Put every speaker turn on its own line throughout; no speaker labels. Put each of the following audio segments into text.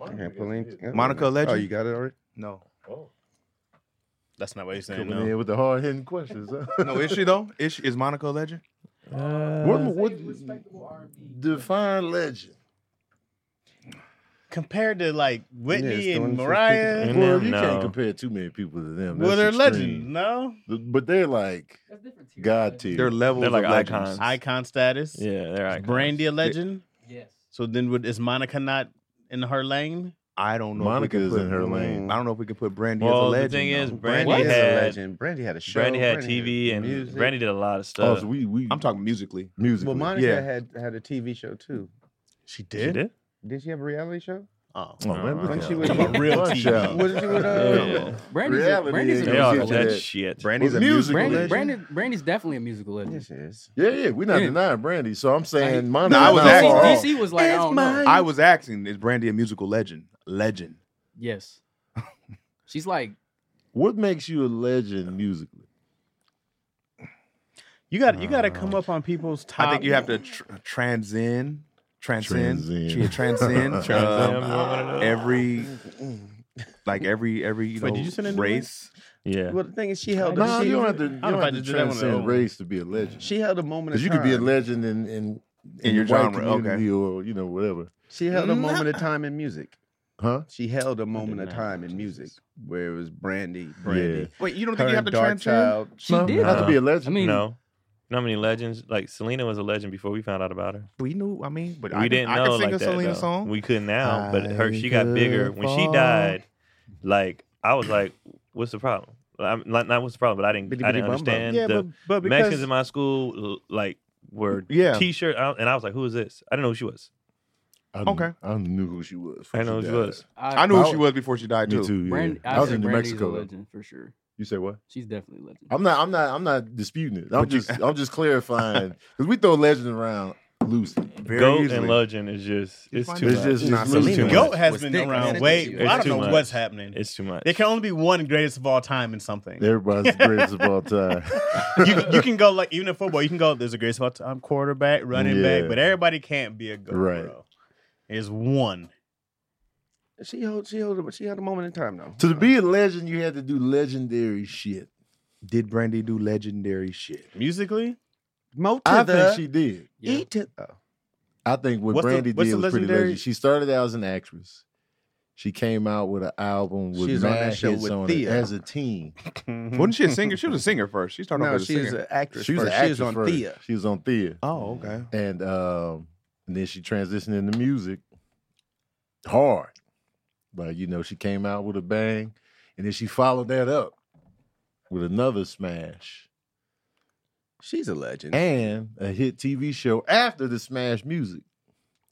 Okay, Pauline. yeah,
Monica
wait a minute. Oh,
Leggett?
you got it already?
No.
Oh,
That's not what he's saying.
coming
No.
in with the hard hitting questions. Huh?
No, is she though? Is she, is Monica a legend?
what,
Uh,
what, define legend.
Compared to like Whitney
it's the
and
one that's
Mariah,
And
Well,
then,
you can't
no.
compare too many people to them.
well,
That's
they're legends.
extreme.
No
Th- But they're like
that's different tiers,
God
but-
tier.
They're levels
They're like
of legends.
icons.
icon status.
Yeah, they're
Is
icons.
Brandy a legend?
Yes.
So then, would, is Monica not in her lane?
I don't know.
Monica
if we
is
can put,
in her lane.
I don't know if we can put Brandy as a
Well, the
legend.
thing is,
though.
Brandy
is a
had-
legend. Brandy had a show.
Brandy had
Brandy
TV and
music.
Brandy did a lot of
oh,
stuff.
so we, we
I'm talking musically.
music.
Well, Monica
Yeah.
had had a TV show too.
She
She did?
Did she have a reality show?
Oh,
Oh, man, look
When
at
she
her.
was-
Come on,
real
watch
TV.
out.
Wasn't she with uh,
Yeah.
Brandy's
Reality
a, Brandy's
is
a
They all got
musical
that
legend.
shit.
Brandy's a
Well,
musical
musical
Brandy,
legend.
Brandy, Brandy's definitely a musical legend.
This is.
Yeah, yeah, we're not
Yeah.
denying Brandy. So I'm saying Monica.
I was
not
asking-
far off.
DC, DC was like, I don't know.
I was asking, is Brandy a musical legend? Legend.
Yes. She's like,
What makes you a legend musically?
You got you got to come up on people's top.
I think you have to tr- transcend, transcend,
Transcend.
she- transcend, um,
Transcend, you don't wanna know.
every, like every every you
Wait,
know
did you send it in the
race.
Yeah.
Well, the thing is, she held.
No,
she,
you don't have to. You
I
don't have
to
to
do that one at all.
transcend race to be a legend.
She held a moment of
Because
time.
you could be a legend in in,
In your
the white
genre, okay.
community or you know whatever.
She held a moment of time in music.
Huh?
She held a moment of
not
time
know
in
Jesus.
music where it was Brandy, Brandy,
Wait, you don't
her
think you
and
have to
Dark
transcend?
Child.
she
no,
did.
Not to
though.
be a
I
legend.
mean,
no. Not many legends. Like Selena was a legend before we found out about her.
We knew. I mean, but
We
I can-
didn't
I
know
can sing
like
a
that.
Selena
though.
song.
We could now, but her she got
I
bigger
could
when she
fall.
died. Like I was like, what's the problem? I'm not, not what's the problem, but I didn't
Bitty
I
bitty
didn't
bum bum.
understand
yeah,
the
but, but because
Mexicans in my school l- like were
Yeah.
t-shirt out, and I was like, who is this? I didn't know who she was.
I knew,
Okay.
I knew who she was.
I didn't know who she
died.
was.
I,
I knew who
Bow-
she was before she died
Me
too.
too. yeah.
Brandy,
I was in New
Brandy's
Mexico.
a
though.
legend for sure.
You say what?
She's definitely a legend.
I'm not. I'm not. I'm not disputing it. I'm
But you-
just. I'm just clarifying because we throw legend around loosely.
Very
Goat
easily.
and legend is just it's
It's
too
It's
much.
just
Nah,
it's
Selena
loose too
was-
much.
Goat has
was
been
thick.
around
It's
way.
too
I don't
much.
know
It's
what's
too much.
happening.
It's too much.
There can only be one greatest of all time in something.
Everybody's the greatest of all time.
you, you can go like even in football, you can go. There's a greatest of all time quarterback, running
Yeah.
back, but everybody can't be a goat.
Right.
Bro. There's one.
She held. She held. a- She held a moment in time though.
to be a legend, you had to do legendary shit.
Did Brandy do legendary shit?
Musically,
Mo to
I
the
think she did.
Yeah.
eat to the.
I think what
What's the-
Brandy
what's
did
the
was pretty
legendary-
legendary. She started out as an actress. She came out with an album with
She's on
mad
that show
hits
with
on it
Thea.
as a teen.
Wasn't she a singer? She was a singer first. She started off
No,
as Mm-hmm. a
she was
singer.
an actress.
She was
first.
an actress
She was on
first.
Thea.
She was on Thea,
Oh, okay.
and um, and then she transitioned into music hard. Like you know, she came out with a bang, and then she followed that up with another smash
She's a legend.
and a hit TV show after the smash music.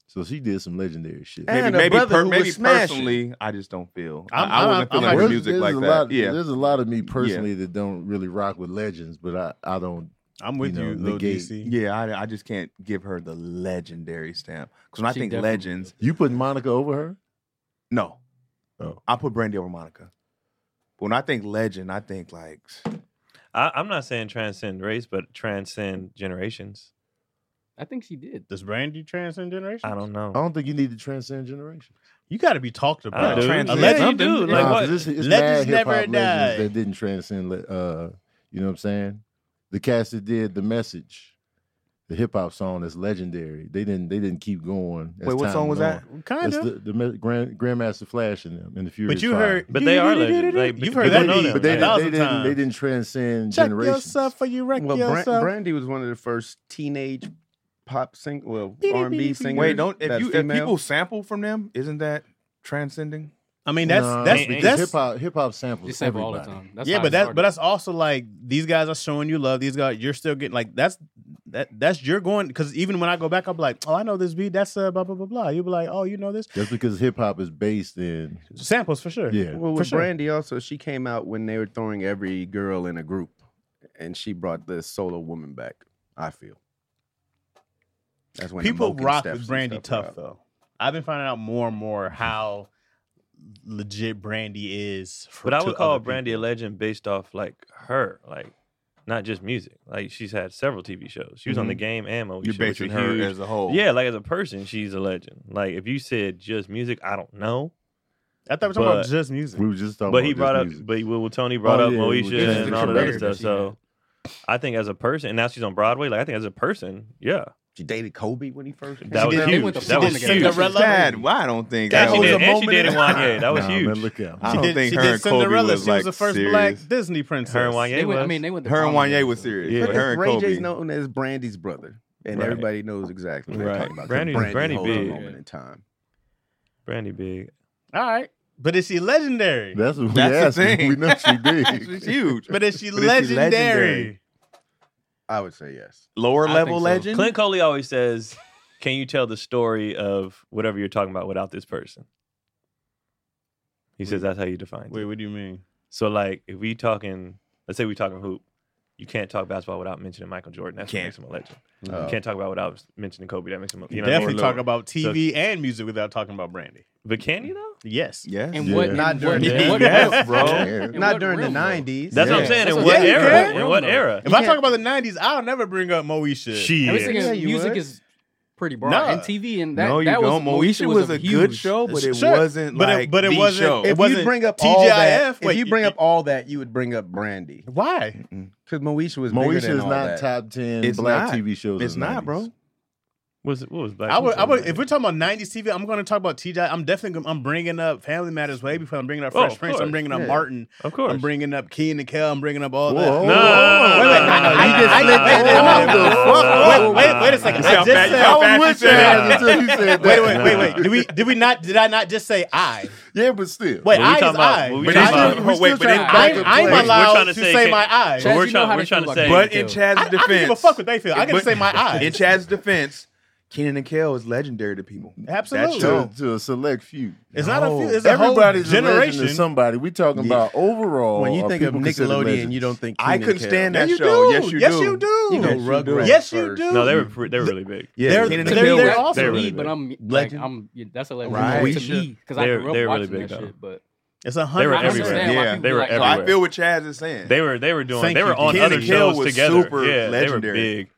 So she did some legendary shit.
And
maybe
a
maybe,
brother
per-
who
maybe
was smashing.
personally, I just don't feel. I,
I'm-
I
I'm-
wasn't
I'm
feeling like
like-
music like
a
that.
Lot,
yeah,
there's a lot of me personally that don't really rock with legends, but I, I don't.
I'm with
You
you,
know,
Lil
negate-
DC.
yeah. I, I just can't give her the legendary stamp because when I
She
think
definitely-
legends,
You put Monica over her?
no,
Oh.
I put Brandy over Monica. But when I think legend, I think like
I, I'm not saying transcend race, but transcend generations.
I think she did.
Does Brandy transcend generations?
I don't know.
I don't think you need to transcend generations.
You got to be talked
I
about.
do.
A
Transcend
legend-
something.
you do. Like
Nah,
what?
'cause It's, it's mad
Legends
hip-hop
never
legends
die.
that didn't transcend. le- Uh, you know what I'm saying? The cast that did the message, the hip hop song that's legendary. They didn't. They didn't keep going. as
wait, what
time
song was
went
that?
on.
Kind
That's
of.
the, the me- Grand, Grandmaster Flash and them and the Furious.
but you
Five.
heard.
But they are legends. Like,
You've
but
heard
they
that.
don't know them.
but they,
Yeah.
a
didn't,
thousand
they, didn't,
times.
they didn't transcend
Check
generations.
yourself or you wreck
Well, Bran-
yourself.
Brandy was one of the first teenage pop sing, well
Beep,
R and B
beep, beep,
singers.
wait, don't if
that's
you if
female.
people sample from them, isn't that transcending?
I mean, that's
Nah,
that's
because
that's
hip hop. Hip hop samples
She sampled all the
everybody.
time. That's
yeah,
how
but
it
that's but
started.
that's also like these guys are showing you love. These guys, you're still getting like that's that that's you're going because even when I go back, I'm like, oh, I know this beat. That's uh, blah blah blah blah. You'll be like, oh, you know this
That's because hip hop is based in
samples for sure.
yeah.
Well,
for
with
sure.
Brandy also, she came out when they were throwing every girl in a group, and she brought the solo woman back. I feel. That's when the
People
Moke and
rock
Stephs and
with Brandy
stuff
Tough
were out.
though. I've been finding out more and more how legit Brandy is. For,
But I
to
would call
other
Brandy a
people.
legend based off like her, like not just music. Like she's had several TV shows. She was on the game and Moe.
You're
Show, which
basing
were
her
huge.
as a whole.
Yeah, like as a person, she's a legend. Like if you said just music, I don't know.
I thought we were talking about
But-
just music.
We were just talking
but he
about
brought up,
this music.
but he, well, Tony brought
Oh,
up
yeah,
Moesha
with just
and
the
all of that
career
stuff.
that she
So I think as a person, and now she's on Broadway. Like I think as a person, yeah,
She dated Kobe when he first. came
that
out?
was
did- they
huge.
went to
That was
Florida
huge.
together.
Cinderella.
Sad. Well, I don't think
That
that
she
was.
did,
I
and she did in Kanye. That was
Nah, Man,
huge.
look out.
I don't think her and Kobe was,
She
like,
was the first
serious.
black Disney princess.
Her and Wanye
They went, I
was.
mean, they went to
Her and
prom
Wanye
together,
was
so-
serious.
Yeah.
But her and
Ray J's
Kobe.
known as Brandy's brother, and
Right.
everybody knows exactly what
Right.
they're talking about. 'cause
Brandy- Brandy
holds a
big.
moment in time.
Brandy big.
All right, but is she legendary?
That's what we asked.
That's the
you.
thing.
We know she
That's
did.
just huge.
But is she
But is she
legendary?
legendary?
I would say yes.
Lower
I think
level
so.
legend.
Clint Coley always says, "Can you tell the story of whatever you're talking about without this person?" He says that's how you define. it.
Wait, what do you mean?
So like, if we talking, let's say we talking hoop, you can't talk basketball without mentioning Michael Jordan. That's
Can't.
what makes him a legend.
Oh.
You can't talk about without mentioning Kobe. That makes him. A, you know what I
Definitely
mean?
talk about TV and music without talking about Brandy.
But can you though?
Yes.
Yes.
And
Yeah.
what?
Not
and
during
what-
the
and what-
Yes, bro.
Yeah.
In
Not
what
during the
realm, though?
'90s.
That's what I'm
Yeah.
saying. In
That's
what
what- Yeah,
era?
you
can.
In what era?
If
You
I talk
can't-
about the '90s, I'll never bring up Moesha.
I was
Yeah.
thinking
Yeah, you
music
would.
is pretty broad
Nah.
and TV and that,
no, you
that was
don't. Moesha was, a
huge,
good show, but it
Sure.
wasn't
But it-
like
but it
the
wasn't-
show.
It
If you
wasn't
bring up all
TGIF?
that,
Wait,
if you
you-
bring
you-
up all that, you would bring up Brandy
Why?
because Moesha was bigger
Moesha
than
is
all
not
that.
top ten
It's
black
not.
TV shows.
It's
in the 90s.
not, bro.
Was it, what was black?
I would, I would.
Panther?
If we're talking about '90s TV, I'm going to talk about TJ. I'm definitely. gonna- I'm bringing up Family Matters way before I'm bringing up
Oh,
Fresh
of
Prince. I'm
course.
bringing up
Yeah.
Martin.
of course.
I'm bringing up Key and the Kel. I'm bringing up all
Whoa,
that.
whoa,
no,
whoa, whoa,
no, no,
wait a minute.
no, no,
I
no,
just
no,
slipped
no,
that
no,
in.
no,
What the
no,
fuck?
Wait,
no, no,
wait, wait a
no,
second.
no,
I just
no.
said
I
I
was
was
with your ass until you said that.
Wait, wait, wait,
Nah.
wait. Did we? Did we not? Did I not just say I?
Yeah, but still.
Wait,
But we
I is
talking about-
I.
but we
But
talking
it's
about-
still,
Uh,
but wait, but in,
trying-
I, I, am
We're- we're
allowed
trying
to
to
say,
say can-
my I.
Chaz,
But we're
you know
trying-
how
we're
they
trying
feel
to say-
about
but
Brandy,
in
too.
Chad's
I, I
defense,
don't give a fuck what they feel. I got to
But-
say my I.
in Chad's defense, Kenan and Kel is legendary to people.
Absolutely.
That show.
to, to a select few.
It's not a few. It's a whole
Everybody's generation
generation.
is somebody. We talking
Yeah.
about overall.
When you
are
think of
people considered
Nickelodeon,
legends?
you don't think
I
Keenan
couldn't
Kel.
stand
yeah,
that
you
show.
do.
Yes, you
yes,
do.
you do.
You know
Yes, you do.
Rugrats.
Yes, you
first.
do.
No, they were pre- they were really big.
Yeah,
They're-
Kenan
they're-
and Kel
they're
was-
all
to
they're
me,
really
but
big.
I'm like
Legend?
I'm yeah, that's a legend
Right.
to me because I
They're-
grew up
they're really
watching
big,
that
though.
shit. But
It's a
They
hundred.
were
I understand
everywhere.
why
Yeah,
people
they were
like,
So
everywhere.
I feel what Chaz is saying.
They were they were doing
Thank
they
you.
were on
Kenan
other
and Kel
shows
was
together.
super
yeah,
legendary.
they were big.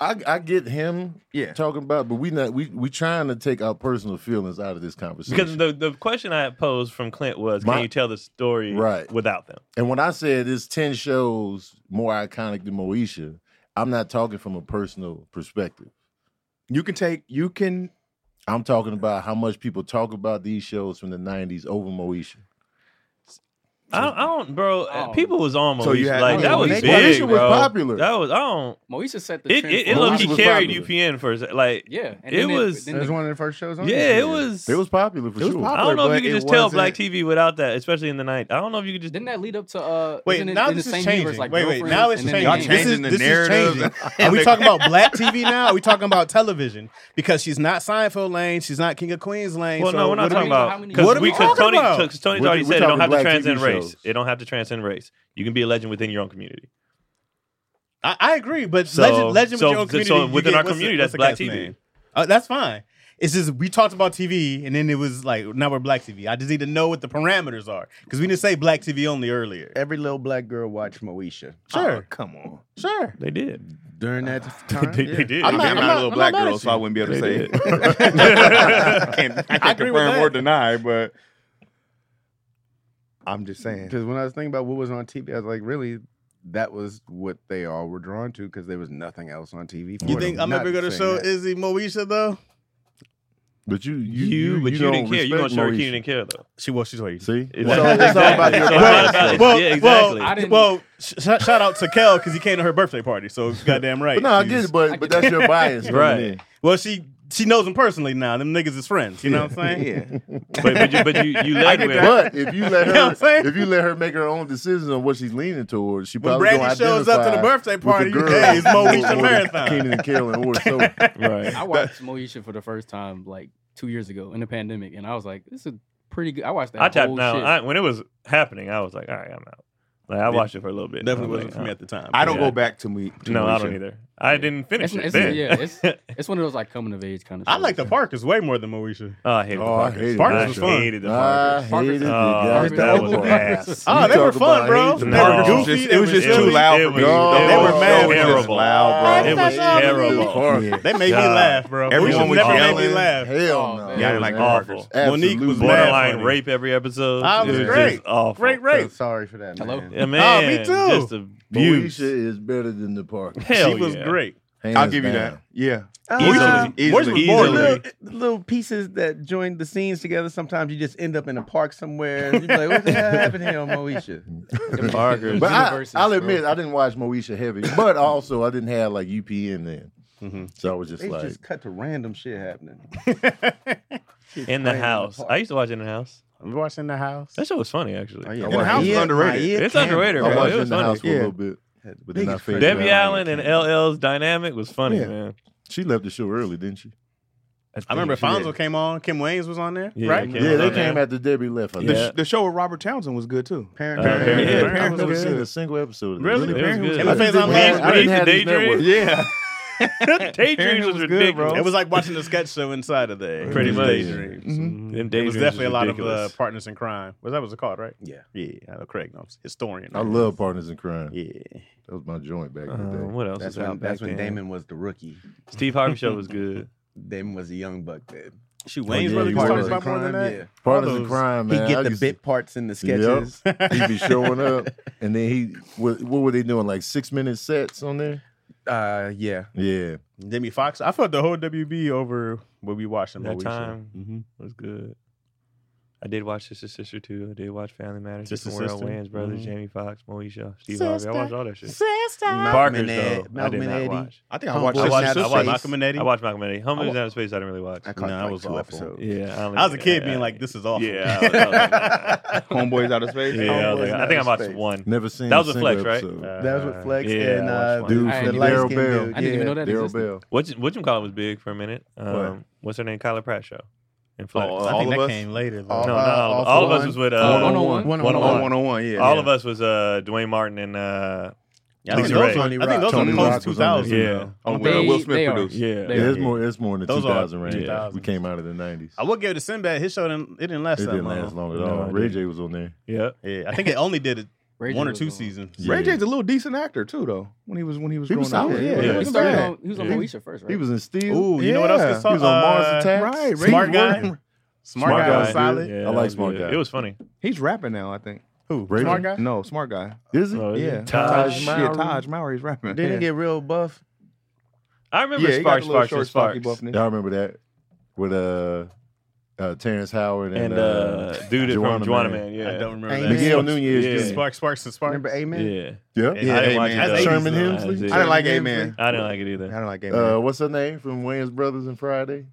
I, I get him
yeah.
talking about, but we not we we trying to take our personal feelings out of this conversation.
Because the the question I had posed from Clint was,
My-
can you tell the story
Right.
without them?
and when I said it's ten shows more iconic than Moesha, I'm not talking from a personal perspective.
You can take. You can.
I'm talking about how much people talk about these shows from the '90s over Moesha.
I don't, I don't bro. uh,
Oh.
People was on Moesha.
So you had-
like
Oh,
that was
Moesha-
big.
Moesha was
bro.
popular.
That was I don't.
Moesha set the
It
trend
it,
for
it
a lot
low
of
low-key
key
people.
was
carried
popular.
UPN for a sec. Like
Yeah, and
it
then
was-
It,
That
then
was
the,
one of the first shows on.
yeah, it was.
It was popular for
It was
sure.
popular.
I don't know
but
if you
it
could just tell
wasn't-
black TV without that, especially in the night. I don't know if you could just
didn't that lead up to uh?
Wait,
isn't it
now
in
this
the
is
same universe,
changing.
like
wait, wait,
Girlfriends
now it's
and then
changing.
Y'all
Game?
changing
this
the
is, this is
narratives.
changing. Are we talking about black TV now? Are we talking about television? Because she's not Seinfeld Lane. She's not King of Queens Lane.
Well,
so
no, we're not
what do
talking
we-
how
about
many-
What are
because
we
we because
talking
Tony
about?
'cause Tony's
We're-
already
we're
said it
talking
don't have to
black TV
transcend race.
shows.
It don't have to transcend race. You can be a legend within your own community.
I, I agree, but
So-
legend, legend
so-
with your own
so
community. you
within
get-
our
what's the-
community,
what's
that's
the
black
cat's
TV.
name? Uh, that's fine. It's just we talked about TV, and then it was like now we're black TV. I just need to know what the parameters are because we didn't say black TV only earlier.
Every little black girl watched Moesha Uh,
Sure,
Oh, come on.
sure.
They did.
during that time.
They,
yeah.
they did.
I'm not,
I'm
I'm
not-
not a little
I'm
black
not mad
girl,
at
so I wouldn't be able to say
They did.
it. I can't, I can't
agree with
confirm
that.
or deny, but I'm just saying.
Because when I was thinking about what was on TV, I was like, really, that was what they all were drawn to because there was nothing else on TV. For
You
them.
think I'm
Not
ever gonna
saying
show
that.
Izzy Moesha though?
But you,
you,
you, you,
but you,
don't
didn't care. You gonna
respect
show
Moesha.
you didn't care though.
She was. She's waiting.
See,
It's
Well,
all-
it's all about
exactly.
your
It's all
thoughts.
about-
well,
yeah, exactly.
well,
I didn't-
well, sh- sh- shout out to Kel because he came to her birthday party. So goddamn right.
But no, I
She's-
get it, but but that's your bias,
Right.
right?
Well, she she knows him personally now. Them niggas is friends. You know what I'm saying?
Yeah.
But, but you, but you, you led with.
But if you let
You know what I'm saying?
her, if you let her make her own decisions on what she's leaning towards, she
When
probably
Brandy
gonna
shows up to the
identify
birthday
with
party,
the girl
hey, it's
who-
Moesha
who-
Marathon.
Keenan and Kel and wore soap.
I
Right.
watched Moesha for the first time like two years ago in the pandemic, and I was like, this is pretty good. I watched that
I tapped
whole
out
shit.
I, when it was happening. I was like, all right, I'm out. Like I watched it for a little bit.
Definitely
I was
wasn't for me
like,
at the time.
I don't
Yeah.
go back to me.
No, I don't either. I didn't finish
It's-
it.
it's-
then.
yeah, it's- It's one of those like coming of age kind of.
I like the Parkers way more than Moesha.
oh, I hated the
Oh, I
Parkers.
hated
Parkers was
I
fun.
hated the
I
Parkers.
Parker's-
hated the
Oh,
goddamn
that was
Parkers.
ass.
Oh, they
talk
were fun,
about
bro.
hating
They were
No.
goofy.
It was just-
they
it was
were
just too
silly.
loud
It
for
was-
me.
it
They
was
were mad.
so
It was just
terrible.
loud, bro.
It was terrible.
They made me
God.
laugh, bro.
Everyone
Moesha
was
never made me
yelling.
laugh.
Hell
Oh,
no.
man.
Yeah,
Yeah,
it
I didn't
was
like
awful.
Parkers.
Monique was
Absolutely.
mad
Borderline
funny.
rape every episode.
I was
It
great.
Just awful.
Great rape.
Sorry for that.
Hello?
man.
Yeah, man,
too.
Just abuse.
Moesha is better than the Parkers.
Hell
she was
yeah.
great.
Hands
I'll give you
down.
that. Yeah.
Easily.
Easily.
Easily.
The Uh,
Boy,
little,
Easily.
the little pieces that join the scenes together. Sometimes you just end up in a park somewhere. And you're like, what the hell happened here on Moesha?
Parker's.
But I,
Universes,
I'll
bro.
admit, I didn't watch Moesha heavy, but also I didn't have like UPN then, so I was just
They
like,
just cut to random shit happening.
In the house. I used to watch In the House.
We watched in the house.
That show was funny, actually.
Oh, yeah.
In
Why-
the house is
Yeah,
underrated.
my ear
It's
candy.
underrated,
I
bro.
watched
It
in
was
the
funny.
house for a
Yeah.
little bit,
Had the
but then I
biggest
faded
crack.
Debbie Allen and LL's dynamic was funny,
Yeah.
man.
She left the show early, didn't she?
I remember
think she
Fonzo came on. Kim Waynes was on there,
Yeah,
right?
Kim
Yeah,
Yeah,
they
yeah.
came after Debbie left. I
Yeah.
The,
think.
sh- the show with Robert Townsend was good too.
Parent,
Uh,
parent,
yeah.
parent.
I
Parent-
never seen a single episode. Of
Really?
That.
It was good.
In my face, I'm
I didn't
laughing.
have- I didn't have
They
these
used to daydream.
networks.
Yeah.
Daydreams was,
was good,
ridiculous.
bro.
It was like watching the sketch show inside of there.
Pretty
Yeah.
much.
Daydreams.
Mhm. Them
It
daydreams
was definitely a lot of uh,
ridiculous.
partners in crime. Was that was it called, right?
Yeah.
Yeah, I know Craig knows. Historian.
I love Partners in Crime.
Yeah.
That was my joint back in the
Um,
day.
what else?
That's
was out
when, that's
back
when
then?
Damon was the rookie.
Steve Harvey show was good.
Damon was a young buck then.
Shoot,
yeah,
Wayne's
he
really Oh, was talking
was.
about more than that.
Partners
all
in
those-
Crime, man.
He'd get
I
the
used-
bit parts in the sketches.
He'd be showing up, and then he what, what were they doing? Like six minute sets on there.
Uh, yeah.
Yeah,
Demi Fox. I felt the whole WB over what we watched in
That
Moesha.
time.
Mm-hmm.
was good. I did watch Sister Sister too. I did watch Family Matters,
Sister,
Different World,
Sister.
Wayans Brothers,
Mhm.
Jamie Foxx, Moesha, Steve
Sister.
Harvey. I watched all that shit.
Sister.
Parker's
Malcolm and
though,
Ed-
I
Malcolm
did
and
not
Eddie.
watch.
I think I
Homeboy
watched
was
I
Sister
watched, I
Sister
watched
Sister.
Malcolm and Eddie. I watched Malcolm and Eddie. Home
I
Movies
wa-
Out of Space. I didn't really watch.
I caught
Nah, I
like
was
two
awful.
episodes.
Yeah, I,
I was a kid being like, this is awful.
Yeah, I was- I was-
Homeboys Out of Space.
yeah. I, was like, I think I
Out of
watched
Space.
one.
never seen.
That was
a
a
single
flex, right? Uh,
episode.
That was with Flex
yeah,
and
I
uh,
watched
the,
Dude
I
the
ain't
from
light
Daryl
skinned
Bell.
dude.
I didn't even know that
Daryl
existed.
Bell.
What what you call it was big for a minute. Um, what's her name? Kyla Pratt show. And Flex.
Oh,
I
I
all
think
think-
that
of us?
came later.
All-
Though.
no, no,
uh,
all,
all
of-
for
all of us
one.
was with uh,
One on one.
One on
One on
one.
one.
One on one, yeah.
all of us was uh, Dwayne Martin and uh,
Yeah, I think
Tony
those
Rock.
were- I think those
Tony
were
Rock
post
was on
2000.
there.
yeah.
though.
On
They-
Oh, Will, Will Smith
they are.
produced.
Yeah.
They
Yeah,
are.
it's more. It's more in the
Those
two
are
thousand range.
2000s.
We came out of the nineties.
I would give it to Sinbad. His show didn't. It didn't last
It
that
didn't
long.
last long at
No,
all.
it
Ray
didn't.
J was on there.
Yeah.
Yeah, I think it only did it
Ray
one or
J
two
was on.
seasons.
Ray
Yeah.
J's a little decent actor too, though. When he was when he was
He
growing
was
up,
solid, yeah.
He
Yeah.
was
He
on-
was
he
bad.
was on- he was on
Yeah.
Moesha first, right?
He was in Steel.
Ooh, you know what else?
Yeah.
Good song?
He was on Mars
Uh,
Attacks.
Right, Ray
Smart
was
guy.
working.
Smart,
Smart
guy, was
Guy.
solid.
Yeah,
I
that
like
was
Smart
good.
Guy.
It was funny.
He's rapping now, I think.
Who?
Ray
Smart
J?
guy.
No, smart guy.
Is it?
Oh, is it?
Yeah,
Taj
Shit,
Mowry.
Taj Mowry's rapping.
Didn't
yeah.
he get real buff?
I
yeah,
remember
he got
Sparks,
the little
Sparks,
short,
and
stocky
Sparks.
buff nigga.
Y'all remember that with uh, uh Terrence Howard and,
And uh, dude is from
Juana
Juana
Man.
Man. Yeah.
I don't remember.
Ain't
that.
Miguel Nunez.
Yeah.
did it.
Sparks, Sparks, and Sparks.
Remember Amen?
Yeah.
Yeah.
Yeah,
I didn't
hey, man,
watch it.
that's
though.
Sherman
I
Hemsley?
did.
I didn't like
Yeah.
A Man.
I didn't like it either.
I didn't like A Man.
Uh, what's her name from Wayans Brothers and Friday?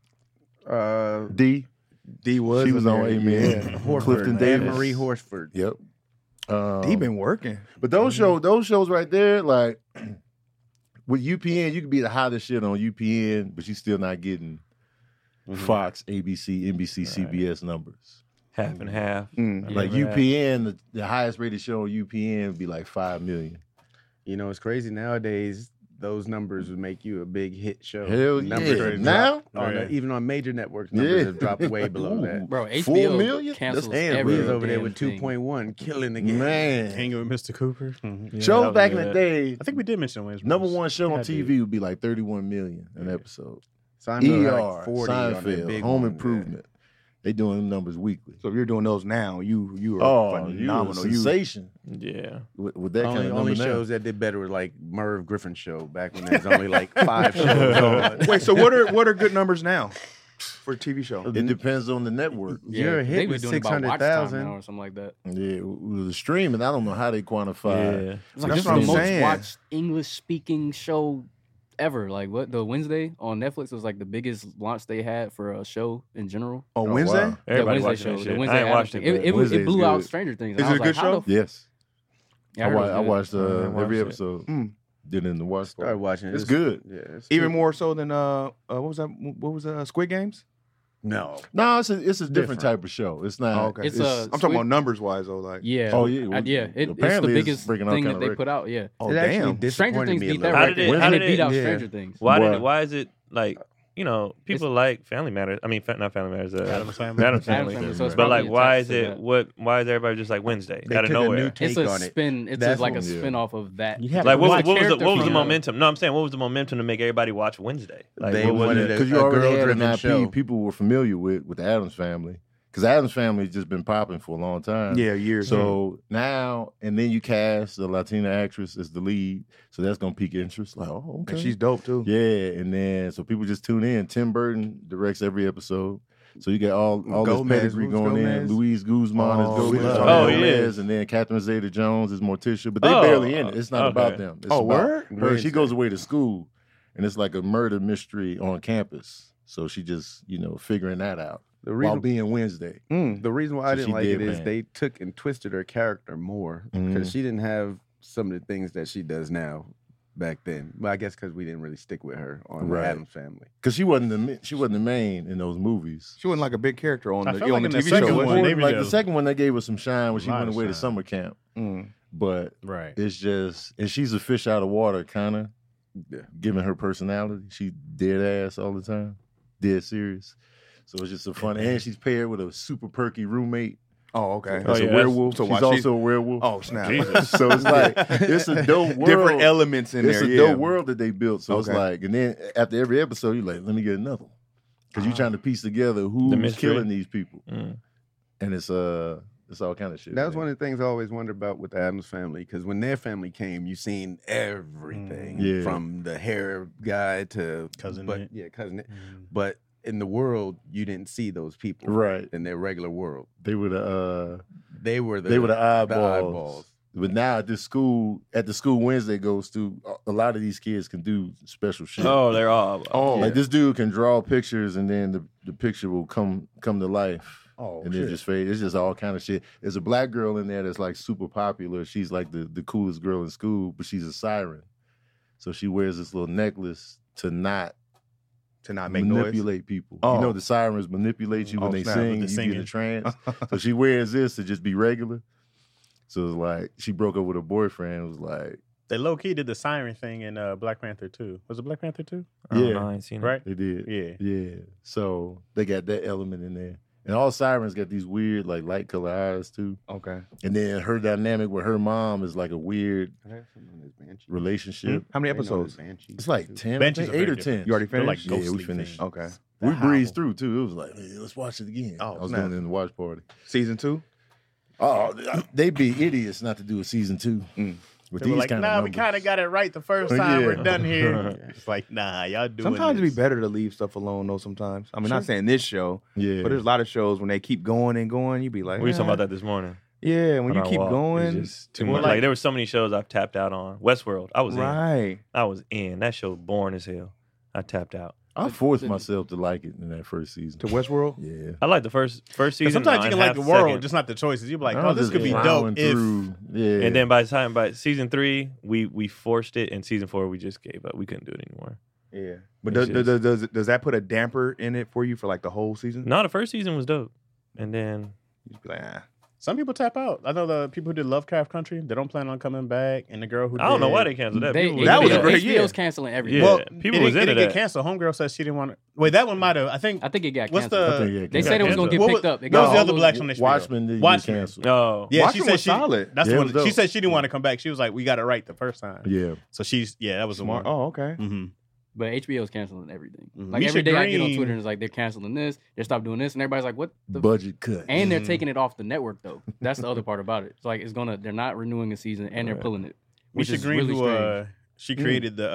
Uh,
D.
D was.
she was
in
on
there,
A Man.
Horford.
Clifton Davis.
Anne Marie Horsford.
Yep. Um,
Yeah. He been working.
But those show those shows right there, like with UPN, you could be the hottest shit on UPN, but you still not getting
Mm-hmm.
Fox, ABC, NBC,
Right.
CBS numbers.
Half and half.
Mm.
Yeah,
like
man.
UPN, the, the highest rated show on UPN would be like five million.
You know, it's crazy nowadays. Those numbers would make you a big hit show.
Hell
numbers
yeah.
have
Now?
dropped
Oh,
on the-
Yeah.
even on major networks, numbers
Yeah,
have dropped way below
Ooh,
that.
Bro, HBO
Four million?
cancels
That's Andrew.
We
every
was over there
damn
with
thing.
2.1, killing the game.
Man,
Hanging with Mr. Cooper. Mhm.
Mm-hmm. Yeah, that
shows
was
back in the
good.
day,
I think we did mention Wayne's
number
Brothers.
one show
Yeah,
on
I did.
TV would be like thirty-one million an episode.
Seinfeld had
ER,
like 40 on that
Seinfeld,
big
Home
one, yeah.
Improvement. They doing them numbers weekly.
So if you're doing those now, you you are
Oh, you a
phenomenal. You-
sensation
Yeah.
with, with that
only
kind of
only
number now.
shows that did better were like Merv Griffin show back when there was only like five shows on.
Wait, so what are what are good numbers now for a TV show?
It depends on the network.
Yeah,
You're a
they
hit
were
with
doing about watch time
600,000.
now or something like that.
Yeah, w- the streaming. I don't know how they quantify.
Yeah.
It's like
That's what
this is
I'm
the most
saying.
watched English speaking show ever. Like what the Wednesday on Netflix was like the biggest launch they had for a show in general.
On
Oh,
Wednesday?
wow.
Everybody
the
watched
Wednesday
that
show.
shit.
The Wednesday
I ain't
Adam
watched it.
thing.
but
It, it, was,
Wednesday
it
is
blew out
good.
Stranger Things.
Is
I
it a
was
good
like, how
show?
the f-
Yes,
Yeah,
I,
heard it
wa-
was
I
good.
watched
I
uh,
watched
every
it.
episode.
Hmm.
Mm.
Did in the watch.
Started watching it.
It's good.
Yeah, it's
Even more so than uh, uh what was that? What was uh Squid Games?
No.
No, it's a it's a different,
Different.
type of show. It's not.
Oh, okay.
It's,
i
uh,
I'm talking
Sweet-
about numbers wise though. Like,
Yeah.
Oh, yeah,
I-
well,
yeah. It, it's the
apparently it's
biggest
breaking all
thing
kind
that
of
they
records.
put out. Yeah.
oh
it actually
damn.
Stranger
disappointed
Things
me a
beat that
little.
How
record.
did it-
and
how
they
did
beat
it-
out
yeah.
Stranger Things.
Why did
Bruh.
it, why is it like you know people like Family Matters? I mean, fa- not Family Matters. Uh,
Adam's family.
Adam's
Adam's
Family.
Family, so it's
But
probably
like, why
attached
is
to
it?
that.
What? Why is everybody just like Wednesday
They
out of
took a new
nowhere?
take
It's a
on it.
spin. It's
That's
a, like a
what-
yeah.
spin off of that.
You have
Like
to
what,
watch
what was the
character
what was the
from-
momentum? No, I'm saying what was the momentum to make everybody watch Wednesday? Like
They
what was
wanted
it?
a-
because you
a
already had an
girl-driven
IP
show.
people were familiar with with the Adams Family because Adams Family has just been popping for a long time.
Yeah, years.
So now and then you cast the Latina actress as the lead, so that's gonna pique interest. Like, oh, okay,
and she's dope too.
yeah. And then so people just tune in. Tim Burton directs every episode, so you get all all
Gomez,
this pedigree
Luis
going
Gomez.
in. Louise Guzman
Oh,
is
Luis
Gomez,
Gomez.
Oh, yeah.
Gomez, and then Catherine Zeta-Jones is Morticia, but they
Oh,
barely in it. It's not
okay.
about them. It's
Oh,
about
word?
her. She goes away to school, and it's like a murder mystery on campus. So she just you know figuring that out
The
while
reason,
being Wednesday.
Mm.
the reason why I
So
didn't
she
like it
did
is
bad.
they took and twisted her character more because
Mhm.
she didn't have some of the things that she does now back then. But I guess because we didn't really stick with her on
Right.
the Adams Family.
Because she wasn't the ma- she wasn't the main in those movies.
She wasn't like a big character on
I
the,
felt
on
like
the
in
TV
the
show.
second
was
one,
she?
Or,
they
like
were-
the second one, they gave her some shine when she
A lot
went
of
away to
shine.
summer camp.
Mm.
But
Right.
it's just, and she's a fish out of water, kind of.
Yeah.
Given her personality, she dead ass all the time, dead serious. So it's just a fun, and she's paired with a super perky roommate.
Oh, okay.
That's a
yeah, that's-
werewolf.
so
she's
why she's-
also a werewolf.
Oh, snap.
so it's like it's a dope world.
Different elements in
it's
there.
a
yeah.
dope world that they built. So it's
Okay.
like, and then after every episode, you're like, let me get another one because you're trying to piece together who's
mystery.
killing these people,
Mm.
and it's uh, it's all kind of shit.
That was
man.
one of the things I always wondered about with the Adams family, because when their family came, you seen everything
Mm. Yeah.
from the hair guy to
Cousin
but
Nick.
yeah, cousin. Nick.
Mm-hmm.
But in the world, you didn't see those people
right.
in their regular world.
They were the uh,
They were the
they were the
the
eyeballs.
eyeballs.
But now at this school, at the school Wednesday goes to, a lot of these kids can do special shit.
Oh, they're all.
Oh,
Like this dude can draw pictures, and then the, the picture will come come to life.
Oh,
and then just fade. It's just all kind of shit. There's a black girl in there that's like super popular. She's like the, the coolest girl in school, but she's a siren. So she wears this little necklace to not
to not make noise.
manipulate people.
Oh.
You know the sirens manipulate you
Oh,
when they
snap,
sing.
with
You
the
get in a
singing.
trance. so she wears this to just be regular. So it's like she broke up with her boyfriend. It was like
They low key did the siren thing in uh, Black Panther 2. Was it Black Panther 2?
I don't
yeah.
know, I ain't seen it.
Right?
they did.
Yeah.
Yeah. So they got that element in there. And all sirens got these weird like light color eyes too.
Okay.
And then her dynamic with her mom is like a weird
I have something on this banshee.
relationship.
How many
They know this
episodes?
banshee,
It's like
too.
ten, I
Banshees
think,
are
eight
very
or
different.
ten.
You already
They're
finished?
like
Yeah, we
ghostly
finished.
things.
Okay.
We
Wow.
breezed through too. It was like, "Hey, let's watch it again.
Oh,
I was
snap.
doing it in the watch party.
Season two?
Oh, they'd be idiots not to do a season two
Mm.
with
They were
these
like,
kind
nah,
of
we kind of got it right the first
Oh,
time. We're
yeah.
done here. it's like, nah, y'all doing
Sometimes it'd
this.
be better to leave stuff alone, though. Sometimes, I mean, not
Sure.
saying this show,
Yeah,
but there's a lot of shows when they keep going and going. You'd be like,
We were talking
"Nah."
about that this morning.
Yeah, when
on
you
our
keep
walk. It was
going,
just too
Well,
much. Like,
like-
there were so many shows I've tapped out on. Westworld, I was in.
right?
I was in. That show boring as hell. I tapped out.
I forced myself to like it in that first season.
To
oh,
Westworld.
yeah,
I like the first first
And
season.
Sometimes
uh,
you
and
can like
half
the world,
second.
just not the choices. You're like,
I
oh,
was
this
just
could be
plowing
dope if.
through. Yeah,
And then by the time by season three, we we forced it, and season four we just gave up. We couldn't do it anymore.
Yeah, but does,
It's
does, does does does that put a damper in it for you for like the whole season?
No, the first season was dope, and then
you just be like, ah.
Some people tap out. I know the people who did Lovecraft Country, they don't plan on coming back. And the girl who
I don't know
did-
why they canceled that.
They,
People
That was
into
a great year.
HBO's canceling everything.
Yeah,
Well,
people
it
was
didn't-
into
it didn't
that.
get canceled. Homegirl says she didn't want to. Wait, that one might have. I think.
I think it got
What's
canceled.
the?
I think it got
they said it was
canceled.
gonna get
What was-
picked up. It
What
got
was the
all
uh, other
those-
black one?
Watchmen did get
Watchmen.
canceled.
Oh,
Yeah,
Watchmen
she said
was
she.
solid.
That's
Yeah,
the
it
one.
was
that- She
dope.
said she didn't want to come back. She was like, "We got it right the first time."
Yeah,
So she's yeah, that was
Smart.
the one.
Oh, okay.
Mm-hmm.
But HBO's canceling everything.
Mhm.
Like
Misha
every day I get on
Green-
Twitter and it's like they're canceling this, they stop doing this, and everybody's like, "What the?" f-"
budget cut.
And
Mm-hmm.
they're
Mhm.
taking it off the network though. That's the other part about it. It's like it's gonna. They're not renewing a season and they're
Right.
pulling it. Which
Misha
is
Green,
really
who uh, she
Mm-hmm.
Mm.
created the,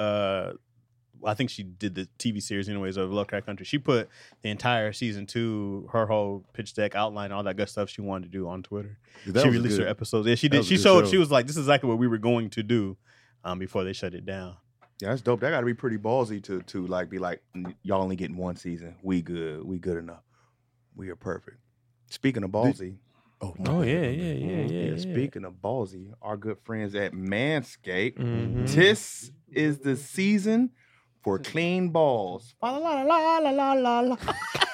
uh, I think she did the TV series anyways of Lovecraft Country. She put the entire season two, her whole pitch deck outline, all that good stuff she wanted to do on Twitter.
That
she
was a
released
good-
her episodes. Yeah, she
that
did.
was a
She
good
showed.
show.
She was like, "This is exactly what we were going to do," um, before they shut it down.
Yeah, that's dope. That got to be pretty ballsy to to like be like, "N- y'all only getting one season. We good. We good enough. We are perfect. Speaking of ballsy,
Oh, my
Oh
bad,
yeah,
my
yeah,
bad.
yeah, yeah. yeah.
Speaking of ballsy, our good friends at Manscaped.
Mhm.
This is the season for clean balls. Fa La la la la la la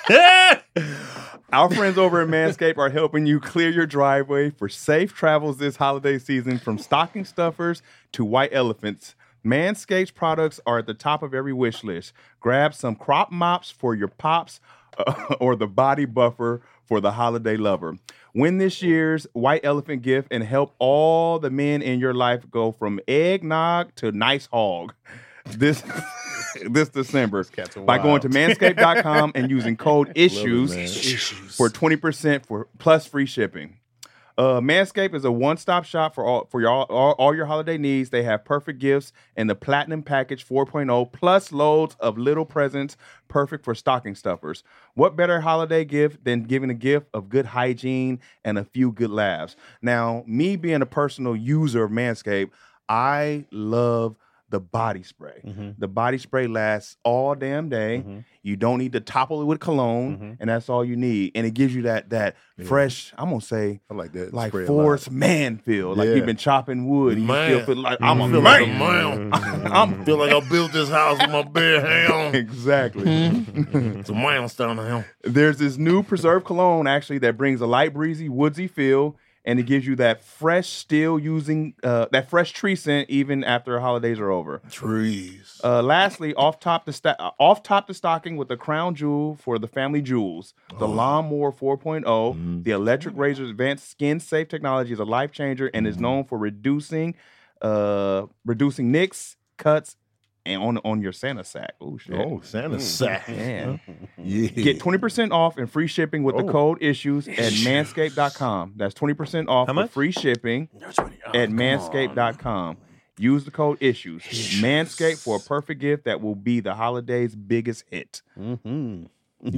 la. Our friends over at Manscaped are helping you clear your driveway for safe travels this holiday season from stocking stuffers to white elephants. Manscaped's products are at the top of every wish list. Grab some crop mops for your pops uh, or the body buffer for the holiday lover. Win this year's white elephant gift and help all the men in your life go from eggnog to nice hog this this December
cats are
by going
wild.
to manscaped.com and using code issues
man.
for 20% for plus free shipping. Uh, Manscaped is a one-stop shop for all for your all, all your holiday needs. They have perfect gifts and the Platinum Package 4.0 plus loads of little presents perfect for stocking stuffers. What better holiday gift than giving a gift of good hygiene and a few good laughs? Now, me being a personal user of Manscaped, I love the body spray.
Mhm.
The body spray lasts all damn day.
Mm-hmm.
Mhm.
You don't need to topple it with cologne,
Mhm.
and that's all you need. And it gives you that that
Yeah.
fresh. I'm gonna say
I like that.
like
spray a lot.
forest man feel. Like
Yeah.
you've been chopping wood. And you still
Man.
feel like
I'm
I'm
a
a
feel like a
man.
man.
I'm
feel like I built this house with my bare hands.
exactly.
It's a mounds down here.
There's this new preserved cologne actually that brings a light breezy woodsy feel. And it gives you that fresh, still using uh, that fresh tree scent even after holidays are over.
Trees.
Uh, lastly, off top the sta- uh, off top the stocking with the crown jewel for the family jewels, the
Oh.
lawnmower 4.0, oh,
Mm.
the electric razor's advanced skin safe technology is a life changer and is known for reducing uh reducing nicks, cuts, and on on your Santa sack. Oh shit.
oh, Santa sack.
Man.
Yeah.
Get 20% off and free shipping with the
Oh.
code issues at
Issues.
manscaped.com. That's 20% off
How
for
much?
free shipping at manscaped.com. Use the code issues. Manscaped for a perfect gift that will be the holiday's biggest hit.
Mm-hmm. The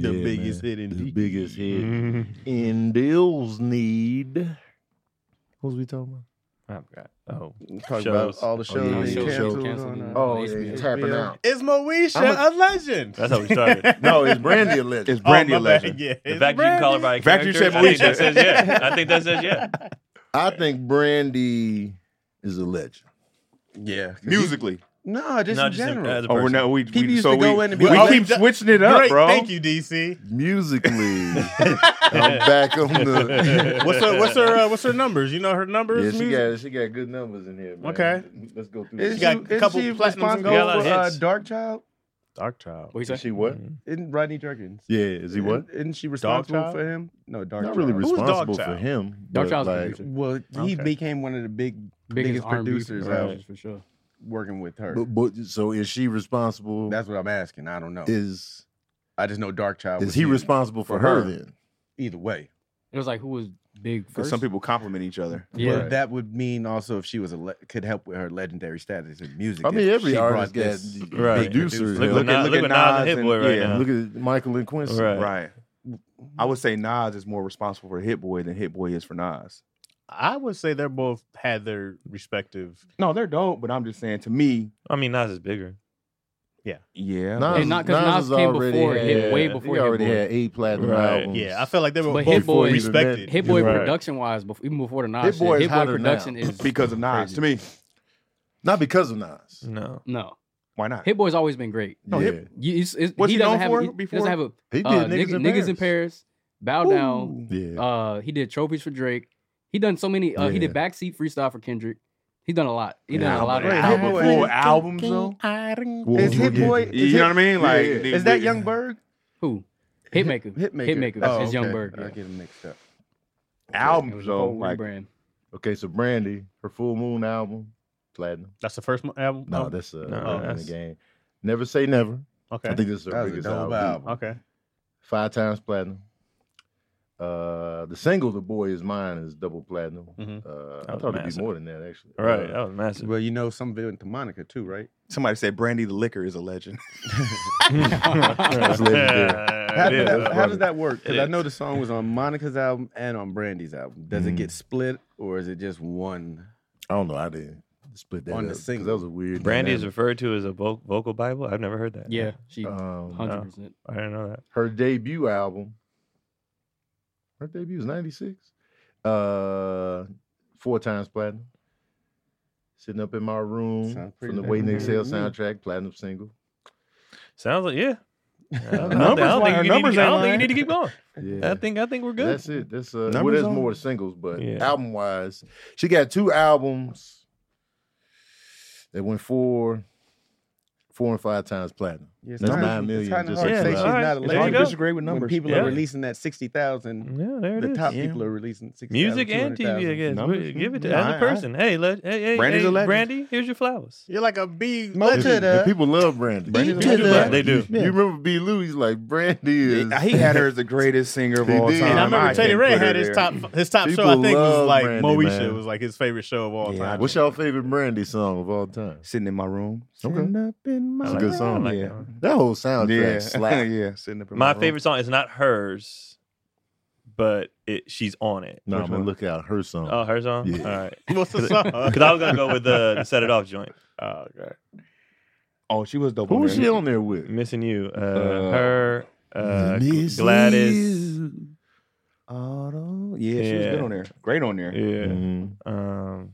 Yeah,
biggest
man.
hit in
The biggest hit. Mm-hmm.
Mm-hmm.
In Bill's need. What was we talking
I forgot. Oh,
Talk
Shows.
about all the
Oh,
shows
yeah,
being
shows
canceled.
canceled.
on, uh,
about?
Oh, yeah, yeah.
tapping out.
It's Moesha, a, legend.
that's how we started.
No, it's Brandy a legend.
It's Brandy
oh, my bad.
Legend.
Yeah,
The
it's
fact you can call her
Brandy.
by a
The fact you
character,
said
I think that
Moesha.
says yeah. I think that says yeah.
I think Brandy is a legend.
Yeah.
Musically.
No, just
No,
in
just in-
general.
as a
Oh, we're
person.
not. We,
People
we
used
so
to go
we,
in and be
we,
like-
keep switching it up,
Great,
bro.
Thank you, DC.
Musically, I'm back on the.
What's her? What's her? Uh, what's her numbers? You know her numbers.
Yeah, she
music?
got she got good numbers in here. Man.
Okay.
let's go through.
Isn't
This.
She got
she-
a
isn't
couple
she
platinums and
responsible
gold. Got a lot of
for, uh,
hits.
Dark Child?
Dark Child.
What you
Is
say?
she what?
Mm-hmm.
Isn't Rodney Jerkins?
Yeah, is he what?
Isn't, isn't she responsible
Child?
for him? No, Dark
Not
Child.
really
Who's Dog
responsible for
Child?
him.
Dark
but,
Child's
like,
producer.
Well, he
Okay.
became one of the big, biggest,
biggest, R&B
producers out
producers for sure.
working with her.
But, but so is she responsible?
That's what I'm asking. I don't know.
is
I just know Dark Child.
is
was
he
huge.
responsible for
for
her
her.
then?
Either way,
It was like who was big
Because
first.
some people compliment each other.
yeah,
But that would mean also if she was a le- could help with her legendary status in music.
I mean,
if
every
she brought
artist got
this-
Right.
producers.
Look,
help.
look,
at-
at,
look
look
at
at Nas and
Nas
Hit
and-
Boy right
yeah,
now.
Look at Michael and Quincy.
Right.
Right. I would say Nas is more responsible for Hit Boy than Hit Boy is for Nas.
I would say they're both had their respective.
No, they're dope, but I'm just saying to me,
I mean, Nas is bigger.
yeah.
Nas,
And not- 'cause Nas
has
came
already
before
had,
Hit- way
he
before Hit
already
Boy.
had eight platinum
Right.
albums.
Yeah, I felt like they were
But
both
Hit Boy-
respected.
Hit
Hit Boy
Right.
production wise, before, even before the Nas,
Hit
shit,
Boy is
Hit Boy
hotter now.
production is
because of Nas.
Crazy.
To me,
not because of Nas.
No.
no.
why not?
Hit Boy's always been great.
No,
yeah.
Hip-
You, it's, it's,
What's
he
he known
doesn't have
for
he, he
before?
doesn't have a
he did
uh, niggas, niggas in Paris, bow down.
Ooh.
Yeah,
Uh, he did trophies for Drake. He done so many. Uh, He did backseat freestyle for Kendrick. He done a lot. He done
Yeah,
a lot.
but
of
Hit Boy- full albums though.
Well,
Is
we'll
Hit
get-
Boy?
You
is
know
Hit-
what I mean? Like,
Yeah.
Is that Young Berg?
Who? Hitmaker.
Hit- Hitmaker.
Hitmaker.
Oh,
It's Young
okay.
Berg,
I
yeah.
get him mixed up.
It was
albums
a
though?
whole
Like,
rebrand.
Okay, so Brandy, her Full Moon album, platinum.
That's the first mo- album.
No,
Oh,
that's uh,
no,
Alvin
that's-
the game. Never say never. I
okay.
think this is her
That was a
biggest
dope
album.
album.
Okay.
Five times platinum. Uh, the single "The Boy Is Mine" is double platinum. Uh,
Mhm.
I
That was
thought it'd be
massive.
more than that actually.
All right.
Uh,
That was massive.
Well, you know, some video to Monica too, right?
somebody said Brandy the Liquor is a legend.
That's legendary.
How,
Yeah,
did
that's
that, how
funny.
does that work? Because
It
I
is.
know the song was on Monica's album and on Brandy's album. Does
Mm-hmm.
it
Mhm.
get split or is it just one?
I don't know. I didn't split that
On the
up, 'cause
single.
That was a weird.
Brandy is
dynamic.
referred to as a vo- vocal Bible. I've never heard that.
Yeah, she
Um,
hundred percent.
I didn't know that.
her debut album. Her debut was '96. Uh, four times platinum. Sitting up in my room
Sounds pretty
from the
damn
Waiting
good
Excel
to me.
soundtrack, platinum single.
Sounds like yeah. I
Numbers
don't think- I don't
line-
think you need
numbers
to- I
ain't
don't think you
lying.
need to keep going. I
Yeah.
think I think we're good.
That's it. That's uh, well,
Numbers
there's
on-
more singles, but
Yeah.
album wise, she got two albums that went four, four and five times platinum.
Yeah, it's
That's
not-
nine million.
It's kind of
just
hard
in
to say
two
she's
all
albums.
right.
not a
There
It's hard
legend.
to
go.
disagree with
When
numbers.
people
Yeah.
are releasing that sixty thousand,
Yeah, there it
the
is.
top
Yeah.
people are releasing sixty.
Music and TV, I guess.
Numbers,
We- Give it to
yeah.
as
I- I-
a person. Hey, let, hey, hey,
Brandy's
hey,
a legend.
Brandy, here's your flowers.
You're like a bee.
Mo
If- if
Tada.
people love Brandy.
Brandy's
People
a
do
legend.
love her.
They do.
You remember B. Lou? He's like Brandy is.
He had her as the greatest singer of
He
all
did.
time.
And
And I remember Teddy
can't
Ray
put her
had his
there.
top his top show. I
People
think was
love
like
Brandy,
Moesha
man.
was like his favorite show of all
Yeah,
time.
What's your favorite Brandy song of all time?
Sitting in my room.
Okay.
Sitting up in my
That's
I
a
like
good
that.
song.
I like
Yeah.
that one.
That whole
room.
soundtrack
Yeah.
slap.
yeah. Sitting up in
My
room.
favorite song is not hers, but it she's on it.
No,
Which
I'm gonna
one?
look out her song.
Oh, her song.
Yeah.
All right,
What's the song?
because I was gonna go with the, the set it off joint.
Oh, God. Oh, she was dope.
Who
on
was
there.
she on there with?
Missing you. Uh,
Uh,
her. Uh,
Miss
Gladys.
you.
Oh, yeah, she was
Yeah.
good on there. Great on there.
Yeah.
Mhm.
Um,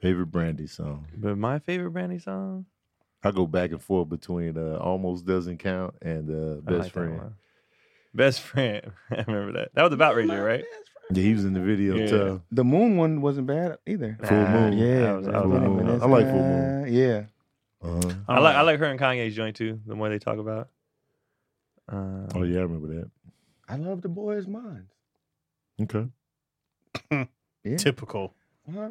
Favorite Brandy song.
but my favorite Brandy song.
I go back and forth between uh, almost doesn't count and uh,
I
best
like that
friend.
one. Best friend. I remember that. That was about Ray J, right?
Yeah, he was in the video
Yeah.
too.
The moon one wasn't bad either.
Full
Nah,
moon.
Yeah,
I, was,
man.
I, was
Full
on
moon.
it.
I like Full Moon.
Uh, Yeah,
Uh-huh.
I like I like her and Kanye's joint too. The more they talk about. Um,
Oh yeah, I remember
I love the boy is mine.
that. Okay,
yeah.
Typical.
Huh?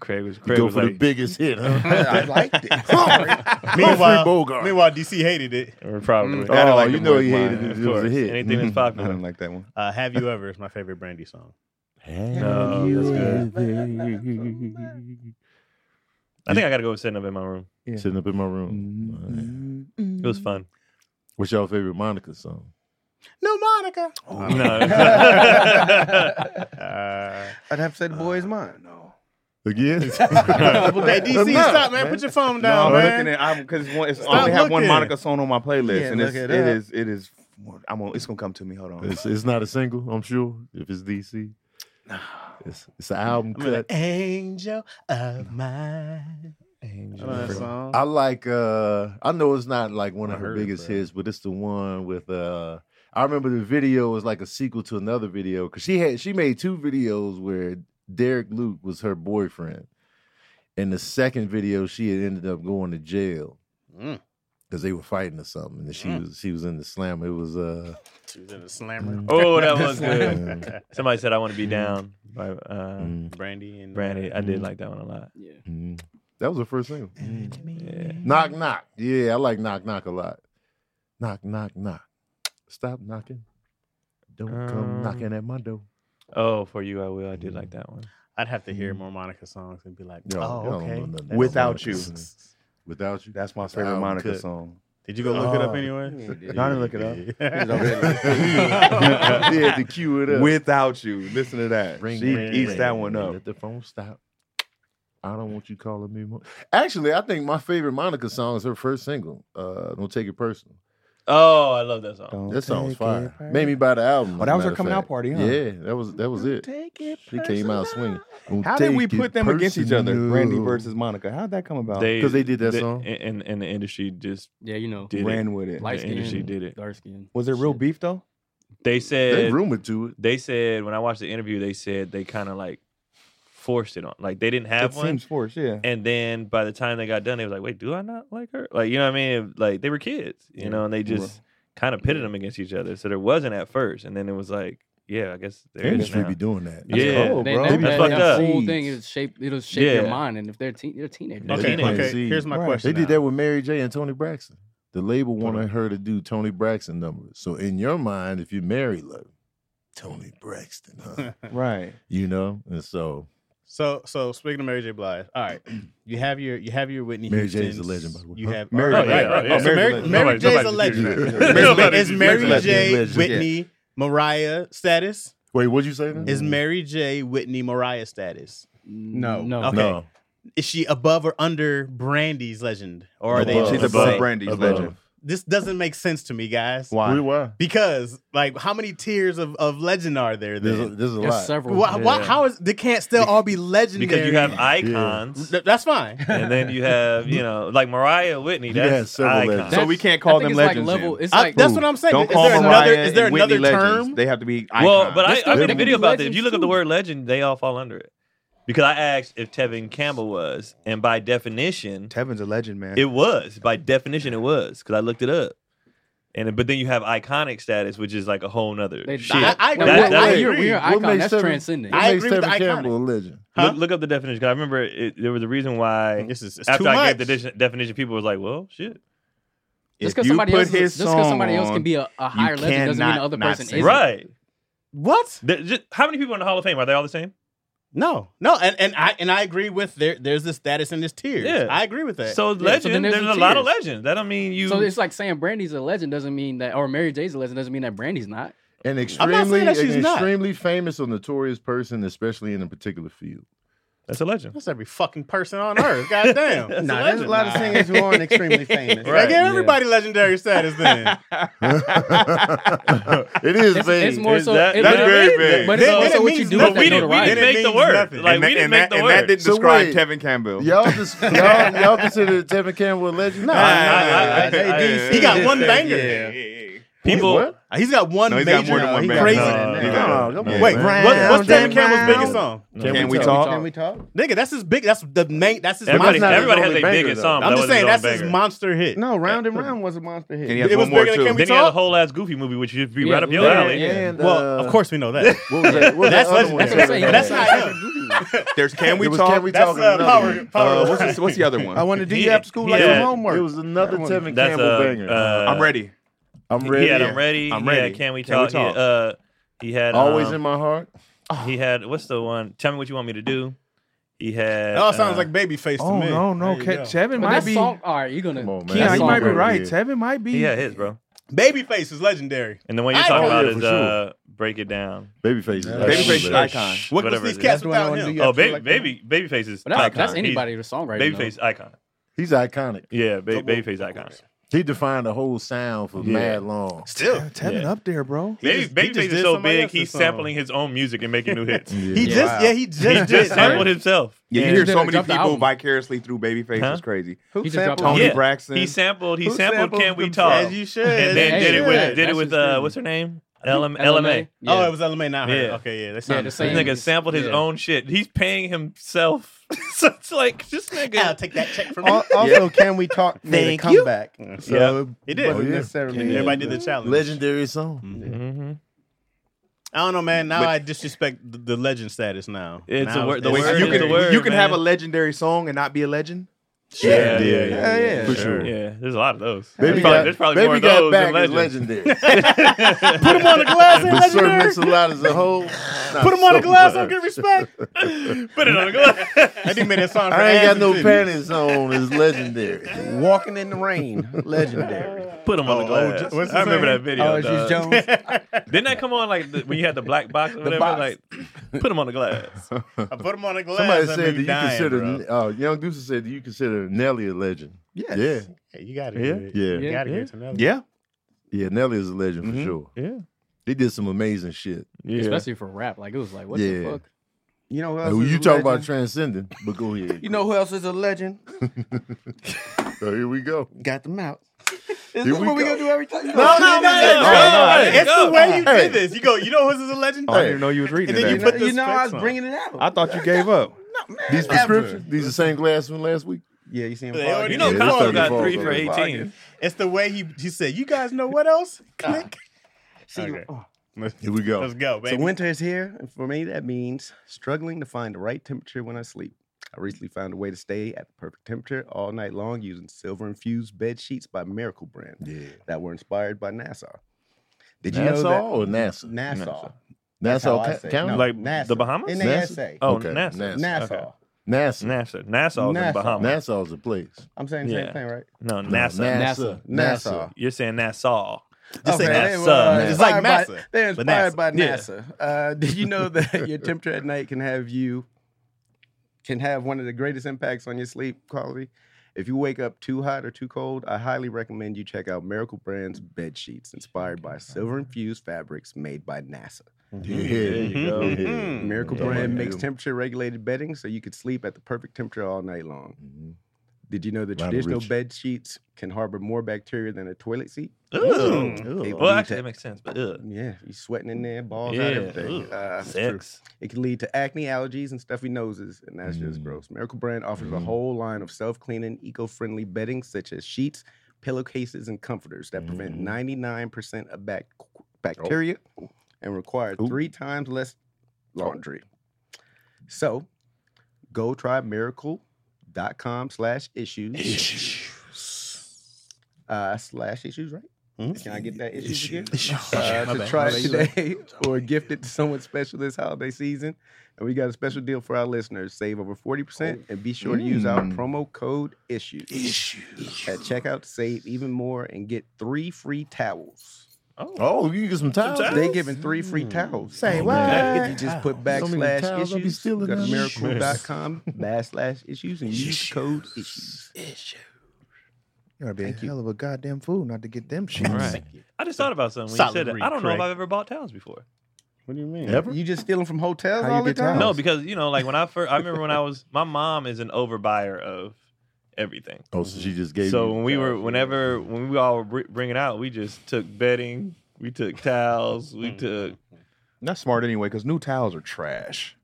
Craig was Craig
go
was
for the
like,
biggest hit, huh?
I liked it.
Humphrey
meanwhile,
Bogart.
meanwhile, DC hated it.
or probably.
Mm.
oh,
I didn't like
you
The
know
Boy
he
Is
hated
Mine.
it.
Of
It was a
course.
hit.
Anything that's
Mhm.
I
popular.
didn't like that one.
Uh, Have you ever is my favorite Brandy song.
Mm-hmm.
No, that's good. I think I gotta go with sitting up in my room.
Yeah.
Sitting up in my
Mm-hmm.
room. Alright.
It was fun.
What's your favorite Monica song?
No, Monica.
No.
I'd have said the boy
Uh,
is mine. No.
Again?
Uh,
hey, DC,
Enough,
stop, man. Put your phone
No,
down,
I'm
man.
looking at because it's, one- it's I
Stop
only have one
looking.
Monica song on my playlist,
Yeah,
and it's,
look
it
it up.
is it is. I'm gonna, it's gonna come to me. Hold on.
It's, it's not a single, I'm sure. If it's DC, it's it's an album
I'm an
cut.
angel of mine. I know that song.
I like. uh I know it's not like one
I
of her
heard it,
biggest
bro.
hits, but it's the one with. uh I remember the video was like a sequel to another video because she had she made two videos where Derek Luke was her boyfriend. In the second video, she had ended up going to jail
Mm.
because they were fighting or something, and she
Mm.
was she was in the slam. It was uh
She was in a
Mm.
slammer.
Oh, that was good.
um,
Somebody said I want to be down by uh,
mm,
Brandy and
Brandy. I
Mm.
did like that one a lot.
Yeah.
mm. that was her first single.
Yeah.
Knock knock. Yeah, I like knock knock a lot. Knock knock knock. Stop knocking. Don't come
Um,
knocking at my door.
Oh, for you I will. I did like
Mm.
that one.
I'd have to hear more Monica songs and be like,
Y'all- y'all
oh,
don't know
okay.
nothing about
Without
Monica
you,
Singh. Without you.
that's my
That's
favorite
album
Monica
cut.
song.
Did you go look it up
Oh.
anyway?
I didn't look it up.
they had to cue it up.
Without you, listen to that. she eats that one up.
Let the phone stop. I don't want you calling me. More. Actually, I think my favorite Monica song is her first single. Uh, don't take it personal.
Oh, I love that song.
Don't
That song's
take
fire.
it
Made me buy the album.
Oh,
as
that
a
was her
matter of
coming out
fact.
party, huh?
Yeah, that was that was it.
Take it
She came out swinging.
How did we put them against each other? Brandy versus Monica. How'd that come about?
Oh, 'Cause they did that song?
and, and the industry just
Yeah, you know.
did
ran
it.
with it.
Light
the industry
skin,
did it.
dark skin.
Was it real
Shit.
beef though?
They
They
said
rumored to it.
they said when I watched the interview, they said they kind of like forced it on. Like they didn't have
it
one.
seems forced, yeah.
And then by the time they got done, they was like, "Wait, do I not like her?" Like you know what I mean? Like they were kids, you
Yeah.
know, and they
Right.
just kind of pitted them against each other. So there wasn't at first, and then it was like, "Yeah, I guess
The
there is
industry
now."
be doing that.
That's Yeah. cold,
Oh,
That-
bro.
That,
They be
that,
fucked
that
up.
whole thing is shape. It'll shape your
Yeah.
mind, and if they're teen, they're teenagers.
Yeah.
Okay,
Yeah.
okay. Here's my
Right.
question.
They did
now.
that with Mary J. and Tony Braxton. The label wanted her to do Tony Braxton numbers. So in your mind, if you marry like Tony Braxton, huh?
Right.
you know, and so
So, so speaking of Mary J. Blige, all right, you have your you have your Whitney.
Mary J is
Houstons,
a legend, by the way.
You
Huh?
have
Mary-
all
oh,
right,
yeah,
right, right.
yeah, Mary's
So
a
Mary,
legend.
Mary
Nobody's-
J is a
nobody's
legend.
disputing
that.
It's-
Nobody's
It's Mary
disputing that.
J.
Legend.
Whitney Mariah status.
wait, what'd you say? Then?
Is Mary J. Whitney Mariah status?
No.
No.
Okay.
no?
Is she above or under Brandy's legend, or are they
Above.
just
She's
the
above
same?
Brandy's
Above.
legend.
this doesn't make sense to me, guys.
Why?
Why?
Because like, how many tiers of, of legend are there?
There's a,
Then?
there's a
There's
lot.
several.
Why, why-
Yeah.
how is they can't still all be legendary?
because you have icons,
Th- that's fine.
and then you have you know like Mariah Whitney.
You have
That's
several
icon.
legends.
so
That's-
we can't
I
call
think
them
it's
legends.
like level.
then.
It's
I-
like
that's what I'm saying.
Don't
is
call
there
Mariah
another? Is there
and
another
Whitney legends.
term?
They have to be icons.
Well, but I,
That's
I made a
different.
video about that. If
Legends
you look at the
too.
word legend, they all fall under it. Because I asked if Tevin Campbell was, and by definition,
Tevin's a legend, man.
it was. By definition, it was. Because I looked it up. And but then you have iconic status, which is like a whole nother
They-
shit.
I- I-
no,
That-
we're-
that-
we're- we're
What
icon,
makes
that's
seven-
transcendent.
What
I
makes
agree with
Tevin
the iconic.
Campbell a legend?
Huh?
look, look up the definition. 'cause I remember it, there was a reason why
This is it's
after
too
I
much.
gave the definition, definition, people was like, "Well, shit,
If
Just because
you
somebody
put
else,
his
just because somebody
song
else
on,
can be a, a higher legend doesn't mean
cannot
the other
not
person
say
isn't.
it.
right."
what?
There- just- how many people in the Hall of Fame are they all the same?
No, no, and, and I and I agree with there. There's this status in this tier.
Yeah.
I agree with that.
So
Yeah, so
legend,
then
there's,
there's
a
the
lot of
tiers.
legends. That don't mean you.
So it's like saying Brandy's a legend doesn't mean that, or Mary J's a legend doesn't mean that Brandy's not.
An
I'm not
extremely,
saying that she's
an
not.
extremely famous or notorious person, especially in a particular field.
that's a legend.
that's every fucking person on earth. Goddamn.
That's
Nah,
Nah, there's a lot of singers who aren't extremely famous.
They
Right.
gave everybody legendary status then.
it is
It's,
vague.
it's more
Is
so.
that-
it-
that's
but-
very vague.
But it's
Then- then
also
it
what you
means
do
no-
with
But
that
we didn't, we
notoriety.
didn't make the
means
word.
nothing.
Like
and,
we
that,
didn't
and
make
that-
the
and
word.
that didn't
So
describe
wait.
Tevin Campbell.
Y'all just y'all, y'all consider Tevin Campbell a legend?
Nah,
I- I- I-
He got one banger.
People,
Wait, what?
He's got one
No, he's
major.
got more than one
he
banger.
Crazy.
No,
He
no,
no,
got-
come
yeah.
on,
Wait,
man.
what,
Round
what's Tevin
and
Campbell's
round.
biggest song?
Can,
Can
we,
we
talk?
Can we talk?
Nigga, that's his big. That's the main. That's his.
everybody,
not
monster.
his
everybody has
only
their
banger,
biggest
though.
song.
I'm
but
just
that
saying that's
wasn't
his
own banger.
monster hit.
No, round and round was a monster
And he
hit.
has
It
one
was
more
bigger
too.
than Can We
Then he had a
Talk?
whole ass goofy movie, which would be
Yeah,
right up your
yeah,
alley.
yeah.
And,
well,
uh,
of course we know that.
What was that? What was
That's
that other
legendary.
one?
That's what I'm saying.
But that's not
That's
him.
There's Can We
It was
Talk?
Can We
That's
Talk
uh,
another
power.
one.
Uh,
Power.
what's, this, what's the other
I
one?
wanted to do
He-
you after school
he
like
had-
some
It
homework.
was another
That
Tevin
That's
Campbell
uh,
banger.
uh,
I'm ready.
I'm
He
ready.
had I'm ready.
I'm
he had
ready.
Can we
Can We
talk? He,
Talk?
uh, he had
Always
um,
in my heart.
He had what's the one? Tell me what you want me to do. He had.
That all sounds
uh,
like Babyface to me. There you go.
Tevin
But that song, all right, you're gonna.
Come on, man.
that
Yeah, you
song
might be
really-
right.
Tevin might be.
He had his bro.
Babyface is legendary.
And the one you're
I-
talking
Oh,
about
yeah,
is
for
uh, break it down.
Babyface. is
Babyface
actually
is
legend.
icon.
What was
Whatever
these
it is.
cats
That's what I
without
wanna
him?
do. Yeah,
Oh,
I feel
baby,
like that.
baby, babyface is
But that's,
icon.
that's
He's-
anybody to songwriter.
Babyface icon.
He's iconic.
Yeah, ba- babyface icon.
He defined the whole sound for
Yeah.
mad long.
Still,
Tevin
up there, bro.
He
Baby,
just- he just
babyface is
did
so
somebody
big,
else's
he's
song.
sampling his own music and making new hits. he
he
Yeah.
just yeah he just did.
just sampled himself.
Yeah, you
And
hear
did
so
a
many
drop the
people
album.
vicariously through Babyface.
Huh?
It's crazy.
Who
He just dropped
sampled
Tony
it?
Yeah.
Braxton.
He sampled. He
Who
sampled.
sampled
Can we
them-
talk?
As you should.
and then
Yeah,
did it
yeah.
with did
That's
it with
just
uh
crazy.
what's her name? LM, LMA.
LMA. Yeah.
Oh, it was LMA, not her.
Yeah.
Okay, yeah, that's
Yeah,
not
the
This
same.
nigga sampled his
Yeah.
own shit. He's paying himself. so it's like this
I'll
nigga.
take that check from
Al-
me.
Also, Can We Talk made a
Thank you.
comeback. So
Yeah.
It did.
wasn't
Oh, yeah.
necessarily-
Everybody did the challenge.
Legendary song.
Mhm.
I don't know, man. Now
But-
I disrespect the, the legend status. Now
It's
Now
a word- the
it's-
Wait,
word
you
is
can,
a word,
you can have a
man.
legendary song and not be a legend?
yeah,
Yeah,
yeah, yeah.
for
Sure.
sure.
Yeah, there's a lot of those.
Baby
Probably-
got,
there's probably
Baby
more of
Got
those
back
than
is
legends.
legendary.
put him on the glass.
but Sir Mix-a-Lot as a whole.
Put him on the glass. I'll get respect.
Put it on the glass.
I think made that song. For
I ain't got
ass
no
and titties.
panties on. Is legendary.
Walking in the Rain, legendary.
Put him on the
Oh, oh,
glass.
Jo- what's his
I remember
name?
that video.
Oh, it's
dog.
just Jones.
Didn't that come on like the, when you had the black box or whatever?
box.
Like, put him on the glass.
I put him on the glass.
Somebody
that
said
made me
that you
dying,
consider.
bro.
Oh, Young Deuce said that you consider Nelly a legend.
Yes.
Yeah,
Yeah, you got to
Yeah.
give it.
yeah,
You
yeah.
Yeah.
got to give it to another.
Yeah.
Nelly is a legend for
Mhm.
sure.
Yeah,
They did some amazing shit.
yeah.
especially for rap. Like it was like, what
Yeah.
the fuck?
You know who
Now,
else?
who
is
you
a
talk about
legend?
transcending? But go ahead.
You know who else is a legend?
So here we go.
Got them out. Is
Here
this
we
what we
go.
gonna do every time? No,
no, no,
no,
no,
no,
no,
It's
no.
the way you
Hey.
did this. You go. You know who's is a legend?
Oh, I didn't know you was reading
then
that.
you
You know,
put
you
this
know I
specs
was
on.
bringing it out.
I thought you gave up.
These prescriptions. These the same glass from last week.
yeah, you seen?
They
Paul
already
did
You know,
Yeah,
it?
it's
Costco
starting to
got
fall
three
off.
for eighteen.
It's the way he he said. You guys know what else? Click.
See,
Okay.
oh.
Here we go.
Let's go,
So
baby.
winter is here, and for me that means struggling to find the right temperature when I sleep. I recently found a way to stay at the perfect temperature all night long using silver-infused bed sheets by Miracle Brand
Yeah.
that were inspired by NASA. Did you know
Nassau
that
or NASA?
NASA? That's
Nassau
how I
Ca-
say it.
County.
No.
Like
NASA.
the Bahamas.
N A S A.
Oh,
Okay,
NASA.
NASA.
NASA.
okay.
NASA.
NASA. NASA's in
NASA.
Bahamas.
Nassau's a place.
I'm saying the same
Yeah.
thing, right?
No,
No,
NASA.
NASA.
NASA.
NASA.
You're saying Nassau.
Just say
they
NASA.
were, uh,
It's
like
inspired by-
NASA,
They're
but
inspired
NASA.
by
Yeah.
NASA. Uh, did you know that your temperature at night can have you can have one of the greatest impacts on your sleep quality?
If you wake up too hot or too cold, I highly recommend you check out Miracle Brands bed sheets inspired by silver infused fabrics made by NASA.
Yeah, there you go.
Mhm.
Miracle
Don't
Brand
Mm, like
makes
them.
temperature regulated bedding so you could sleep at the perfect temperature all night long.
Mhm.
Did you know that
Lionel
traditional
Richie.
bed sheets can harbor more bacteria than a toilet seat?
Ew.
Mm-hmm.
They
Ew.
lead
Well, actually,
to-
that makes sense. But ugh.
yeah, you sweating in there, balls
Yeah,
out, everything.
ugh,
Uh, it's true.
sex.
It can lead to acne, allergies, and stuffy noses, and that's just
Mm.
gross. Miracle Brand offers a
Mm.
whole line of self cleaning, eco friendly bedding such as sheets, pillowcases, and comforters that prevent
Mm. Oh.
99% of bac- bacteria and require
Ooh. Oh.
three times less laundry. So go try miracle.com slash issues. Uh, slash issues, right?
Hmm?
Can I get that issues again?
My
uh, to
bad.
try
My
it
bad.
today or gift it to someone special this holiday season. And we got a special deal for our listeners. Save over 40% and be sure to use our
Mm.
promo code issues. At checkout, to save even more and get three free towels.
Oh, you can get some towels.
towels?
They giving three free towels.
Say
Oh, man.
If you just put
Towels. So many
backslash
towels, I'll be
issues, go
stealing
to
them.
miracle.com backslash issues and use code issues.
You're be a
Thank you.
hell of a goddamn fool not to get them shit.
All right. I just thought about something when
Solid
you said it.
read,
I don't know if
Craig.
I've ever bought towels before.
What do you mean?
Ever?
You just stealing from hotels
How you
all the
get
time?
towels?
No, because you know, like when I first, I remember when I was, my mom is an overbuyer of everything.
Oh, so she just gave.
so
you
when we were,
towels.
whenever when we all were br- bringing out, we just took bedding, we took towels,
Mm.
we took
That's smart anyway, because new towels are trash.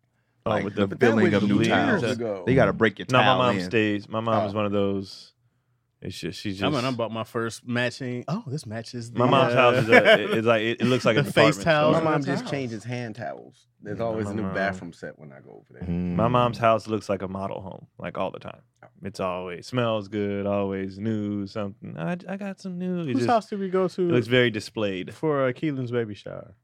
Oh,
Like
with
the
the-
That
filling
was
of new
years
towels.
ago.
They got to break your
No,
towel
my mom
in.
stays. My mom is
Oh.
one of those. It's just she's just.
I mean, I bought my first matching. Oh, this matches. The,
my mom's
uh,
house is, a, it's like it, it looks like a
The face
department
towels.
My
store.
Those are
mom
the
just
towels.
changes hand towels. There's always
my
a new
mom-
bathroom set when I go over there.
Mm.
My mom's house looks like a model home, like all the time. It's always smells good, always new something. I, I got some new. It,
Whose
just,
house did we go
it
to
looks very displayed.
for uh, Keelan's baby shower?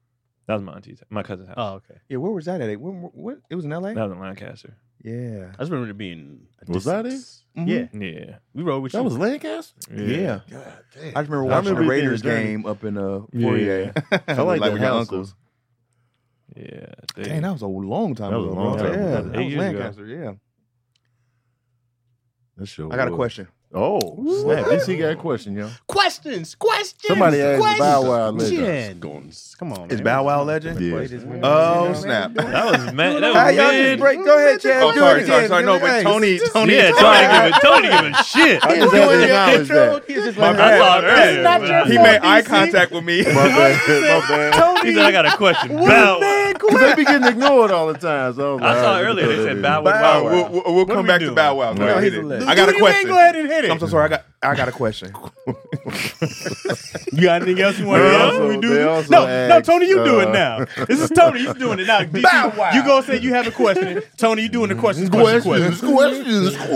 That was my auntie's, my cousin's house.
Oh, okay.
Yeah, where was that at? When, what? It was in L.A.
That was in Lancaster.
Yeah.
I just remember it being. a
Was that
distance.
Mhm.
Yeah,
Yeah,
we rode with you.
That was Lancaster.
Yeah.
God damn.
I just remember
I
watching
remember
the
it being a
Raiders
journey.
game up in uh,
Yeah.
Fourier.
I like that house,
yeah. They,
Dang, that was a long time
That
ago.
was a long
bro.
time ago.
Yeah,
Eight
that was
years ago.
Lancaster. Yeah.
That sure
I got a
was.
question.
Oh, snap. At least he got a question, yo.
questions, questions.
Somebody asked
questions.
Bow Wow later.
Questions. Come on,
Is
man.
Bow Wow legend?
Yeah.
Oh snap!
That was mad. That
How
was
y'all
mid-
just break? Go ahead, Chad.
Oh,
do
sorry,
it again.
sorry, sorry. No, but
Hey,
Tony-
just-
Tony-
Yeah, Tony giving Tony giving shit.
I just had to acknowledge that.
My bad. I saw it earlier,
not
but
your
I-
He made eye contact with me.
My bad. My bad.
He said, I got a question. Bow Wow.
Because they be getting ignored all the time. So was
I
like,
saw
all right,
earlier they
let me
said
throw
Bow
that
Wow.
We'll, we'll- we'll
are
come
we
back to
doing?
Bow Wow. Go
No,
ahead.
he's a
I
legend.
got a
Dude, you ain't
question.
Go ahead and hit it.
I'm so sorry. I got I got a question.
You got anything else you want
They
to do?
also-
We do
they
this?
also
no, no,
asked,
Tony, you do it
uh,
now. This is Tony. He's doing it now. DC, You go say you have a question. Tony, you doing the questions? Question,
Questions,
question.
questions,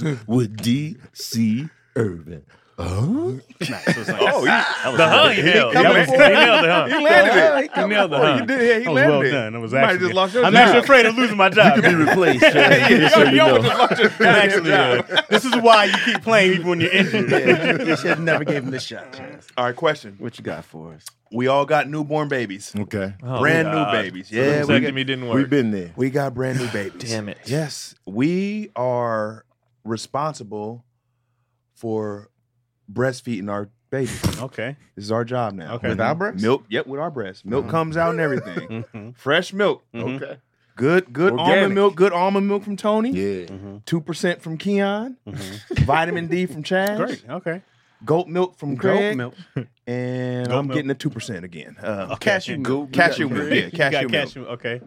questions with D.C. Urban. Huh?
Oh, he, the hung he nailed.
coming
He, nailed- he
forward.
nailed the hung.
He landed it.
He nailed the
Oh, you
hung.
did. Yeah, he
That was
landed
well
it.
done. That was
You might have
actually-
just lost your
I'm
job.
actually afraid of losing my job.
Be replaced. Chad, just so you know.
I'm actually, uh, this is why you keep playing even when you're injured.
you should have never gave him the shot. Chaz.
All right, question.
What you got for us?
We all got newborn babies.
Okay.
Oh,
brand
God.
new babies. Yeah, we got,
vasectomy didn't work.
We've been there.
we got brand new babies.
Damn it.
Yes, we are responsible for breastfeeding our babies.
Oh.
Okay.
This is our job now.
Okay.
With
With
our
our
Mm-hmm.
breasts? Milk. Yep, with our breasts. Milk
Mhm.
comes out and everything.
Mhm.
Fresh milk.
Mhm.
Okay.
Good, good almond
Organic.
milk. Good almond milk from Tony.
Yeah.
Two percent from Keon. Vitamin D from Chad.
Great. Okay.
Goat milk from
Goat
Craig.
milk.
And
Goat
I'm
milk.
getting the two percent again. Uh,
Cashew
milk.
Cashew milk. Yeah,
You got
cashew milk.
cashew. Okay.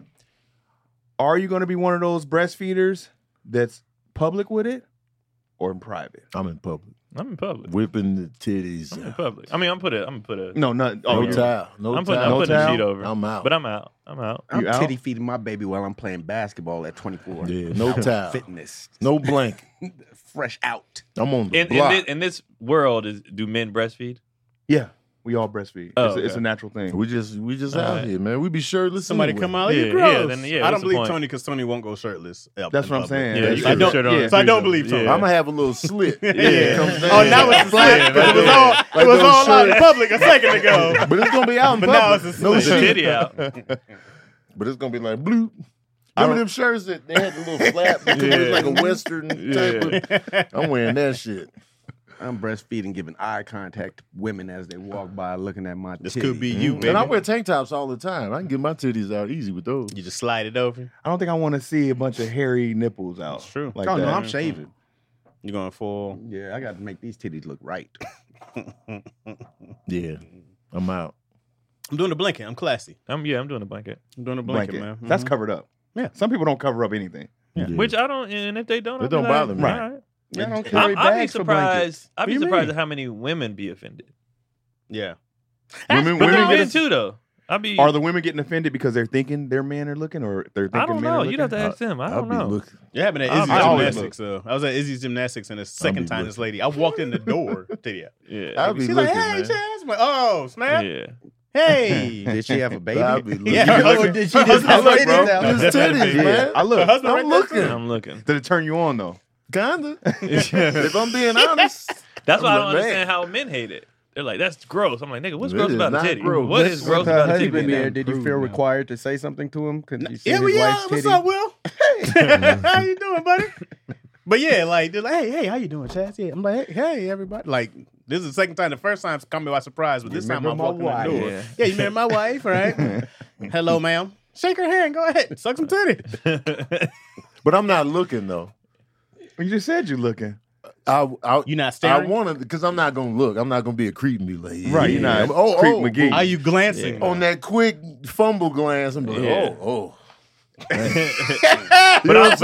Are you going to be one of those breastfeeders that's public with it, or in private?
I'm in public.
I'm in public.
Whipping the titties.
I'm in
out.
public. I mean, I'm put a. I'm put a.
No,
No
not. Oh, yeah.
towel. No
I'm putting,
towel.
I'm
No
putting
towel?
a sheet over.
I'm out.
But I'm out. I'm out.
I'm
You out?
titty feeding my baby while I'm playing basketball at 24.
Yeah, no towel.
Fitness.
No blanket.
Fresh out.
I'm on the
In, in,
block.
this, in this world, is do men breastfeed?
yeah. We all breastfeed.
Oh,
it's, a, it's
okay.
a natural thing.
we just we just out
Alright.
here, man. We be shirtless.
Somebody
anyway.
come out.
Yeah,
you
yeah,
gross.
then, yeah,
I
what's
don't
the
believe
point?
Tony because Tony won't go shirtless. out
That's
in
what I'm
public.
saying.
Yeah,
That's
you
I
got
true.
the
don't.
shirt on.
yeah.
So I don't
too, though.
believe Tony.
Yeah.
I'm gonna have a little slit.
Yeah.
Comes down.
Oh, now it's a slit. It was all, it was all out in public a second ago.
But it's gonna be out in
But now
public.
it's a
No
slit.
Titty
shit.
out.
But it's gonna be like bloop. Remember them shirts that they had the little flap because it was
Yeah.
like a Western type
yeah.
of. I'm wearing that shit.
I'm breastfeeding, giving eye contact to women as they walk by, looking at my.
This could be
titties.
you,
Mm.
baby.
And I wear tank tops all the time. I can get my titties out easy with those.
You just slide it over.
I don't think I want to see a bunch of hairy nipples out.
That's true.
Like
oh
that.
no, I'm shaving.
You're going full.
Yeah, I got to make these titties look right.
Yeah, I'm out.
I'm doing a blanket. I'm classy.
I'm yeah, I'm doing a blanket.
I'm doing a
blanket.
blanket, man.
That's
Mhm.
covered up.
Yeah.
Some people don't cover up anything.
Yeah.
Which I don't, and if they don't,
It
I'll be
don't
like,
bother me.
all right.
Yeah, I don't
I'm-
carry
I'd be
bags for blankets.
surprised. I'd
What
be
you
surprised
mean?
at how many women be offended.
yeah.
Women, women
But
get
women men
us-
too, though. I'd be.
Are the women getting offended because they're thinking their men are looking, or they're thinking
I don't
men
know.
are
You'd have to
looking?
ask them. I
I'll
don't
be
know.
looking.
Yeah, happened at
I-
Izzy's
I always
gymnastics. So I was at Izzy's gymnastics, and the second time this lady, I walked in the door. to the-
Yeah.
I'll be
She's
looking,
like, "Hey,
man.
Chaz." I'm like, "Oh, snap!
Yeah.
Hey,
Did she have a baby?
I'll be looking.
yeah." her husband-
did
her husband
I
right
look,
there.
bro.
No,
It's
definitely.
titties,
Yeah,
man.
I look.
Her husband
I'm
right there.
looking.
I'm looking.
Did it turn you on though?
Kinda. if I'm being honest,
That's why I
I'm
don't
like,
understand
man.
how men hate it. They're like, that's gross. I'm like, nigga, what's
It
gross
is
about a
not
titty?
gross.
What
This
is
is
gross
Her
about a
husband
titty?
there, did you feel required to say something to him? Because you see
Yeah,
his
we are.
wife's
What's
titty?
up, Will? Hey, how you doing, buddy? But yeah, like they're like, hey, hey, how you doing, Chaz? Yeah, I'm like, hey, hey, everybody. Like this is the second time. The first time's caught me by surprise, but this time I'm
Remember
walking
my
in
wife.
the door.
Yeah.
Yeah. you met my wife, right? Hello, ma'am. Shake her hand. Go ahead. Suck some titty.
but I'm not looking though.
You just said you looking.
I, I,
You not
I
staring?
wanted because I'm not gonna look. I'm not gonna be a creep and be like, yeah,
Right, you're not
I'm- Oh,
creep
oh,
McGee.
Are you glancing?
on that quick fumble glance. I'm like,
Yeah.
oh, oh.
But, all- but, but, all
but,
that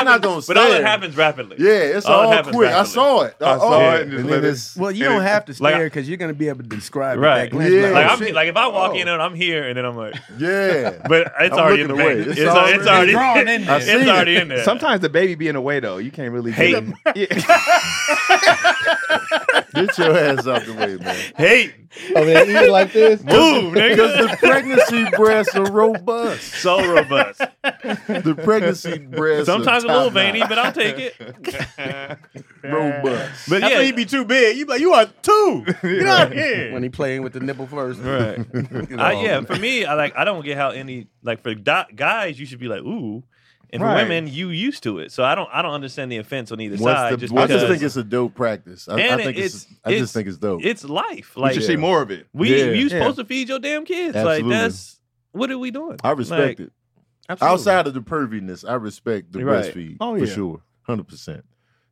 I'm not
happens-
gonna.
But all that
stare.
happens rapidly.
Yeah, it's
All that
all,
happens
quick. I
rapidly.
saw it.
I saw
oh,
it and just
And
let
then
it-
it's
Well, you
And
don't
it-
have to
like I-
stare because you're going to be able to describe it.
Right.
That glance,
Yeah.
Like
oh,
I'm
shit.
like if I walk
Oh.
in and I'm here and then I'm like,
yeah.
but it's
I'm
already in the
looking
bag.
away.
It's,
It's
al- it's already
already-
Drawn in there.
I seen
It's
it.
already in there.
Sometimes the baby being away though, you can't really
hate,
get it.
Get your ass out the way, man.
hate,
Oh, man, eat it like this.
move,
Because
nigga.
the pregnancy breasts are robust.
So robust.
The pregnancy breasts
Sometimes
are
a little
top-notch.
veiny, but I'll take it.
robust.
But
That's
yeah,
when he be too big. You be like, you are two. Get out of here.
when he playing with the nipple first.
Right.
Look at
I,
all
yeah,
that.
for me, I like I don't get how any like for do- guys you should be like ooh, and for
Right.
women you used to it. So I don't I don't understand the offense on either
What's
side.
the-
just
I
because
just think it's a dope practice. I,
And
I think it's,
it's-
I just
it's-
think it's dope.
it's life.
You
Like
should see more of it.
we
Yeah.
you
Yeah.
supposed to feed your damn kids.
Absolutely.
Like that's what are we doing?
I respect
Like,
it.
Absolutely.
Outside of the perviness, I respect the
Right.
breastfeed
Oh,
for
yeah.
sure, hundred percent.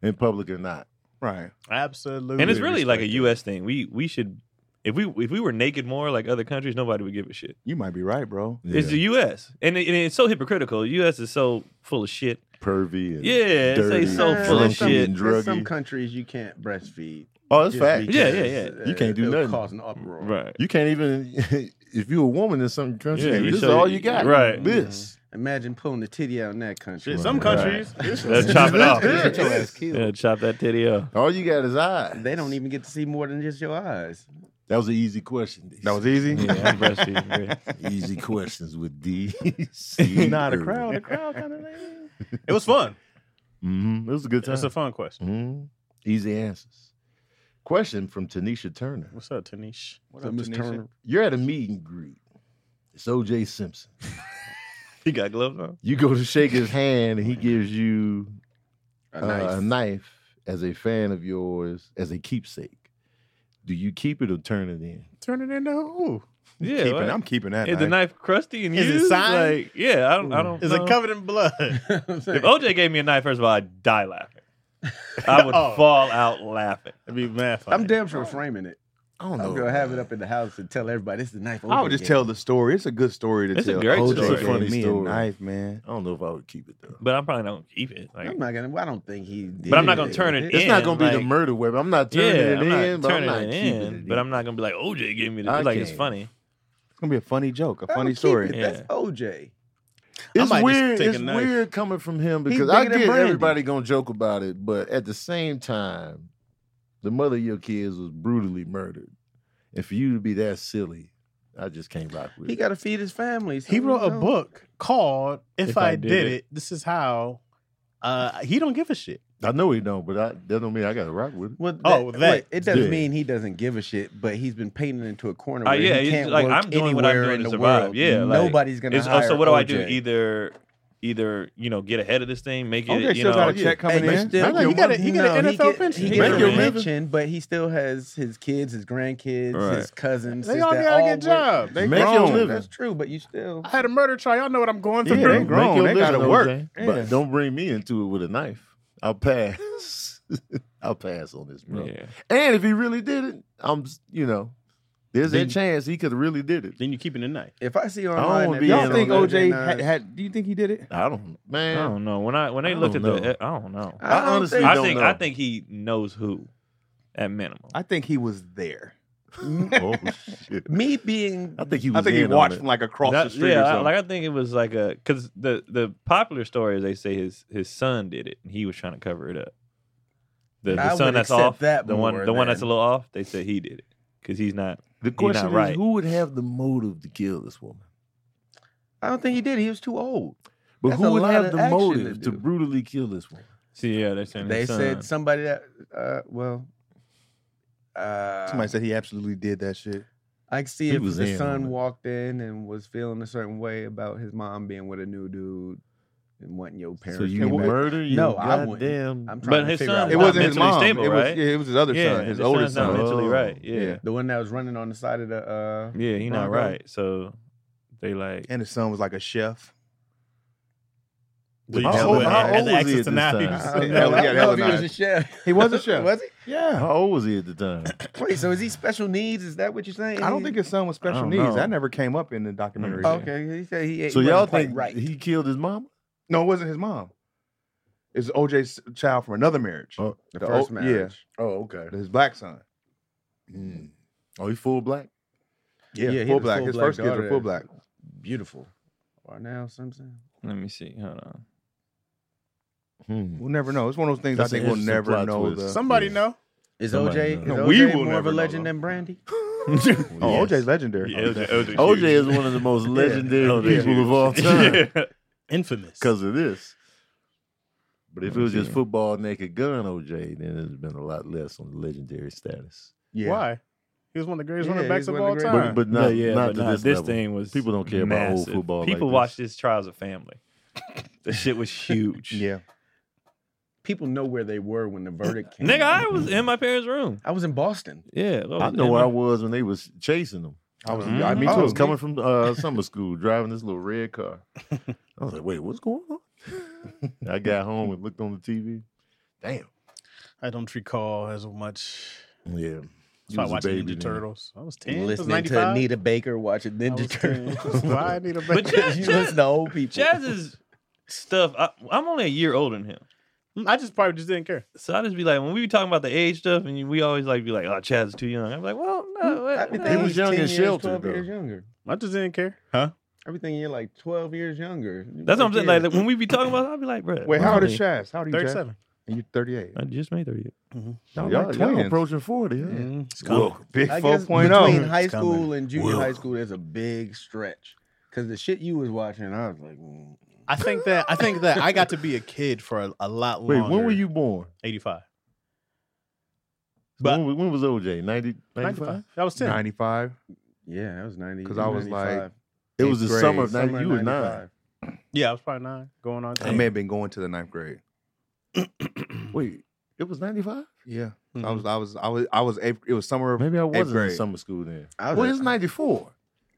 In public or not,
Right.
Absolutely.
And it's really like a
respect it.
U.S. thing. We we should if we if we were naked more like other countries, nobody would give a shit.
You might be right, bro.
It's the U.S. and, it- and it's so hypocritical. The U.S. is so full of shit.
pervy. And
Yeah, it's like
dirty,
so
and
full of
drunky
shit.
and
There's some
druggy.
countries you can't breastfeed.
Oh, it's
just
fact.
Yeah,
because, uh,
yeah, yeah.
You can't do
it'll
nothing.
Cause an uproar.
Right.
You can't even if you're a woman in some country.
Yeah, you
this is
show-
all you got.
right.
This.
Imagine pulling the titty out in that country.
Shit, some
Right.
countries.
They'll chop it off.
Get your ass killed.
Yeah, chop that titty up.
All you got is eyes.
They don't even get to see more than just your eyes.
That was an easy question.
That was easy.
Yeah, I'm breastfeeding.
easy questions with D.
Not a crowd, a crowd kind of thing.
It was fun.
Mm-hmm. It was a good time.
It's a fun question.
Mhm. Easy answers. Question from Tanisha Turner.
What's up, Tanish?
What
So
up,
Miss
Tanisha?
Turner,
You're at a meet and greet. It's OJ Simpson.
He got gloves on.
You go to shake his hand, and he gives you
a
uh,
knife.
a knife as a fan of yours, as a keepsake. Do you keep it or turn it in?
Turn it into who?
Yeah,
Keeping-
like,
I'm keeping that.
is the
knife.
knife crusty and
Is it
used?
signed?
Like, yeah, I don't. I don't.
Is
know.
it covered in blood?
If OJ gave me a knife, first of all, I'd die laughing. I would
Oh.
fall out laughing.
I'd be mad.
I'm damn sure framing it.
I don't know.
I'm gonna have it up in the house and tell everybody this is the knife.
I
OJ
would just
gave
tell the story. It's a good story to
Oh, It's a
tell.
great
OJ
story.
gave
Funny
me a
story.
knife, man.
I don't know if I would keep it though.
But I'm probably not gonna keep it. Like,
I'm not gonna. I don't think he. Did
But I'm not gonna turn it
It's
in.
not gonna be the
like-
murder weapon. I'm not
yeah,
turning it
I'm not
in, but I'm
turning
not
it
keeping
in.
it.
But I'm not gonna be like OJ gave me the
I
like. It's
can't.
funny.
It's gonna be a funny joke, a
I'ma
funny
keep
story.
it.
Yeah.
That's OJ.
I
It's
might just
weird.
take a
It's
knife.
weird coming from him
He's
because I
bigger than
get
Brandon.
everybody gonna joke about it, but at the same time, the mother of your kids was brutally murdered, and for you to be that silly, I just can't rock with.
He
it.
got to feed his family. so
He
you
wrote a
know.
book called "If, I, Did, it. This is how. Uh, he don't give a shit.
I know he don't, but I, that don't mean I gotta rock with it.
Well,
Oh, that-
wait, it doesn't
yeah.
mean he doesn't give a shit, but he's been painted into a corner.
Uh,
Where
yeah,
he
he's
can't
like,
work
I'm doing what I'm
anywhere
doing
in the
to survive.
world.
Yeah, like,
nobody's gonna.
It's- oh, so
hire
what do I do?
OJ.
Either either you know get ahead of this thing, make it.
OJ
you
still
know,
got a check coming
Hey,
in.
still-
Make
Nah,
your
he got a-
money.
he got an
No,
NFL
get-
pension.
He
Make
gets
your
a
pension.
pension, but he still has his kids, his grandkids,
Right.
his cousins.
They
his-
all
that
gotta get
work-
jobs. They
Make your
grown.
living.
That's true, but you still.
I had a murder trial. Y'all know what I'm going
Yeah,
through.
they
Make
grown.
your
They gotta
living,
work.
OJ,
Yeah.
But don't bring me into it with a knife. I'll pass. I'll pass on this, bro.
Yeah.
And if he really did it, I'm, s- you know, there's
Then-
that chance he could have really did it.
Then you keeping the knife.
If I see
don't
online,
wanna
that
be
Y'all
in
think
on
OJ
Nas-
had, had? Do you think he did it?
I don't,
I
man.
don't know. When I when they
I
looked at
don't know.
the, eh, I don't know.
I
don't
honestly
I
don't
think
know.
I think he knows who, at minimum.
I think he was there.
oh shit!
me being
I think he was.
I think he
in on
watched
it.
from like across
That-
the street
yeah,
or
I-
something.
like I think it was like a because the the popular story is they say his his son did it and he was trying to cover it up. The,
I
the
would
son that's
accept
off,
that
the one the
more
one that's a
than-
little off, they said he did it because he's not.
The
not
question is,
right.
who would have the motive to kill this woman?
I don't think he did. He was too old.
But
That's a
who would
lot
have
of
the
action to
motive to,
do.
brutally kill this woman?
See, yeah, they're saying
they
his son.
said somebody that. Uh, well, uh,
Somebody said he absolutely did that shit.
I could see
He
if
was in
the
on it.
son walked in and was feeling a certain way about his mom being with a new dude and wanting your parents.
So you
to
And
get
what-
back-
murder? You
No, I wouldn't.
goddamn.
I'm trying
But
to
his
figure
son
out
It
Not
why.
wasn't his
mentally
mom.
stable,
it was
right?
yeah, it was his other
yeah,
son, his
the
older
son's not
son.
mentally
Oh.
right. Yeah,
the one that was running on the side of the. Uh,
yeah, he not
Bronco.
right. So they like
And his son was like a chef.
Well,
How
you
old-
know,
how
had
old
the
was
access
he at
to
this
knives.
I
time?
don't
Yeah,
know. I don't
yeah, that
know
was
if he was a
nice.
chef.
He was a chef.
was he?
Yeah.
How old was he at the time?
Wait, so is he special needs? Is that what you're saying?
I don't
He-
think his son was special
don't
needs.
know.
That never came up in the documentary.
Oh,
Mm-hmm. Okay, he said he. ain't
so y'all
wasn't quite
think
right?
he killed his mama?
No, it wasn't his mom. It's OJ's child from another marriage.
Oh.
the
the
first
old- yeah.
marriage.
Oh, okay.
His black son.
Mm. Oh, he full black?
Yeah,
Yeah, he had
full
a
black.
full
his
black
first kids were
daughter.
full black.
Beautiful. Arnell Simpson.
let me see. Hold on.
Hmm.
We'll never know. It's one of those things
That's
I
an
think we'll
interesting
never
plot
know.
twist.
The,
Somebody
Yeah.
know.
Is
Somebody
OJ, is
knows.
No,
OJ
we will
more of
never
a
know,
legend
though.
than Brandy?
oh,
Yes.
OJ's legendary.
Yeah, OJ, OJ,
OJ is one of the most legendary people of all time
Yeah.
Infamous.
because of this. But if it was just
Okay.
football naked gun, OJ, then it'd have been a lot less on the legendary status.
Yeah.
Why? He was one of the greatest
Yeah,
running backs
he's
of
one of
all
the
time.
But, but not,
But yeah,
not
but
to
nah,
this,
this
level.
thing was
People don't care about old
massive.
football like
People
this.
watch this trial as a family. the shit was huge.
Yeah.
People know where they were when the verdict came.
Nigga, I was in my parents' room.
I was in Boston.
Yeah,
I know where I was when they was chasing them.
I was,
Mhm.
I, me
Oh,
I
too.
was coming from uh, summer school, driving this little red car. I was like, "Wait, what's going on?" I got home and looked on the TV. Damn.
I don't recall as much.
Yeah.
That's
You
why I
was a
watched Ninja
baby then.
Turtles. I was 10. I
Listening
was
to
95.
Anita Baker watching
I was
Ninja
10.
Turtles.
Why Anita Baker?
But Jazz,
you
Jazz,
listen to old people.
Jazz's stuff. I, I'm only a year older than him,
I just probably just didn't care.
so I just be like, when we be talking about the age stuff, and you- we always like be like, "Oh, Chaz is too young." I'm like, "Well, no,
I
what,
be
no.
thinking
was
he's
young
10
and
years,
sheltered,
12
though.
years younger.
I just didn't care. Huh?
I be thinking you're like 12 years younger. You
That's what I'm saying.
yeah.
Like when we be talking about, it, I'll be like, "Bro,
Wait, how old is
I-
Shaz? How old are you, Shaz?
37.
And you're 38.
I just made 30.
Y'all,
Y'all,
like
y'all
twins.
approaching 40. Yeah.
Mm, it's
Whoa.
coming.
Big
I guess
4.0.
between
It's
high
coming.
school and junior
Whoa.
high school, there's a big stretch. Because the shit you was watching, I was like, mm.
I think that I think that I got to be a kid for a, a lot
Wait,
longer.
when were you born?
85.
But, when, wa- when was OJ? 90, 95?
95. That was 10.
95.
yeah, that was 90.
'Cause I was like,
95.
It was the
Eighth grade,
summer of 90.
Summer
You were nine.
95.
Yeah, I was probably 9 going on 10.
I may have been going to the ninth grade.
Wait, it was 95?
Yeah.
Mhm.
I was, I was, I was, I was, eighth, it was summer of,
Maybe I wasn't in
grade.
summer school then.
I was
well,
like-
it's 94.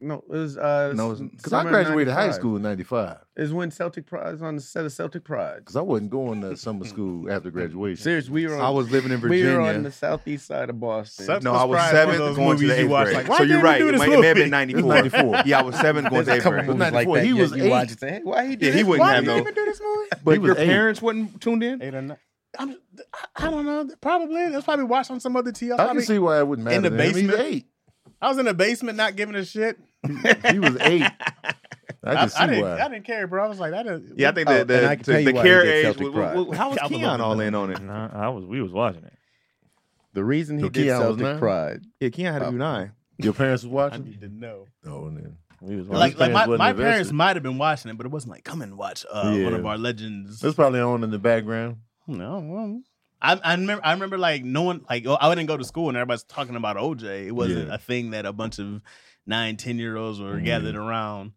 No, it was uh
No, it was-
Because I graduated high school in 95.
Is when Celtic Pride is on the set of Celtic Pride.
Because I wasn't going to summer school after graduation.
Serious, we were on
I was living in
we
Virginia.
were on the southeast side of Boston.
Sub-
no, I was
Surprise,
seventh
one of those
going to
movies
the
you
eighth
watch,
grade.
like, why
so you're
didn't we
right.
do
It
this
may, it may have been
It was
94.
94.
yeah, I was seventh going
There's
to
a
eighth
couple
grade.
movies like
'94.
that.
He
you-
was
you
eight.
watch and say, hey, why he did
Yeah, he
this?
wouldn't
Why
have
did
no-
he
even do this movie?
But
He was
your
eight.
parents wasn't tuned in?
Eight or nine. I'm, I don't know. Probably. That's probably watched on some other TV. I was,
I can
probably-
see why it wouldn't matter.
in the
to him. He was
basement.
eight.
I was in the basement not giving a shit.
He was eight. I
I,
can see
I didn't,
why.
I didn't care, bro. I was like, I didn't.
Yeah, I think the,
Oh, and I
the,
can tell
the,
you
the
why he
care
did
age.
Celtic
w- w- w- How was
Pride.
Keon all in on it?
Nah, I was. We was watching it.
The reason he
No,
did
Keon was
Celtic
nine.
Pride.
Yeah, Keon had to do nine.
Your parents was
I
watching?
need to know.
Oh, man.
We was
Well,
like,
his
like my,
parents wasn't
my
invested.
parents might have been watching it, but it wasn't like, come and watch uh, one
Yeah.
of our legends.
That's probably on in the background.
No, well, I, I remember. I remember like no one like oh, I wouldn't go to school and everybody's talking about OJ. It wasn't
Yeah. Mm-hmm.
a thing that a bunch of nine, ten year olds were gathered around.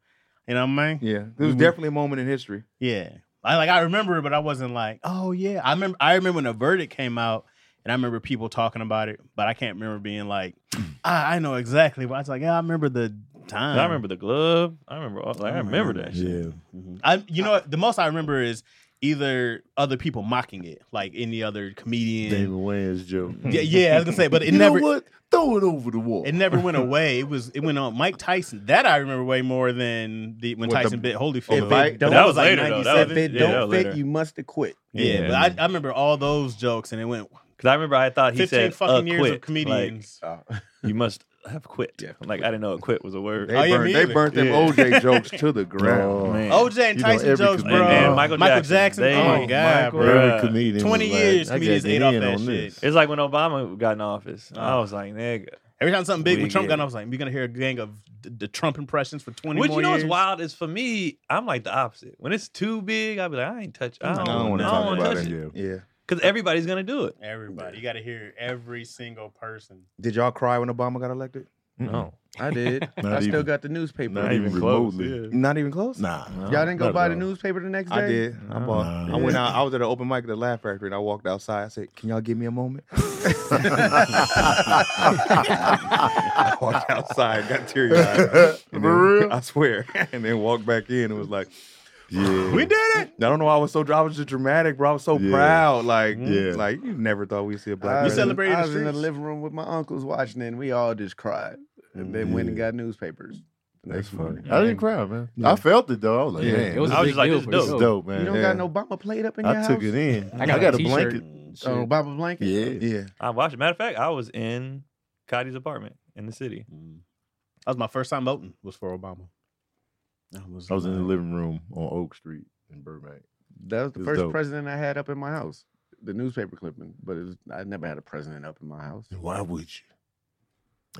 You know what I mean?
Yeah, it was
Mm-hmm.
Mhm.
definitely a moment in history.
Yeah. I like I remember it, but I wasn't like, oh yeah. I remember I remember when the verdict came out and I remember people talking about it, but I can't remember being like, ah, I know exactly. But I was like, yeah, I remember the time.
I remember the glove. I remember. All, like, I remember that. shit.
Yeah.
Mhm. I you know what? the most I remember is either other people mocking it, like any other
David
comedian.
Wayans joke.
Yeah, yeah, I was gonna say, but it
you
never
know what? Throw it over the wall.
It never went away. It was it went on Mike Tyson. That I remember way more than the when
What, the-
Tyson bit
Oh,
Holyfield.
If it
But
don't,
that was later though. That
if
was,
it
yeah, that
don't
was
fit,
later.
you must have quit.
yeah, but I, I remember all those jokes, and it went
Because I remember I thought he
fifteen
said
fucking
uh,
years
quit.
of comedians.
Like, you must have quit. I'm like I didn't know a quit was a word.
They,
Oh, yeah, me
burned, they
either.
burnt them
Yeah.
OJ jokes to the
Oh,
ground.
man.
OJ and
You know,
Tyson
every
jokes,
comedian-
bro.
And- and Michael
Jackson.
Jackson.
Oh my
Damn,
god,
Michael.
bro.
Every comedian
20
was like,
years
I gotta
comedians
get
ate off
in
that
on
shit.
this.
It's like when Obama got in office.
Oh.
I was like, nigga.
Every time something big when
We
Trump got
get-
on, I was like, "We're gonna hear a gang of the, the Trump impressions for twenty
Which
more
you know
years."
what's wild is for me, I'm like the opposite. When it's too big, I'll be like, I ain't touch. I
I
don't,
don't
want
wanna
to
talk
touch,
about
it
Yeah.
Yeah.
because everybody's gonna do it.
Everybody, you got to hear every single person.
Did y'all cry when Obama got elected?
No,
I did.
Not
I still
even-
got the newspaper.
Not even remotely.
Not even close.
Nah.
y'all
not
didn't go
at
buy the
all.
newspaper the next day.
I did. I
No.
bought.
Nah.
I went out. I was at an open mic at the Laugh Factory, and I walked outside. I said, "Can y'all give me a moment?" I walked outside, got teary eyed.
For real?
I swear, and then walked back in and was like,
Yeah.
We did it.
"I don't know. why I was so. dr- I was just dramatic, bro. I was so
Yeah.
proud. Like, mm,
Yeah.
like you never thought we'd see a
I
black.
You
was in-
president.
celebrated
I
the
was in the
streets?
living room with my uncles watching, it, and we all just cried, and then went and
Yeah.
got newspapers. the
That's
next
funny.
morning.
I didn't cry, man. I felt it though. I was like,
Yeah.
man,
It was
this
a
I was
big
just like,
deal
this
for
dope.
is
sure.
dope,
You
man.
don't
Yeah.
got no Obama played up in your
I took
house?
it in.
I got, a,
a
t-shirt
blanket.
and shit.
Oh, Obama blanket.
Yeah.
Yeah,
I watched. it. Matter of fact, I was in Cody's apartment in the city.
That was my first time voting. Was for Obama. That was
I was in the
my-
living room on Oak Street in Burbank.
That was the
It was
first
dope.
president I had up in my house. The newspaper clipping, but it was, I never had a president up in my house.
Why would you?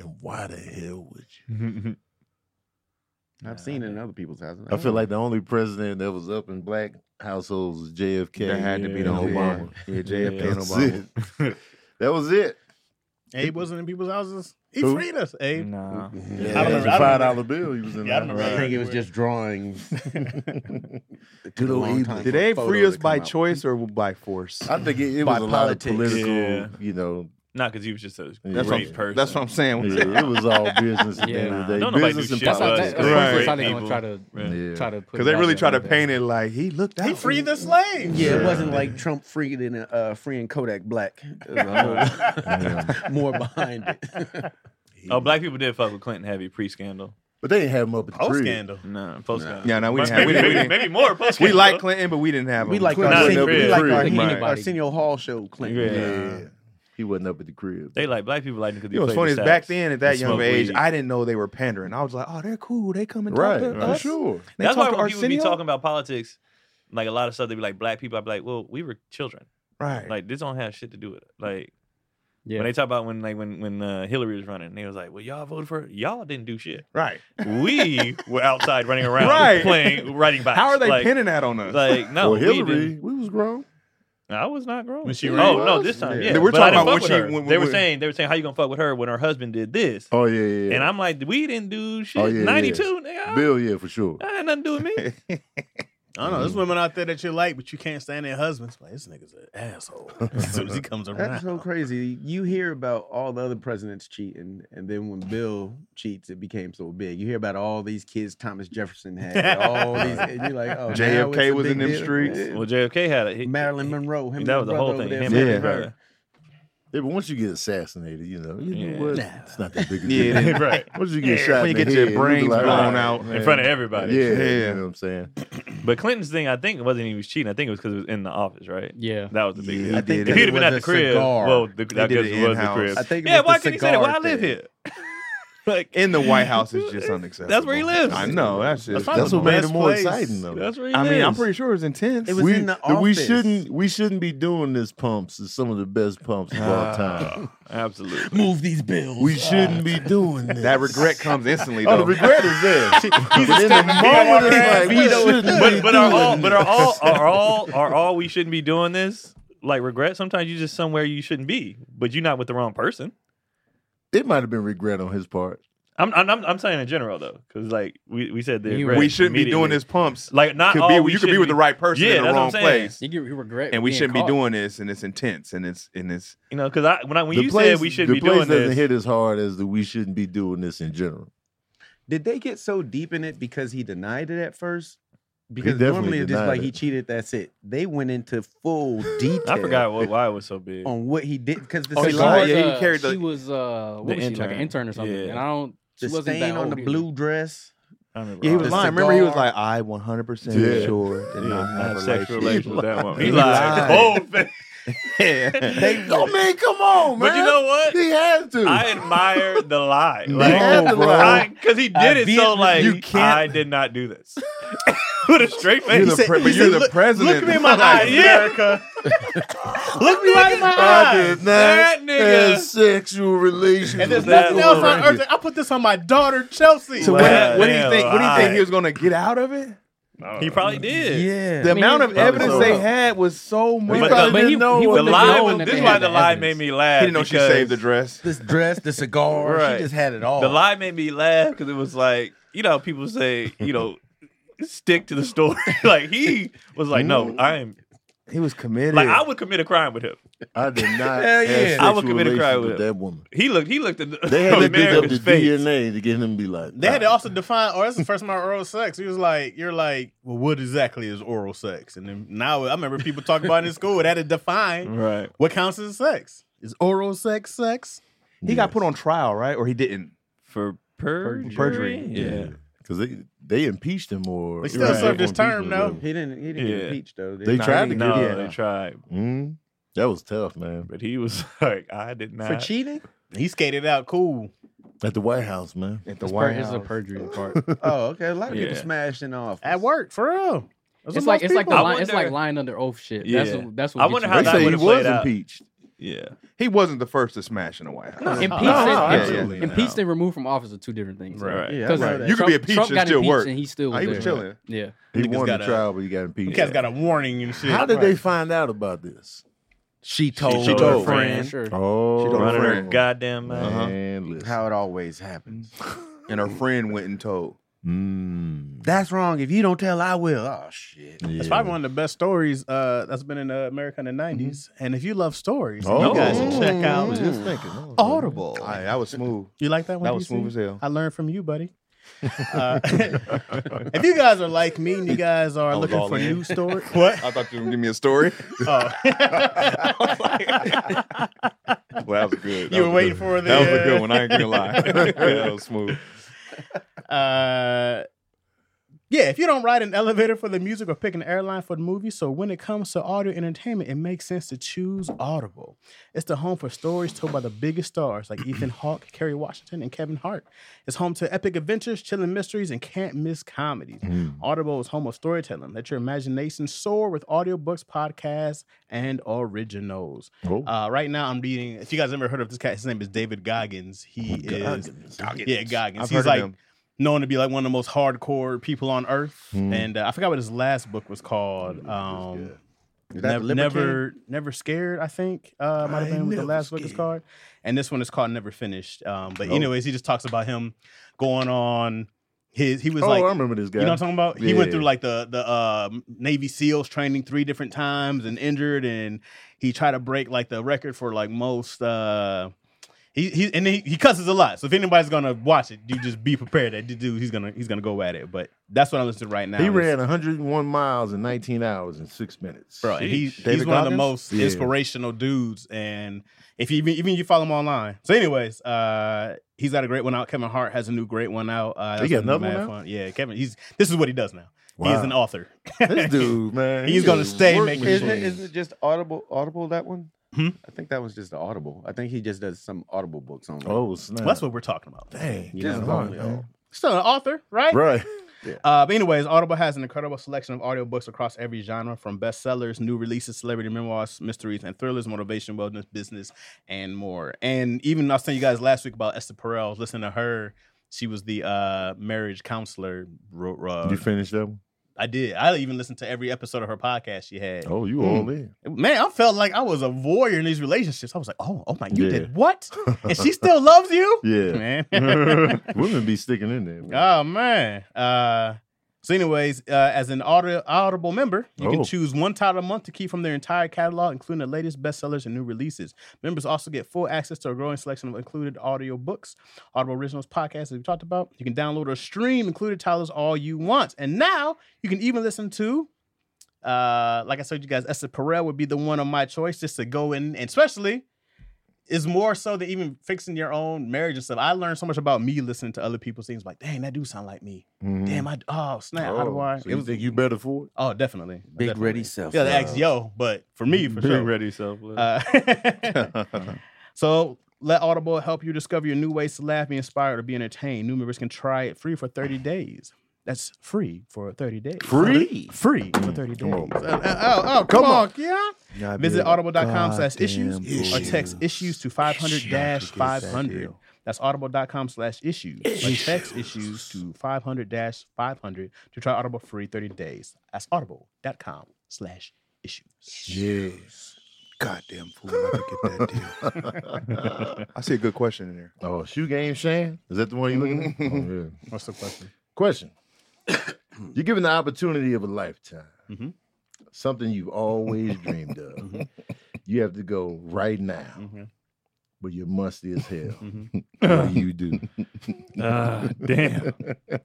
And why the hell would you?
I've seen it in other people's houses.
I feel like the only president that was up in black households was JFK.
that had to be the
and
whole
Obama.
Obama. Yeah, JFK and
That's
Obama.
it. that was it.
Abe wasn't in people's houses. He
Who?
freed us, Abe.
Nah.
Yeah,
I
it was
remember-
a
I
five
remember-
dollar bill. He was in
Yeah, I
that.
remember
I think it was
Right.
just drawings.
Good old Egypt.
Did they free us by choice or by force?
I think it, it
By
was a lot of
politics.
political.
Yeah.
You know,
Not because he was just a
That's
great
what-
person.
That's what I'm saying.
yeah, it was all business at the end of the
Yeah.
day.
Don't nobody do
business and
shit
That's how,
about
politics.
that's
it.
that's
Right.
how they gonna
People.
try to
Yeah.
try to put
Because they
it
really
out
try to
there like
paint it like he looked out.
He freed the slaves.
Yeah, it wasn't like Trump freed in uh, freeing Kodak Black. It was a whole- more behind it.
Oh, black people did fuck with Clinton heavy pre scandal.
But they didn't have him up at the
Post
crib.
scandal.
Nah, post scandal.
Yeah, no, we
But
didn't have. We,
maybe,
didn't, we,
maybe,
didn't,
maybe more post
we
scandal.
like Clinton, but we didn't have him.
we like
Clinton
our,
was
Arsenio,
in
we
the
like our
crib.
Arsenio-
Right.
Arsenio Hall show, Clinton.
Yeah.
Yeah, he wasn't up at the crib.
They like black people like because
It was funny. Is back then at that
They
young
smoke
age,
weed.
I didn't know they were pandering. I was like, oh, they're cool. They come and
right,
talk to
for
us.
sure.
They
That's why
talk to
when people be
Arsenio.
talking about politics, like a lot of stuff, they be like black people. I be like, well, we were children.
Right.
Like this don't have shit to do with it. Like
Yeah.
when they talk about when like when when uh, Hillary was running, they was like, well, y'all voted for her. Y'all didn't do shit.
right.
We were outside running around,
Right.
playing, riding bikes.
How are they
like,
pinning that on us?
Like no,
well,
we
Hillary,
didn't.
we, was grown.
I was not grown.
When she ran.
oh no, this time
Yeah.
yeah.
We're
But I
talking
didn't
about
fuck
when
with
she-
her.
when-
they were
when-
saying they were saying how you gonna fuck with her when her husband did this,
Oh yeah, yeah.
and I'm like, we didn't do shit.
Oh, yeah, yeah.
Ninety two, nigga. I-
Bill, yeah, for sure.
I had nothing to do with me.
I don't know. There's women out there that you like, but you can't stand their husbands. Like this nigga's an asshole. As soon as he comes around,
That's so crazy. You hear about all the other presidents cheating, and then when Bill cheats, it became so big. You hear about all these kids Thomas Jefferson had, all these, and you're like, oh, now
JFK
it's a
was
big
in them
deal.
streets.
Yeah.
Well, JFK had it. He-
Marilyn Monroe, him and
that
his
was the whole
brother
thing.
over
Him
there
and
fucking
his brother.
Yeah, but once you get assassinated, you know, you
Yeah.
know what?
Nah.
It's not that big a
Yeah,
deal.
it is.
right.
Once you get
Yeah,
shot,
when
in
you
the
get your
head, be
brains
like,
blown
"Alright,
out
man."
in front of everybody.
Yeah,
Yeah.
you know what I'm saying.
But Clinton's thing, I think, it wasn't he was cheating. I think it was because it was in the office, right?
Yeah.
That was the big
Yeah, he
deal. I think
did
if
it
he'd have been
with
at
a
the crib,
cigar.
well, the, I
did
guess
it
it was the
in-house.
crib.
I think it
yeah,
was
why
the
couldn't he say that? Well, I
cigar
live
thing.
here. like,
in the White House is just unacceptable.
That's where he lives.
I know. That's just.
That's
That's
the
what made
best
it more
place.
exciting, though.
that's where he
I
lives.
mean, I'm pretty sure it was intense.
It was
we,
in the
we
office.
shouldn't we shouldn't be doing this pumps is some of the best pumps of
Ah.
all time.
Absolutely.
Move these bills.
We shouldn't be doing this.
that regret comes instantly.
Oh,
Though.
the regret is there. but in the moment, it's like, we shouldn't be
But but are
doing
all but are
this.
all are all are all we shouldn't be doing this? Like regret. Sometimes you just somewhere you shouldn't be, but you're not with the wrong person.
it might have been regret on his part.
I'm I'm I'm, I'm saying in general though, because like we, we said that
You
rest
we shouldn't be doing
immediately.
this pumps.
Like not
Could
all
be,
we
you could be
shouldn't
with the right person
Yeah,
in the
that's what I'm
wrong
saying.
place.
You get you regret,
And we
being
shouldn't be
caught.
doing this and it's intense and it's and it's
You know, because I when I when
the
you
place,
said we should
the
be
place
doing
doesn't
this,
hit as hard as the we shouldn't be doing this in general.
Did they get so deep in it because he denied it at first? Because
definitely
normally it's just
denied
like
it.
he cheated. That's it. They went into full detail.
I forgot what, why it was so big.
on what he did because the
Oh, he
She
stain-
lied.
was,
Yeah, he
uh,
carried the-
She was uh, what
the
was she like an
intern.
intern or something?
Yeah.
And I don't. She
the
wasn't
stain
that
on the
old either.
blue dress.
I remember.
Yeah, he
all
was
that.
The
lying. Remember, he was
cigar.
like, "I 100 percent
Yeah.
sure did
Yeah.
not
I
have
had sexual
relations."
relations with that woman.
He
He lied.
lied.
Bold face.
They-
I mean, come on, man.
But you know what?
He has to.
I admire the lie.
No,
Like,
bro.
because he
I
did it so
vehemently-
like
You can't-
I did not do this with a straight
You're
face.
the,
said-
pre-
he
but
said,
you're the
"Look-
president.
Look me in my eyes, America. Look me right in my
I
eyes.
did not
That nigga-
have sexual relations.
And there's
with that
nothing else
woman.
on earth. that- I put this on my daughter, Chelsea.
So
Wow.
what, what do you
Damn,
think? What do you think
I-
he was going to get out of it?
Oh. He probably did.
The
I mean,
amount
he
of
was probably
evidence
so
they
up.
had was so much.
But
probably
the-
didn't know
he
The
wouldn't have
lie.
known
was-
that
This
they
is why
had
the lie made
evidence.
me laugh.
he didn't know she
because
saved the dress.
This dress, the cigar.
Right.
She just had it all.
The lie made me laugh because it was like, you know, how people say, you know, stick to the story. like he was like, no, I am.
He was committed.
Like I would commit a crime with him.
I did not.
Hell
have
yeah.
sexual
I would commit a crime
relations
with him.
that woman.
He looked. He looked at the,
They had to dig up the
America's face.
DNA to get him to be like. "Ah,
They had to
"Nah."
also define, or that's the first time I heard oral sex. He was like, you're like, well, what exactly is oral sex? And then now I remember people talking about it in school. It had to define
Right.
what counts as sex. Is oral sex sex?
he got
Yes.
put on trial, right? Or he didn't.
For perjury.
Perjury.
Yeah.
because they they impeached him or
They still
Right.
served his term,
Impeachment,
though.
whatever.
he didn't. He didn't
Yeah.
get impeached though. did
They
he?
tried to
No,
get him.
they tried,
Mhm. That was tough, man.
but he was like, I did not.
for cheating.
He skated out cool.
At the White House, man.
At the
It's,
White
per- it's
House.
a perjury part.
Oh, okay. A lot of people
Yeah.
smashed in off
At work, for real. That's
it's
what
like
most
it's like the
people-
I
line, it's
wonder-
like lying under oath shit.
Yeah.
That's what, that's what
I
gets
wonder
you
how
They
right.
that
say he
would've
was
played out.
impeached.
Yeah.
He wasn't the first to smash in the White House.
impeached,
No, no,
and,
absolutely
impeached
not.
and removed from office are two different things.
Right. right.
Yeah, I
Because
know
Right.
that.
You could be impeached
Trump
and
got
still
impeached
work.
and he still
Oh,
was,
he was
there.
chilling.
Yeah,
He
Niggas
won the
got a-
trial, but he got impeached.
Cats got a warning and shit.
How did they find out about this?
She told,
She
her
told
for
friend
sure.
Oh, Uh-huh.
don't
Running her
friend.
goddamn mouth.
man, listen.
how it always happens.
And her friend went and told.
Mm,
That's wrong. If you don't tell, I will. Oh shit.
It's
yeah.
probably one of the best stories uh, that's been in uh, America
Mm-hmm.
in the 90s. And if you love stories,
Oh.
you guys should check
I was
out
just thinking. I
Oh,
was like,
Audible.
All right, that was smooth.
You like that one?
Mm. That was
DC?
smooth as hell.
I learned from you, buddy. Uh, if you guys are like me and you guys are
was
looking
all
for
in.
news stories, what?
I thought you were gonna give me a story.
Oh.
Well, that was good. That
you
was
were waiting
good.
for the.
That was a good one. I ain't gonna lie. that was smooth.
Uh, yeah, if you don't ride an elevator for the music or pick an airline for the movie, so when it comes to audio entertainment, it makes sense to choose Audible. It's the home for stories told by the biggest stars like Ethan Hawke, Kerry Washington, and Kevin Hart. It's home to epic adventures, chilling mysteries, and can't miss comedies.
Mm.
Audible is home of storytelling. Let your imagination soar with audiobooks, podcasts, and originals.
Oh.
Uh, right now, I'm reading. If you guys ever heard of this cat, his name is David Goggins. He is yeah Goggins.
I've
He's
heard
like
of him.
known to be like one of the most hardcore people on earth.
Hmm.
And uh, I forgot what his last book was called. Um,
Is that
Nev-
the Libertarian?
never, never scared. I think uh, might have been what the last book is called, and this one is called Never Finished. Um, but anyways, he just talks about him going on his. He was
Oh,
like,
I remember this guy.
you know what I'm talking about? He went
Yeah.
through like the the uh, Navy SEALs training three different times and injured, and he tried to break like the record for like most. Uh, he, he and he, he cusses a lot. So if anybody's gonna watch it, you just be prepared that the dude he's gonna he's gonna go at it. But that's what I'm listening to right now.
He
is-
ran 101 miles in 19 hours and six minutes.
bro. and he,
Sheesh.
he's
David
one of the
Goggins?
most
Yeah.
inspirational dudes, and if you even, even you follow him online. So, anyways, uh, he's got a great one out. Kevin Hart has a new great one out. Uh,
He got
that's gonna
another
be
one
mad
out?
fun. Yeah, Kevin. He's this is what he does now.
wow.
He's an author.
this dude, man.
He's
he
gonna
is a
stay
work
making
machine.
Isn't it, isn't it just Audible? Audible that one?
Hmm?
I think that was just the Audible. I think he just does some Audible books on.
Oh, snap.
Well, that's what we're talking about.
Dang.
You
Kevin
know,
Hart,
yeah.
man.
Still an author, right?
Right.
Uh, but anyways, Audible has an incredible selection of audiobooks across every genre, from bestsellers, new releases, celebrity memoirs, mysteries, and thrillers, motivation, wellness, business, and more. And even I was telling you guys last week about Esther Perel. Listen to her; she was the uh, marriage counselor. Ro- ro-
You finished that one?
I did. I even listened to every episode of her podcast she had.
Oh, you all in.
Man, I felt like I was a warrior in these relationships. I was like, oh, oh my, you
Yeah.
did what? And she still loves you?
Yeah.
Man.
Women be sticking in there. man.
Oh man. Uh, so, anyways, uh, as an audi- Audible member, you can
Oh.
choose one title a month to keep from their entire catalog, including the latest bestsellers and new releases. Members also get full access to a growing selection of included audio books, Audible Originals podcasts that we talked about. You can download or stream included titles all you want, and now you can even listen to. Uh, like I told you guys, Esther Perel would be the one of my choice just to go in, and especially is more so than even fixing your own marriage and stuff. I learned so much about me listening to other people's things. Like, dang, that do sound like me.
Mhm.
Damn, I oh snap. how do
Oh,
I?
So
it
you
was
think you better for it?
oh definitely
Big
definitely.
ready self.
Yeah, they asked yo, but for me for
Big
sure.
ready self.
Uh, So let Audible help you discover your new ways to laugh, be inspired, or be entertained. New members can try it free for 30 days. That's free for 30 days.
Free?
Free for 30 days.
come on.
Uh, uh, oh, oh, come, on. Yeah. Visit audible.com slash issues or
bullshit.
text issues to 500 dash 500. That's audible.com slash issues. Or text issues to 500 dash 500 to try Audible free 30 days. That's audible.com slash issues.
Yes.
Goddamn fool, I could get that deal.
I see a good question in there.
Oh, shoe game, Shan? Is that the one you looking at? Oh, yeah.
Mm-hmm. What's the question?
Question. You're given the opportunity of a lifetime,
Mhm.
something you've always dreamed of.
Mm-hmm.
You have to go right now,
Mhm.
but you're musty as hell.
Mhm.
What do you do?
Ah, damn.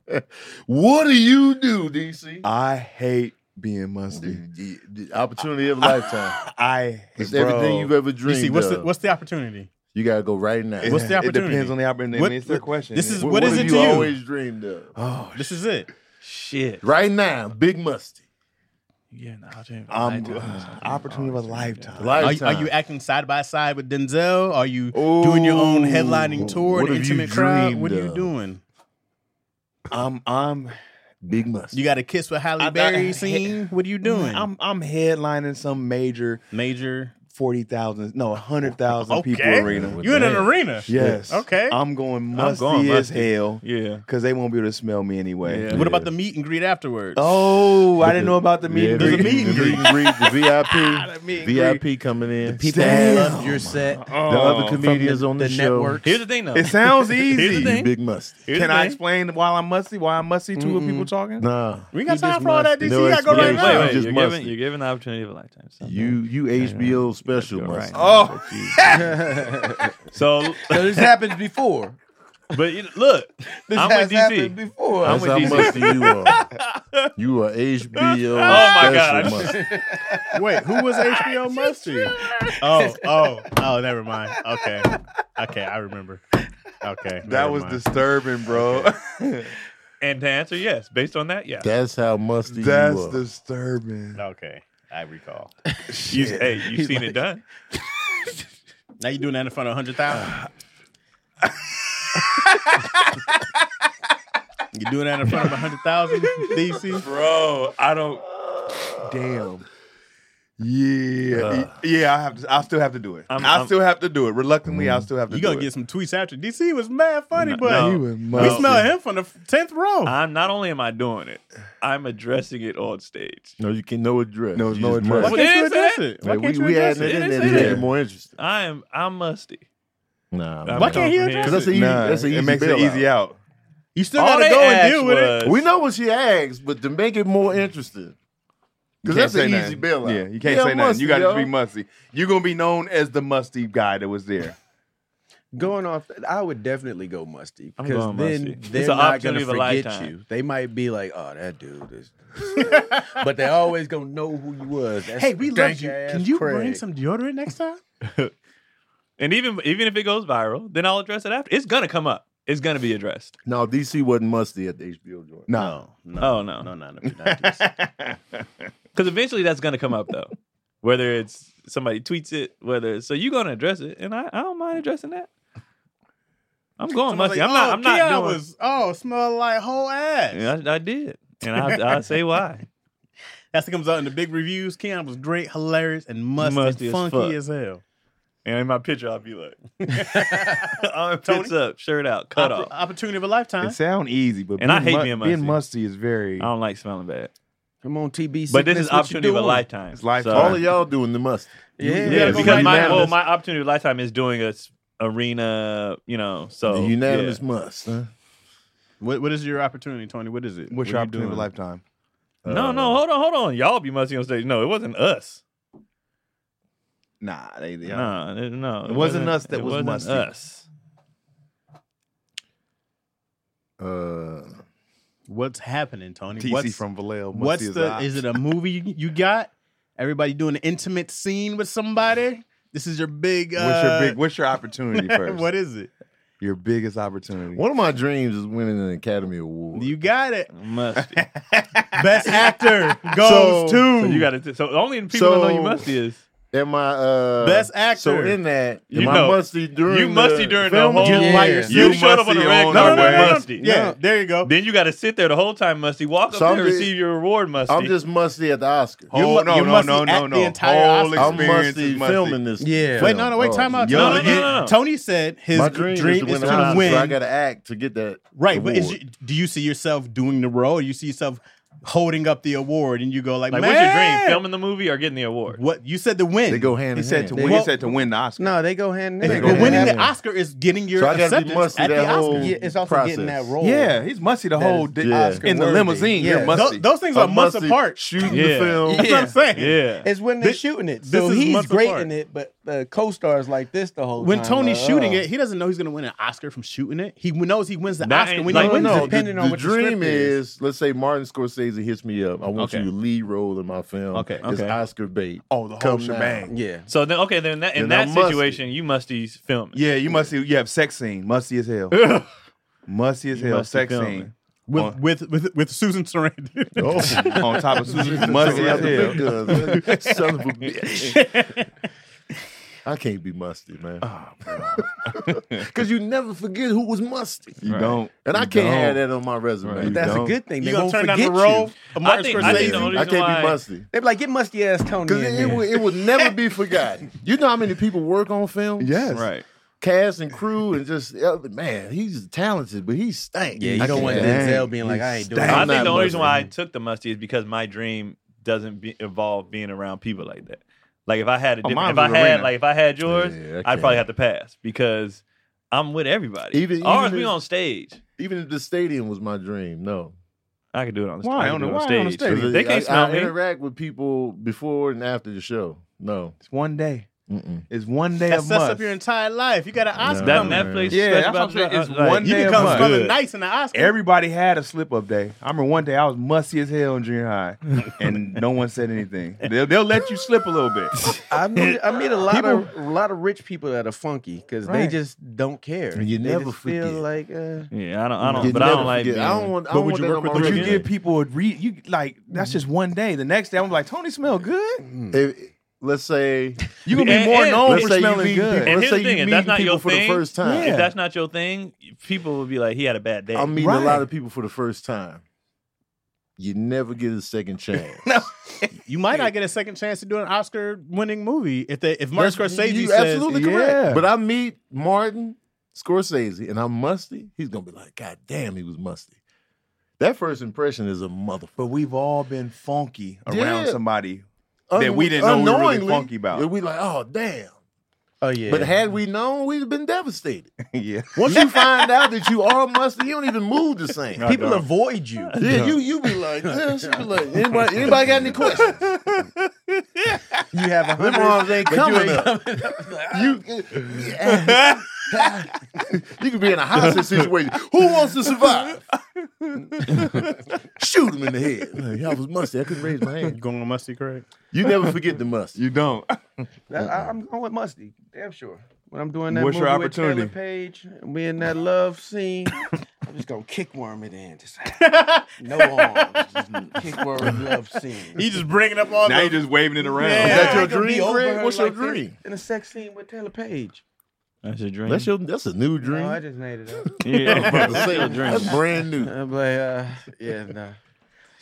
what do you do, DC?
I hate being musty.
The, the- the opportunity of a lifetime.
I
It's
bro.
everything you've ever
You
dreamed
see, what's
of.
the, what's the opportunity?
you gotta go right now.
It-
What's the
It
opportunity?
depends on the opportunity.
What-
it's their question.
this is-
Wh-
what is
have
it to you?
always dreamed of?
Oh,
This is it.
Shit.
Right now, big musty.
Yeah, no,
Uh,
I'm uh, opportunity of a lifetime.
Are you,
Lifetime.
are you acting side by side with Denzel? Are you doing your own headlining tour,
what
an
have you
intimate crowd? What are
dreamed
you
of?
doing?
I'm I'm
big musty?
You got a kiss with Halle
I-
Berry
I-
scene? What are you doing?
I'm I'm headlining some major
Major.
forty thousand, no hundred thousand people
Okay.
arena.
You in an
Damn.
arena?
Yes.
Okay.
I'm going musty
going
as
musty.
hell
Yeah.
because they won't be able to smell me anyway.
Yeah.
What about the meet and greet afterwards?
Oh, I didn't know about the meeting.
There's a
the
meet and
the
greet.
The VIP, VIP coming in.
People who
Damn.
loved your set.
the
Oh.
other comedians
the-
on the,
the
show.
network.
Here's the thing, though.
It sounds easy.
Here's the thing.
Big musty.
Here's the
Can I
thing.
explain why I'm musty? Why I'm musty to what
Mm-mm.
people talking?
Nah,
we ain't got
You
time
just
for all that,
musty.
DC.
No
I go right
explanation.
Wait,
now.
wait,
Just
you're,
must-
giving, you're giving the opportunity of a lifetime. So
you you HBO special
Go
musty.
right.
Oh,
So,
So this happened before.
but you, look,
This
I'm
has
with
happened
DC.
before.
That's how
with DC.
musty you are. You are HBO. Oh
my God.
Wait, who was HBO Musty? Oh, oh, oh, never mind. Okay. Okay, I remember. Okay.
that
never
was
mind.
disturbing, bro.
And to answer yes, based on that, yeah.
That's how musty
That's
you are.
disturbing.
Okay. I recall.
You, hey, you've seen it done.
Now you're doing that in front of 100,000? you're doing that in front of 100,000, DC?
Bro, I don't.
Damn. Uh, Yeah,
Ugh.
yeah. I have to. I still have to do it. i
I'm- I'm-
still have to do it. Reluctantly,
Mm.
I still have to.
You're
do
going to
it.
get some tweets after. DC was mad funny,
No,
but
no,
He was
oh. we
musty.
smell him from the 10th row.
I'm not only am I doing it, I'm addressing it on stage.
No, you can no address.
No,
you
no
just
address.
Why
musty.
What
can't you
is that?
address it? Why
Like,
can't
we
you
we
address
had
it?
it in
It
there
is
to
in
make
there.
it more interesting.
I am. I'm musty.
Nah,
I'm
man.
Why can't he
coming
address
here.
That's an easy.
Nah,
That's an easy.
it makes it
bailout.
easy out.
You still
All
got to
they
go and
asked
deal with it.
was-
We know what she asks, but to make it more interesting,
You
because that's
can't
an
say
easy
nothing.
bailout.
Yeah, you can't
Yeah,
say nothing.
musty,
You got to just
yo.
be musty. You're gonna be known as the musty guy that was there.
Going off, I would definitely go musty
I'm
because
going
then
musty.
they're
It's an
not going
opportunity
to
of a
forget
lifetime.
you. They might be like, "Oh, that dude is," but they always gonna know who you was. That's
Hey, we love you.
stank-ass
Can you bring
Craig.
some deodorant next time?
And even even if it goes viral, then I'll address it after. It's gonna come up. It's gonna be addressed.
No, DC wasn't musty at the HBO joint.
No. no
Oh, no.
No, no, no. not DC.
Because eventually that's gonna come up though. Whether it's somebody tweets it, whether so you're gonna address it, and I, I don't mind addressing that. I'm going
Someone's
musty.
like,
I'm not.
"Oh,
I'm not
Keon
doing.
was- oh, smell like whole ass.
Yeah, I, I did, and I I say why.
That's what comes out in the big reviews. Keon was great, hilarious, and musty,
Musty
and
as
funky
fuck.
as hell.
And in my picture, I'll be like, I'm tits Oh, up, shirt out, cut
Oppor-
off.
opportunity of a lifetime.
It sound easy, but
And I
being
hate being
being musty is very.
I don't like smelling bad.
Come on, TBC.
But this is
miss what you
opportunity of a
doing.
lifetime.
It's lifetime.
All of y'all doing the mustard.
Yeah,
So,
yeah,
yeah,
it's
because my
unanimous.
well, my opportunity of a lifetime is doing a s- arena. You know, so
the
Oh, yeah.
unanimous must. Huh?
What, what is your opportunity, Tony? What is it?
What's
What
your
are you
opportunity of a
doing?
lifetime?
No, no, hold on, hold on. Y'all be musty on stage. No, it wasn't us.
Nah, they, they
Nah, it- no,
It wasn't us that
it
was
wasn't
musty.
Us.
Uh,
What's happening, Tony?
TC
What's,
from Vallejo. must
what's
see his
the?
eye.
Is it a movie you, you got? Everybody doing an intimate scene with somebody. This is your big. Uh,
what's your big? What's your opportunity first?
what is it?
your biggest opportunity?
one of my dreams is winning an Academy Award.
You got it.
Musty.
Best actor goes to
so you got to. So only people that know you
So-
musty is
Am I uh,
best actor.
So in that, am
You
I
know,
musty during
you musty during the
filming?
whole.
Yeah. like
You, showed up on the
musty
red
on
carpet
the way.
musty.
yeah, there you go.
Then you got to sit there the whole time, musty. Walk up
So I'm
there and
just-
receive your reward, musty.
I'm just musty at the Oscars.
Oh,
mu-
no,
you
no,
must
no,
act
no,
the
no.
entire
Whole
Oscars.
I'm
experience
musty
is musty.
filming this.
Yeah.
film.
Wait, no, no, wait,
Oh,
time out.
Yo,
time out.
no, no, no, no.
Tony said his
My
dream,
dream,
is
an
to
Oscar.
win.
I got to act to get that.
right, but is you,
award.
do you see yourself doing the role? Or you see yourself holding up the award, and you go like,
like,
Man,
what's your dream? Filming the movie or getting the award?
What you said the win.
They go hand
He
in
said
hand.
to win.
Well-
he said to win the Oscar.
No, they go hand in
They
hand.
go
but
hand
winning
in
the
hand.
Oscar is getting your
So I gotta be
acceptance
musty
at the
that whole
Oscars.
Yeah, it's also getting that
process.
role.
Yeah, he's musty the whole
is-
di-
yeah.
Oscar in the
worthy.
limousine.
Yeah.
You're
Tho-
musty.
Th- those things are
I'm
months
musty
apart.
Shooting
Yeah.
the film.
That's what I'm saying.
Yeah.
It's when they're
Thi-
shooting it.
this
So
is
he's
months
great
apart.
in it, but the co-star's like this the whole
When
time.
Tony's
like,
shooting
oh.
it, he doesn't know he's going to win an Oscar from shooting it. He knows he wins the
That
Oscar
ain't-
when
like,
he
no,
wins
no, no.
it.
depending
the,
on
the
what the
dream
script
is,
is.
let's say Martin Scorsese hits me up. I want
Okay.
you to lead role in my film.
Okay,
It's
okay.
Oscar bait.
Oh, the whole
Come
shebang.
Yeah.
So then, okay, then that, in
Then
that
I'm musty.
situation, you musty's filming.
Yeah, you musty. You have sex scene. Musty as hell. musty as
You
hell.
musty
Sex
filming.
scene.
with,
on-
with with with Susan Sarandon.
on top of Susan. musty as hell.
the big guns. Son of a bitch. I can't be musty, man. Because you never forget who was musty.
You don't.
And I
You
can't
don't.
have that on my resume.
Right. You
That's
don't.
a good thing.
You
They
gonna
won't
turn down
forget
the role?
you.
of
I
Martin
think- I think the
Scorsese?
only
I can't
reason why-
be musty.
They be like, get musty ass Tony
Because
in
it, it,
here.
would, it would never be forgotten. You know how many people work on film?
Yes.
Right.
Cast and crew and just, uh, man, he's talented, but he stank.
Yeah, you
I
don't
can't-
want
Dang.
Denzel being like, I ain't doing
Dang.
I
I'm
that.
think
not
the only reason
musty.
why I took the musty is because my dream doesn't be, involve being around people like that. Like if I had a
Oh,
different,
mine
if I
was
had
arena.
like if I had yours,
Yeah, I
I'd
can't.
probably have to pass because I'm with everybody.
Even-
or if
even
we
if-
on stage,
Even if the stadium was my dream, no.
I could do it on the
Why?
stage. I
On
could
the-
do it
why
on
on
stage.
the stage?
They can't
I,
smell
I
me.
interact with people before and after the show. No.
It's one day.
Mm-mm.
It's one day
That
of
sets
must.
up your entire life. You got an Oscar.
That
coming.
Netflix
Yeah,
special
that's what I'm
about
saying.
that-
It's
like,
one
you
day
can
of
come
must.
smelling
Good.
nice in the Oscar.
Everybody had a slip up day. I remember one day I was musty as hell in junior high, and no one said anything. They'll, they'll let you slip a little bit.
I meet, I meet a lot of a lot of rich people that are funky because they
Right.
just don't care.
And you
They
never
just
forget.
feel like uh,
Yeah, I don't. I
You
don't. But I
never
don't like.
forget.
Being,
I don't want. I
But
don't
would
want that
you work
on
with
my
But you
resume.
give people a read. You like that's just one day. The next day I'm like, Tony smell good.
If- let's say.
You gonna be
And-
more
and-
known
Let's
for
say you
smelling
meet
good.
people-
And
Let's
here's the
say
thing:
you
if
meet
that's not your
people for the
thing,
first time.
if that's not your thing, people would be like, "He had a bad day."
I'm meeting
Right.
a lot of people for the first time. You never get a second chance.
You might not get a second chance to do an Oscar-winning movie if they if Martin
That's-
Scorsese
you
says
absolutely
yeah.
correct. But I meet Martin Scorsese and I'm musty. He's gonna be like, God damn, he was musty. That first impression is a motherfucker.
But we've all been funky around
Yeah.
somebody. That we didn't know we were really funky about.
We like, oh damn.
oh yeah.
But had we known, we'd have been devastated.
yeah.
Once you find out that you are musty, you don't even move the same.
people avoid you.
Yeah, you you be like, this, you be like, anybody, anybody got any questions?
You have a
Them
hundred.
arms ain't coming up. "Ah, You, you could be in a hostage situation. Who wants to survive? Shoot him in the head. Like, I was musty. I couldn't raise my hand.
going musty, Craig.
You never forget the must.
You don't.
I, I- I'm going with Musty. Damn sure. When I'm doing that
Uh-uh. What's
movie
your
with Taylor
opportunity?
Page and we in that love scene, I'm just gonna kickworm it in. Just no arms. Just kickworm love scene.
He's just bringing up all
Now
the
you're just waving it around.
Yeah.
Is that your
I could be
dream,
over
Greg?
her
What's
like
your
this
dream?
In a sex scene with Taylor Page.
That's your dream.
That's your. That's a new dream.
No, I just made it up.
I was about to
yeah.
say, That's brand new.
I'm like, uh, yeah, no.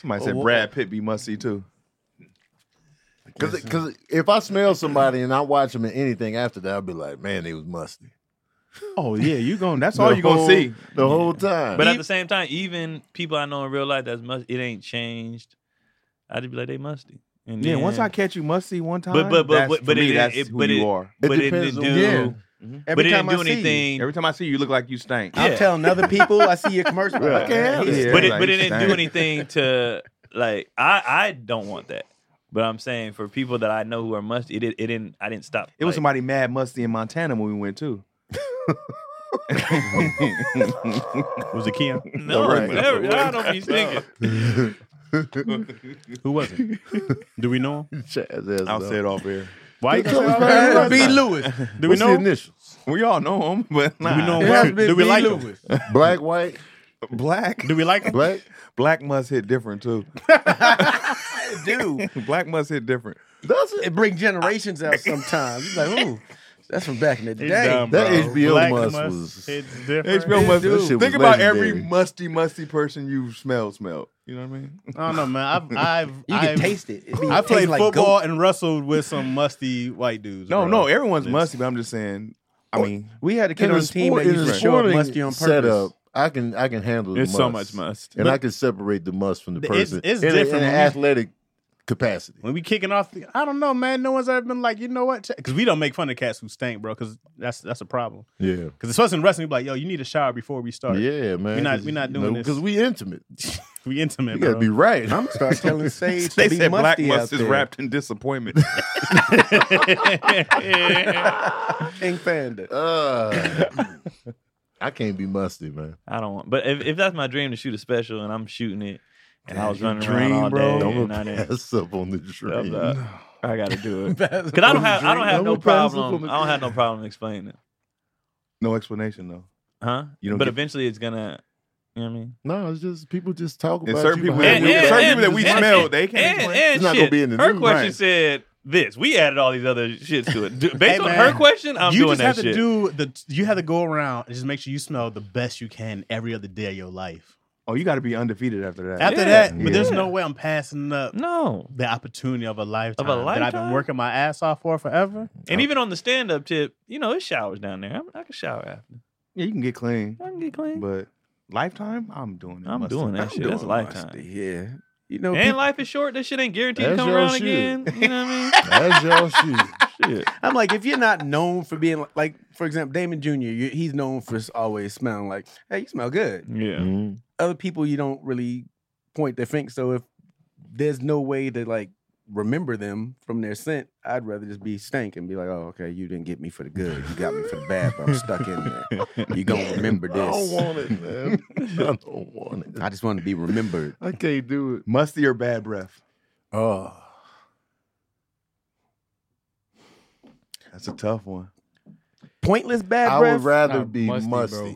Somebody
Well,
said
what-
Brad Pitt be musty too.
Because if I smell somebody and I watch them in anything after that, I'll be like, man, they was musty.
Oh yeah, you going that's
The
all you gonna
whole-
see.
the whole time.
e
But at the same time, even people I know in real life that's much, it ain't changed. I just be like, they musty. And
Yeah,
then-
once I catch you must see one time,
but- but-
that's-
but-
for
but
me,
it-
that's
it-
who
but
you
it-
are.
but it
depends
didn't
on-
do,
Yeah.
but
Every
it
time I
didn't do
see you,
anything.
Every time I see you, you look like you stink.
Yeah.
I'm telling other people I see your commercial.
Right.
I can't
Yeah.
handle it.
but it,
like,
but it didn't
dang.
do anything to like I I don't want that. But I'm saying for people that I know who are musty, it, it didn't I didn't stop.
It was
like-
somebody mad musty in Montana when we went too.
Was it Keon?
No,
Right.
never. I don't be stinking.
Who was it? Do we know him?
I'll say it off air.
Why you
Tell us
gonna-
about it.
B. Lewis.
Do we
What's
know?
the
him?
initials?
We all know him, but
Do we
nah.
know? him?
It has
What-
been
Do we
B.
like him?
Lewis.
Black, white,
black.
Do we like him?
black.
Black must hit different too.
Dude,
Black must hit different.
That's it.
it brings generations out sometimes. It's like, ooh, that's from back in the
He's
day.
dumb,
That
bro.
HBO
Black
must
must-
was-
It's different.
HBO must
That shit was
think about
legendary.
every musty, musty person you smell, smell. You know what I mean?
I don't know, man. I've I've
You
I've,
can taste it. It be-
I
it tastes
played
like
football
goat.
and wrestled with some musty white dudes.
No,
bro.
no, everyone's
It's-
musty, but I'm just saying. I mean,
We had a kid
In
on
a
the team
sport,
that
in
used
a
to show up
sporting
musty on purpose.
setup, I can I can handle the
There's so much
must.
must.
and I can separate the must from the
It's-
person.
it's
in a-
different
in
when
an
you-
athletic capacity.
When we kicking off, the, I don't know, man. No one's ever been like, you know what? Because we don't make fun of cats who stink, bro. Because that's that's a problem.
Yeah,
Because especially in wrestling, we be like, yo, you need a shower before we start.
yeah, man.
We not- we not doing this.
because we intimate.
We
You
intimate,
gotta
bro.
be right.
I'm start telling Sage
they
to be
said black
musty out
must is
there.
wrapped in disappointment.
King Panda.
Uh, I can't be musty, man.
I don't want. But if, if that's my dream to shoot a special and I'm shooting it and I was
Damn,
running
you
around
dream,
all
bro.
day
Don't
and I didn't,
That's up on the
I was
dream.
like, I gotta do it because I don't have I don't have
Don't
no
put pencil
problem.
on the
I don't have no problem explaining it,
no explanation though.
huh?
You don't
but
get-
eventually it's gonna. You know what I mean?
no, it's just people just talk about
And certain
you
people that
behind
we,
your
certain
back.
people that we
and-
smell,
and-
they can't
and,
explain.
and
It's not
shit.
gonna be in the
Her
news.
question
Right.
said this. We added all these other shits to it. Do- Based on
man,
her question, I'm
you just
doing that
have to
shit.
do the. You have to go around and just make sure you smell the best you can every other day of your life.
oh, you got to be undefeated after that.
After
Yeah.
that, but there's
Yeah.
no way I'm passing up
no,
the opportunity of a lifetime, that I've been
lifetime?
working my ass off for forever.
and even on the stand up tip, you know, it showers down there. I'm, I can shower after.
yeah, you can get clean,
I can get clean.
but lifetime, I'm doing it.
I'm
musty.
doing that shit. That's a
doing
lifetime.
musty, Yeah. You know,
and
people,
life is short. This shit ain't guaranteed to
That's
come
your
around
shit.
again. You know what
That's your shit.
I mean? shit.
I'm like, if you're not known for being like, like for example, Damon Jr., you, he's known for always smelling like, hey, you smell good.
Yeah.
Mhm.
Other people, you don't really point their finger. So if there's no way to like remember them from their scent, I'd rather just be stank and be like, oh, okay, you didn't get me for the good. You got me for the bad, but I'm stuck in there. You're going to remember
I don't
this.
want it, man. I don't want it.
I just want to be remembered.
I can't do it.
Musty or bad breath.
Oh,
That's a tough one.
Pointless bad
I
breath.
would rather
Nah,
be musty.
musty, bro.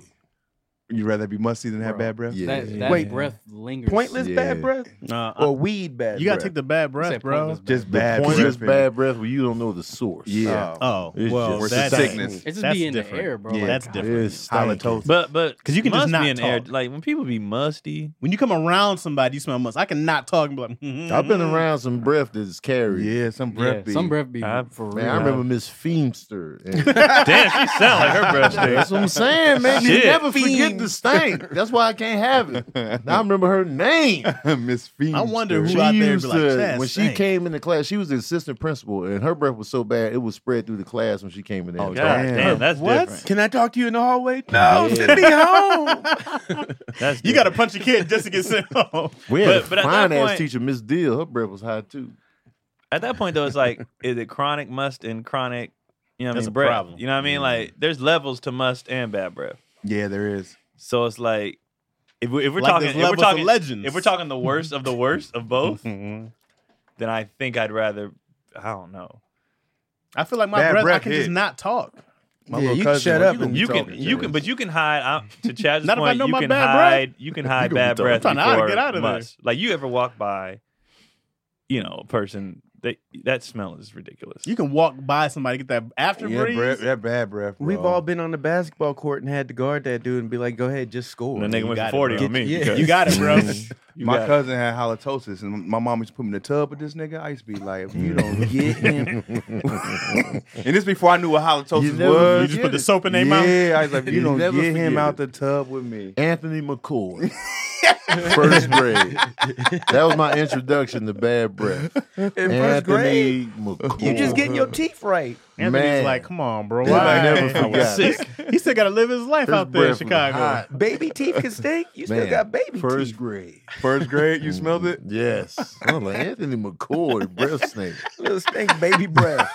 You'd rather be musty than have
Bro.
bad breath.
Yeah.
That, that
Wait.
breath lingers.
pointless
Yeah.
bad breath
Nah, Uh, I-
or weed bad
you gotta
breath?
take the bad
I
breath,
said
bro.
pointless breath.
Just
The
bad
point
breath.
is bad breath when you don't know the source.
Yeah.
Oh,
It's
well,
just-
It's
that's
a sickness.
It's just
That's
be in the
different.
air, bro.
Yeah.
Like,
That's different.
It's stinking.
But but
'Cause you can
must
just not
be in the air.
talk.
Like when people be musty,
When you come around somebody, you smell must. I cannot talk and be like, "Mhm."
I've been around some breath that's carried.
Yeah, some breath.
yeah,
be.
some breath be
I-
for real.
Man, I remember Miss Feemster. and-
damn, she sound like her breath
That's
stinks.
what I'm saying, man. You
Shit.
never forget the stink. That's why I can't have it. I remember her name.
Miss Fiend.
I wonder
She
who out there be
used
like,
to-
"Chaz,
when she
thank."
came in the class, she was the assistant principal, and her breath was so bad it was spread through the class when she came in there.
Oh,
God
Damn.
damn, that's
What?
different.
Can I talk to you in the hallway? No, send me home.
That's
You got to punch a kid just to get sent home.
we had
But-
a
but at that
fine ass
point-
teacher, Miss Deal. Her breath was high too.
At that point though, it's like is it chronic must and chronic, you know, what I
That's
mean,
a
breath.
problem.
You know what I mean? Like there's levels to must and bad breath.
Yeah, there is.
So it's like if we if we're
Like
talking
there's
if we're
levels to
talking
legends.
if we're talking the worst of the worst of both, then I think I'd rather I don't know.
I feel like my
Bad
breath, I
breath
can
hit.
just not talk.
My
Yeah,
little
you can
cousin,
shut
well,
up
gonna
and
be
You can
talking
you
to
can
us.
but you can hide out to Chaz's
Not if I
point,
know
you
my
can
bad
hide you can
gonna
hide
be
bad
talking.
breath.
I'm trying to
before
get out of there.
must. Like you ever walk by you know, a person that that smell is ridiculous.
You can walk by somebody, get that after
yeah,
breeze.
breath, that bad breath. Bro.
We've all been on the basketball court and had to guard that dude and be like, "Go ahead, just score."
the nigga
you
went
got it,
for 40
bro.
on me.
Yeah.
because-
You got it, bro.
You
my
got it.
cousin had halitosis, and my mom used to put me in the tub with this nigga. I used to be like, if you don't get him, and this before I knew what halitosis
You never-
was.
you just
get
put the
it.
soap in their mouth.
yeah, I was like, if you,
You
don't
never
get him
forget
out
it.
the tub with me,
Anthony McCoy. First grade. That was my introduction to bad breath.
In first grade,
Anthony McCoy.
you just getting your teeth right.
Anthony's
Man.
like, come on, bro.
That
Why?
I never forgot.
Sick. He still got to live his life
His
out there
breath
in
was
Chicago.
hot.
Baby teeth can stink. You still
Man,
got baby
first
teeth.
grade.
First grade, you smelled it?
Yes. I'm like Anthony McCoy, breath snake.
Little stink baby breath.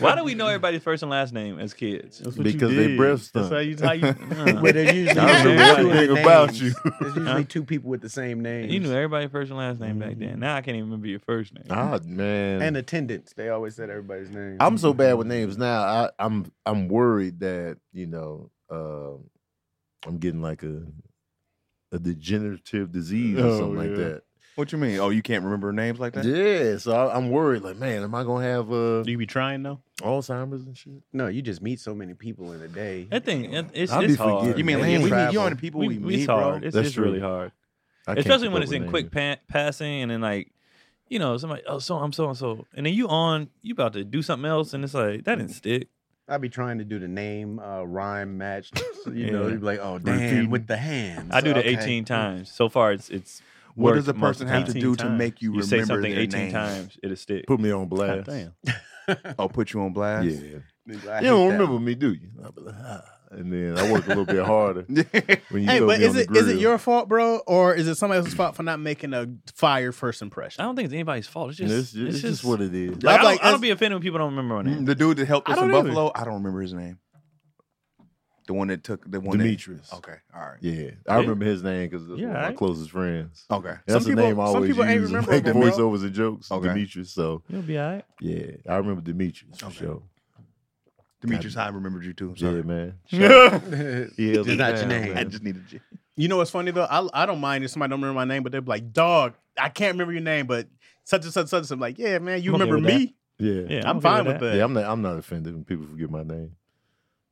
Why do we know everybody's first and last name as kids?
That's what you
Because they
did.
breath
That's how
stunk.
you, how you
But there's usually
I
two
remember
with
everything
names.
about you.
There's usually two people with the same name.
You knew everybody's first and last name back
Mm-hmm.
then. Now I can't even remember your first name.
Ah man.
and attendants. They always said everybody's name.
I'm so bad with names now. I, I'm I'm worried that, you know, um I'm getting like a a degenerative disease or
Oh,
something
yeah.
like that.
What you mean? Oh, you can't remember names like that?
Yeah, so I, I'm worried. Like, man, am I gonna have uh,
you be trying though.
Alzheimer's and shit?
no, you just meet so many people in a day.
That thing, it- it's,
I'll be
it's hard.
forgetting.
You mean,
Yeah,
man,
you
we meet, you
travel.
know how many people
We-
we,
we-
meet,
it's
bro?
hard. It's,
That's
it's really
true.
hard,
I can't
especially
keep up
when it's
with
in quick
names.
pa- passing and then like, you know, somebody oh so I'm so and so, and then you on you about to do something else and it's like that didn't stick.
I'd be trying to do the name uh, rhyme match. So, you know,
Yeah.
you'd be like, oh, Dan with the hands.
I do that
Okay.
18 times so far. It's it's
What
worked
does a
most
person
of the
have to
time.
do
18
to make you,
You
remember
say something
their
18
name?
times, it'll stick.
Put me on
God
blast.
damn.
Oh, put you on
Yeah,
blast.
you
You
don't remember me, do you? I'll be like, ah. And then I work a little bit harder when you
Hey,
throw
but
me
is
on the
it is it
grill.
your fault, bro, or is it somebody else's fault for not making a fire first
I
impression?
don't think it's anybody's fault. It's
It's,
just it's,
ju- it's
just,
just what it is.
Like,
I'm like,
I, don't, I
that's-
don't be offended when people don't remember my name.
Mm, the dude that helped
I
us in
don't either.
Buffalo, I don't remember his name. The one that took the one. that-
Demetrius.
okay, all right.
Yeah, I remember his name because
Yeah,
my
alright.
closest friends.
Okay.
That's
Some
the name
people-
I
some
always
people ain't
use. to Make the
rememberable, bro.
voiceovers and jokes.
Okay.
Demetrius. So
You'll be all right.
yeah, I remember Demetrius for
Okay.
sure.
Demetrius, I remembered you too. I'm
Yeah,
sorry.
man.
remember.
Yeah,
It's not your name.
I just needed you.
You know what's funny though? I I don't mind if somebody don't remember my name, but they're like, dog, I can't remember your name, but such and such such. and such." I'm like, yeah, man, you
I'm okay
remember
with
me?
Yeah,
Yeah,
I'm,
okay
fine with that.
Yeah, I'm not. I'm not offended when people forget my name.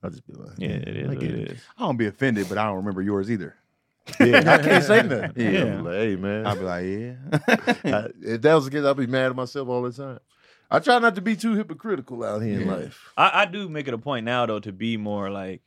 I just be like,
Yeah, it is.
I
What
get
it is.
I don't be offended, but I don't remember yours either.
Yeah, I can't say nothing.
Yeah.
Yeah, like, hey man.
I'll be like, yeah.
I- if that was the case, I'd be mad at myself all the time. I try not to be too hypocritical out here in life.
I, I do make it a point now though to be more like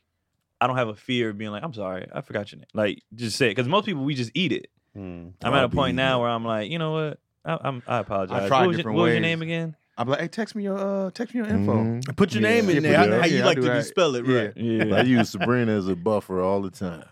I don't have a fear of being like I'm sorry I forgot your name like just say it because most people we just eat it.
Hmm.
I'm at
I'll
a point
be-
now where I'm like you know what I, I'm I apologize.
tried
what was, your,
different
what was
ways.
your name again?
I'll be like, hey, text me your uh, text me your info.
Mhm.
Put your
Yeah.
name in
Yeah,
there.
put
How,
it out.
how you
Yeah, I
like
do
to be
that.
spelled it,
Yeah.
right?
I
Yeah.
use Sabrina as a buffer all the time.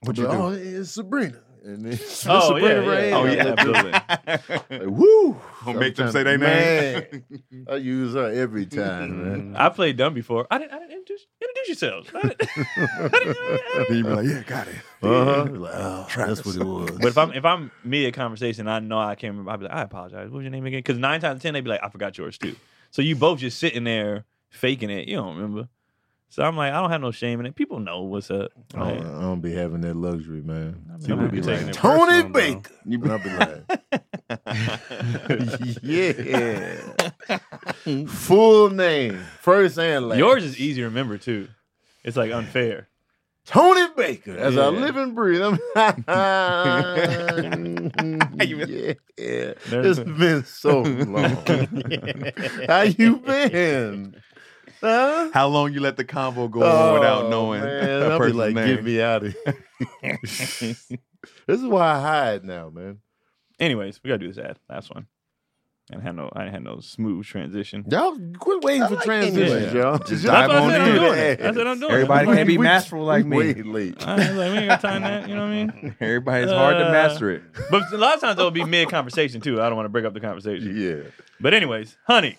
What
Be
you
like,
do?
Oh, it's Sabrina. And then,
Oh,
Sabrina
yeah, yeah.
right
Oh,
here.
yeah, absolutely.
Like, woo!
Gonna make them
I'm
say
trying to-
their
Man, I use her every time, man.
I played dumb before. I didn't, I didn't introduce, introduce yourselves. I didn't, I didn't- I
Then you
didn't-
be like, yeah, got it.
Uh-huh. Like, oh, that's what it was.
But if I'm if I'm mid conversation, I know I can't remember. I'll be like, I apologize. What was your name again? Because nine times out of ten, they'd be like, I forgot yours too. So you both just sitting there faking it. You don't remember. So I'm like, I don't have no shame in it. People know what's up.
I
Like,
don't, I don't be having that luxury, man.
mean,
People
I'm
be
taking
like,
it
Tony
personal,
Baker.
bro.
And I'll be like, yeah. Full name, first and last.
yours is e- easy to remember too. It's like unfair.
Tony Baker. As I
Yeah.
live and breathe, I'm. "Mm, yeah, it's been so long. How you been? Huh?
How long you let the convo go on
Oh,
without knowing
man,
a
I'll be
person's
like,
name?
get me out of here. this is why I hide now, man.
Anyways, we gotta do this ad. Last one. And had no, I had no smooth transition.
Y'all quit waiting
I
for
like
transitions,
English.
y'all.
Just
That's
dive
what I
on
said. I'm
in.
doing it. That's what I'm doing.
Everybody
I'm
can't be
We-
masterful like
way
me.
late.
I was like, we ain't got time for that. You know what I mean?
Everybody's hard to
Uh,
master it.
But a lot of times it'll be mid conversation too. I don't want to break up the conversation.
Yeah.
But anyways, honey.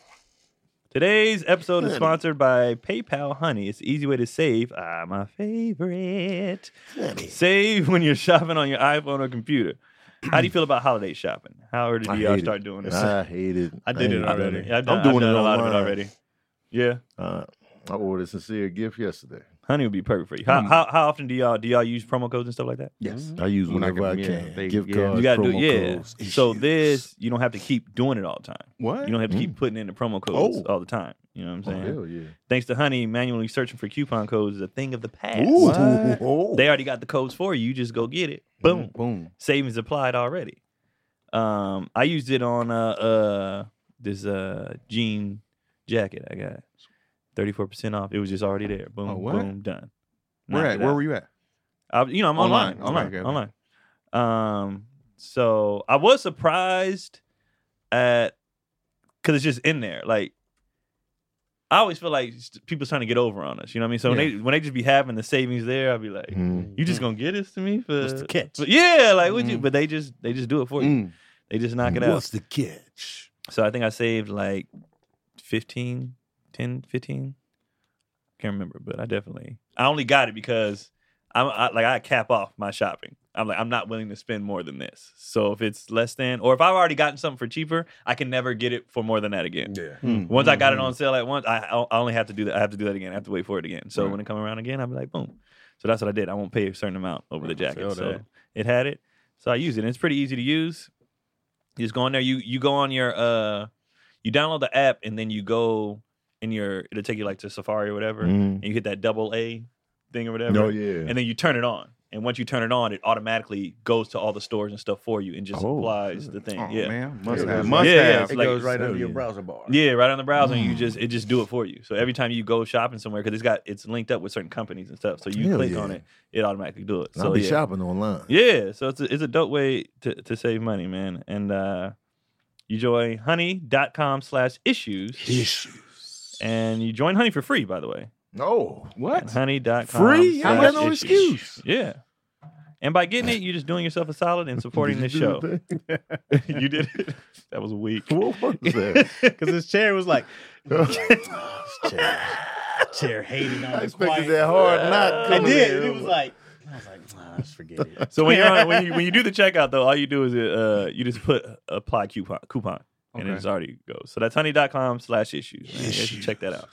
Today's episode is sponsored by PayPal Honey. It's the easy way to save. Ah, my favorite. Save when you're shopping on your iPhone or computer. How do you feel about holiday shopping? How early do
I
y'all
hate it.
start doing this?
I hate it.
I did
ain't
it
done
already.
Yeah, I've
I'm doing
I've
it
done a lot of it
online.
already. Yeah,
Uh, I ordered sincere gift yesterday.
honey would be perfect for you. How, how, how often do y'all do y'all use promo codes and stuff like that?
Yes.
I use
When I
whenever I,
can- yeah,
can.
they-
gift
yeah.
cards,
You gotta do
promo
yeah.
codes.
So
issues.
this you don't have to keep doing it all the time.
What? Mm.
You don't have to keep putting in the promo codes
Oh.
all the time. You know what I'm
Oh,
saying?
hell yeah.
Thanks to Honey, manually searching for coupon codes is a thing of the past.
What? Oh.
They already got the codes for you. You just go get it. Boom.
Boom.
Savings applied already. Um, I used it on uh, uh this uh jean jacket I got. 34% off. It was just already there. Boom,
Oh, what?
boom, done.
Where
Knocked
at?
it
Where
out.
were you at?
I, you know, I'm online.
Online.
Online.
Okay, okay.
online. Um, so I was surprised at because it's just in there. Like I always feel like s- people's trying to get over on us. You know what I mean? So when they when they just be having the savings there, I'll be like,
Mm-hmm.
"You just gonna get this to me for
Mm. What's the catch? Mm.
for- yeah, like would you? But they just they just do it for you. They just knock it out.
the catch?
So I think I saved like 15, 10, 15. Can't remember, but I definitely I only got it because I'm I, like I cap off my shopping. I'm like I'm not willing to spend more than this. So if it's less than, or if I've already gotten something for cheaper, I can never get it for more than that again.
Yeah.
Once I got
Mm-hmm.
it on sale at once, I, I only have to do that. I have to do that again. I have to wait for it again. So when it come around again, I'll be like, boom. So that's what I did. I won't pay a certain amount over the jacket.
feel
So
that.
it had it. So I use it. And it's pretty easy to use. You just go in there. You you go on your uh, you download the app and then you go in your. It'll take you like to Safari or whatever,
Mm.
and you hit that double A thing or whatever
No, Oh, yeah.
and then you turn it on. And once you turn it on, it automatically goes to all the stores and stuff for you and just
Oh,
applies the thing.
Oh,
yeah.
man. Must
Yeah,
have.
yeah.
Must
Yeah,
have.
It's
It
like-
goes right
Hell
under your
yeah.
browser bar.
Yeah, right on the browser, and you
Mm.
just it just do it for you. So every time you go shopping somewhere, because it's got it's linked up with certain companies and stuff, so you
Hell
click
yeah.
on it, it automatically do it.
And
so
I'll be
yeah.
shopping online.
Yeah, so it's a, it's a dope way to, to save money, man. And uh, you join honey.com slash issues. Issues. And you join Honey for free, by the way.
No.
At honey.com.
Free? I
slash
got no
issues.
excuse.
Yeah. And by getting it, you're just doing yourself a solid and supporting this show. you did it. That was weak.
What was that?
Because his chair was like,
Yeah.
chair hating on
I
the
expected
quiet.
that hard knock.
uh, I
coming in.
did. It was like, I was like, nah, just forget it.
So when you're on, when you when you do the checkout though, all you do is uh you just put apply coupon coupon and
Okay.
it's already goes. So that's honey.com slash issues. Man. You should check that out.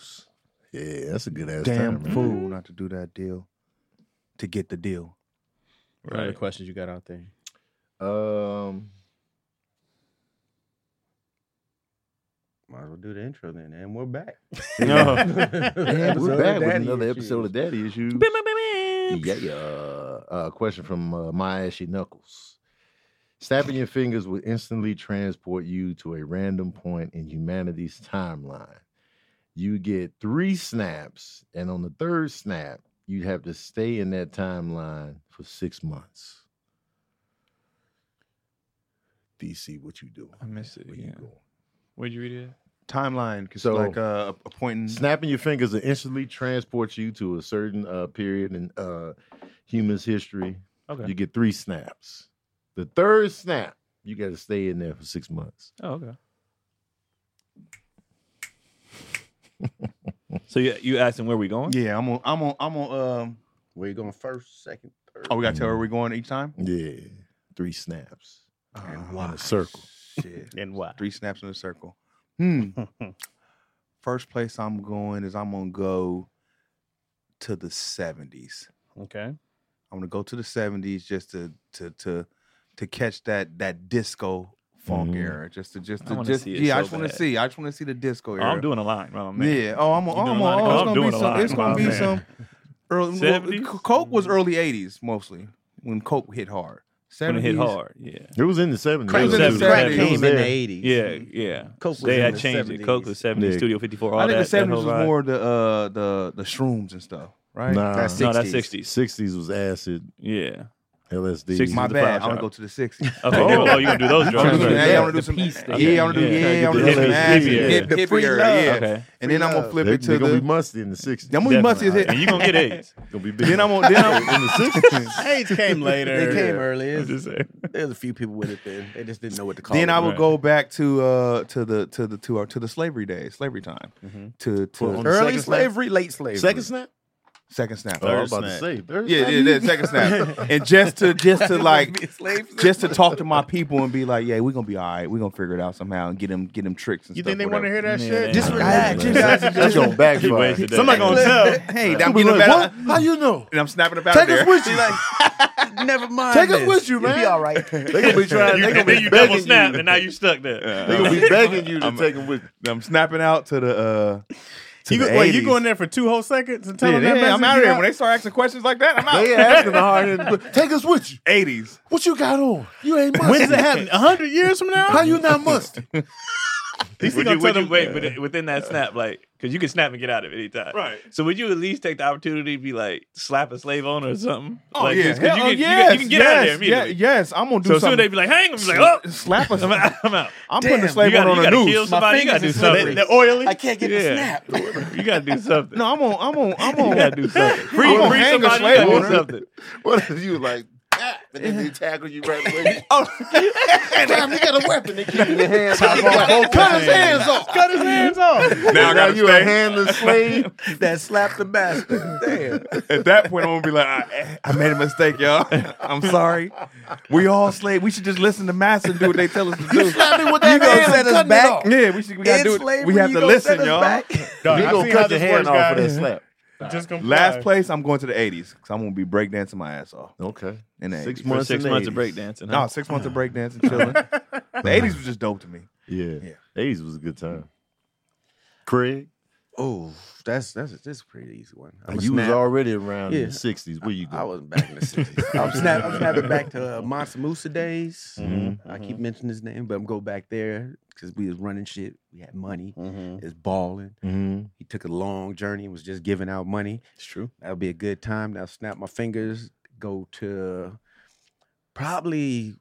Yeah, that's a good ass
Damn
time, man.
fool not to do that deal to get the deal.
What other questions you got out there?
Um,
Might as well do the intro then, and we're back.
No.
man,
Episode
we're
of
back with
Daddy
another
Issues.
episode of Daddy Issues. Yeah, yeah. Uh, question from uh, My Ashy Knuckles. Snapping your fingers would instantly transport you to a random point in humanity's timeline. You get three snaps, and on the third snap, you'd have to stay in that timeline for six months. DC, what you doing?
I missed it
Where you
again.
going?
Where'd you read it?
Timeline. 'cause
So-
like uh, a point in
Snapping your fingers will instantly transport you to a certain uh, period in uh, humans' history.
Okay.
You get three snaps. The third snap, you got to stay in there for six months.
Oh, okay. so you you asked him where we going?
Yeah, I'm on. I'm on. I'm on. Um.
Where you going first, second, third?
Oh, we got to tell where we're going each time.
Yeah, three snaps.
Uh,
Oh,
in a circle.
Shit.
And why?
Three snaps in a circle. Hmm. First place I'm going is I'm gonna go to the '70s.
Okay.
I'm gonna go to the '70s just to to to to catch that that disco funk
Mhm.
era. Just to just
I
to
wanna
just
see it
yeah. I
so
just want
bad.
to see. I just want to see the disco
Oh,
era.
I'm doing a line. Oh, man.
Yeah. Oh, I'm. Oh,
doing
I'm.
a lot of-
Oh,
I'm
it's gonna
doing
be
a
some.
lot,
It's gonna
my
be
man.
some. Early, well,
70s?
C- Coke was early '80s mostly when Coke hit hard.
When it hit
70s,
hard. Yeah.
It was in the 70s.
Crack
too.
was in the
Crack
70s.
came in the
there.
eighties.
Yeah. Yeah.
Coke was
they
in
had
the
changed it. Coke
70s.
was 70s,
Yeah.
Studio 54, all
I think
that.
the
that
'70s
whole
was
vibe.
more the uh, the the shrooms and stuff, right?
Nah.
That's
No, that's
60s.
60s.
60s was acid,
Yeah.
LSD.
Six-
My
the
bad.
flower
I'm
shop.
gonna go to the '60s.
Okay.
Oh.
Oh, you gonna do those
I'm
drugs?
gonna do-
right?
yeah, I'm gonna do
The
some.
peace thing.
Yeah, I'm gonna do.
Yeah,
Yeah, I'm
the
gonna do some
hippie- hippie era.
acid, hip, hip
free
era.
love.
Yeah,
Okay.
and then I'm gonna flip
They,
it to
they're gonna be
the.
musty in the 60s.
I'm gonna be musty as
And
it.
you gonna get AIDS.
Gonna be big.
Then I'm gonna. Then I'm
in the 60s.
AIDS came later.
They came early.
I'm
It's-
just saying.
There's a few people with it then. They just didn't know what to call
Then
it.
I would
Right.
go back to uh to the to the to our to the slavery days, slavery time, to to
Well, on the
Early
second snap-
slavery, late slavery.
Second snap?
second snap.
Oh, I was
Third
about to
snap.
say. Third
Yeah,
snap?
yeah, yeah, second snap. And just to just to like just to talk to my people and be like, yeah, we're gonna be all right. We're gonna figure it out somehow and get them get them tricks and
You
stuff.
think they
want
want to hear that
Yeah,
shit?
they-
Just
Nah,
relax,
man.
you guys,
That's- That's gonna
You
backfire.
wasted that.
Somebody gonna tell.
Hey,
I'm
I'm getting
like,
about
what? How you know?
and I'm snapping about
Take
there.
us with you.
Never mind.
Take us
this.
with you,
You'll
man.
be all right.
They gonna be trying.
You,
They gonna
then
be
you double
begging
snap,
you.
and now you stuck there.
They gonna be begging you to
I'm-
take them with.
I'm snapping out to the uh to
you
the
go, wait, you
80s.
going there for two whole seconds and
Yeah,
telling them
yeah,
that
I'm out
message
of
you
here.
got?
When they start asking questions like that, I'm out.
They asking hard. Take us with you.
80s.
What you got on? You ain't musty.
When's it happening? A hundred years from now?
How you not musty?
He's
would
gonna
you, would
tell
you
them-
wait but within that snap, like, because you can snap and get out of it anytime.
Right.
So would you at least take the opportunity to be like slap a slave owner or something?
Oh
like,
yeah,
just 'cause
Hell,
you, can, you,
yes,
can, you can get out of there
yes, yeah,
immediately.
yes, I'm gonna do
So as soon as
something.
they be like, hang, I'm just like, oh,
slap us.
I'm out. I'm out.
I'm putting a
Damn,
slave
you gotta,
on
you
the
gotta
news.
kill somebody. You gotta do something.
slippery.
oily.
I can't get the
Yeah.
snap.
You gotta do something.
No, I'm on. I'm on. I'm
you
on.
gotta do something. Free,
gonna
free
hang a
somebody.
slave
You gotta do
owner.
something.
What if you like that? And then they tackle you right away. oh, damn! They got a weapon. They keep in your hands. Cut his hands off.
Cut his hands off.
Now I
now
gotta
you a
stay.
handless slave.
That slapped the bastard. Damn.
At that point, I'm gonna be like, I, I made a mistake, y'all. I'm sorry. We all slave. We should just listen to Master and do what they tell us to do.
Slap me with
You
that
gonna
hand. I'm
set us
cutting it
back?
off.
Yeah, we should. We gotta
In
do it.
slavery,
We have
you
to
gonna set
listen,
us
y'all.
back?
Dog,
They
I've
gonna
seen how
cut your
this
hand
works,
off with that
guys.
slap.
Just comply.
Last place, I'm going to the 80s because I'm gonna be breakdancing my ass off.
Okay.
In the
Six
80s.
For
months.
six
in the
months of
80s.
breakdancing.
No,
huh?
six months of breakdancing, chilling. the 80s was just dope to me.
Yeah.
Yeah.
Eighties was a good time. Craig,
Oh, that's that's that's a pretty easy one. I'm
you was already around in
Yeah.
the sixties. Where you go?
I
Mm-hmm.
wasn't back in the sixties. I'm, snap, I'm snapping back to uh, Mansa Musa days. I keep mentioning his name, but I'm go back there because we was running shit. We had money.
Mm-hmm.
It's balling.
Mhm.
He took a long journey and was just giving out money.
It's true.
That'll be a good time. Now snap my fingers. Go to probably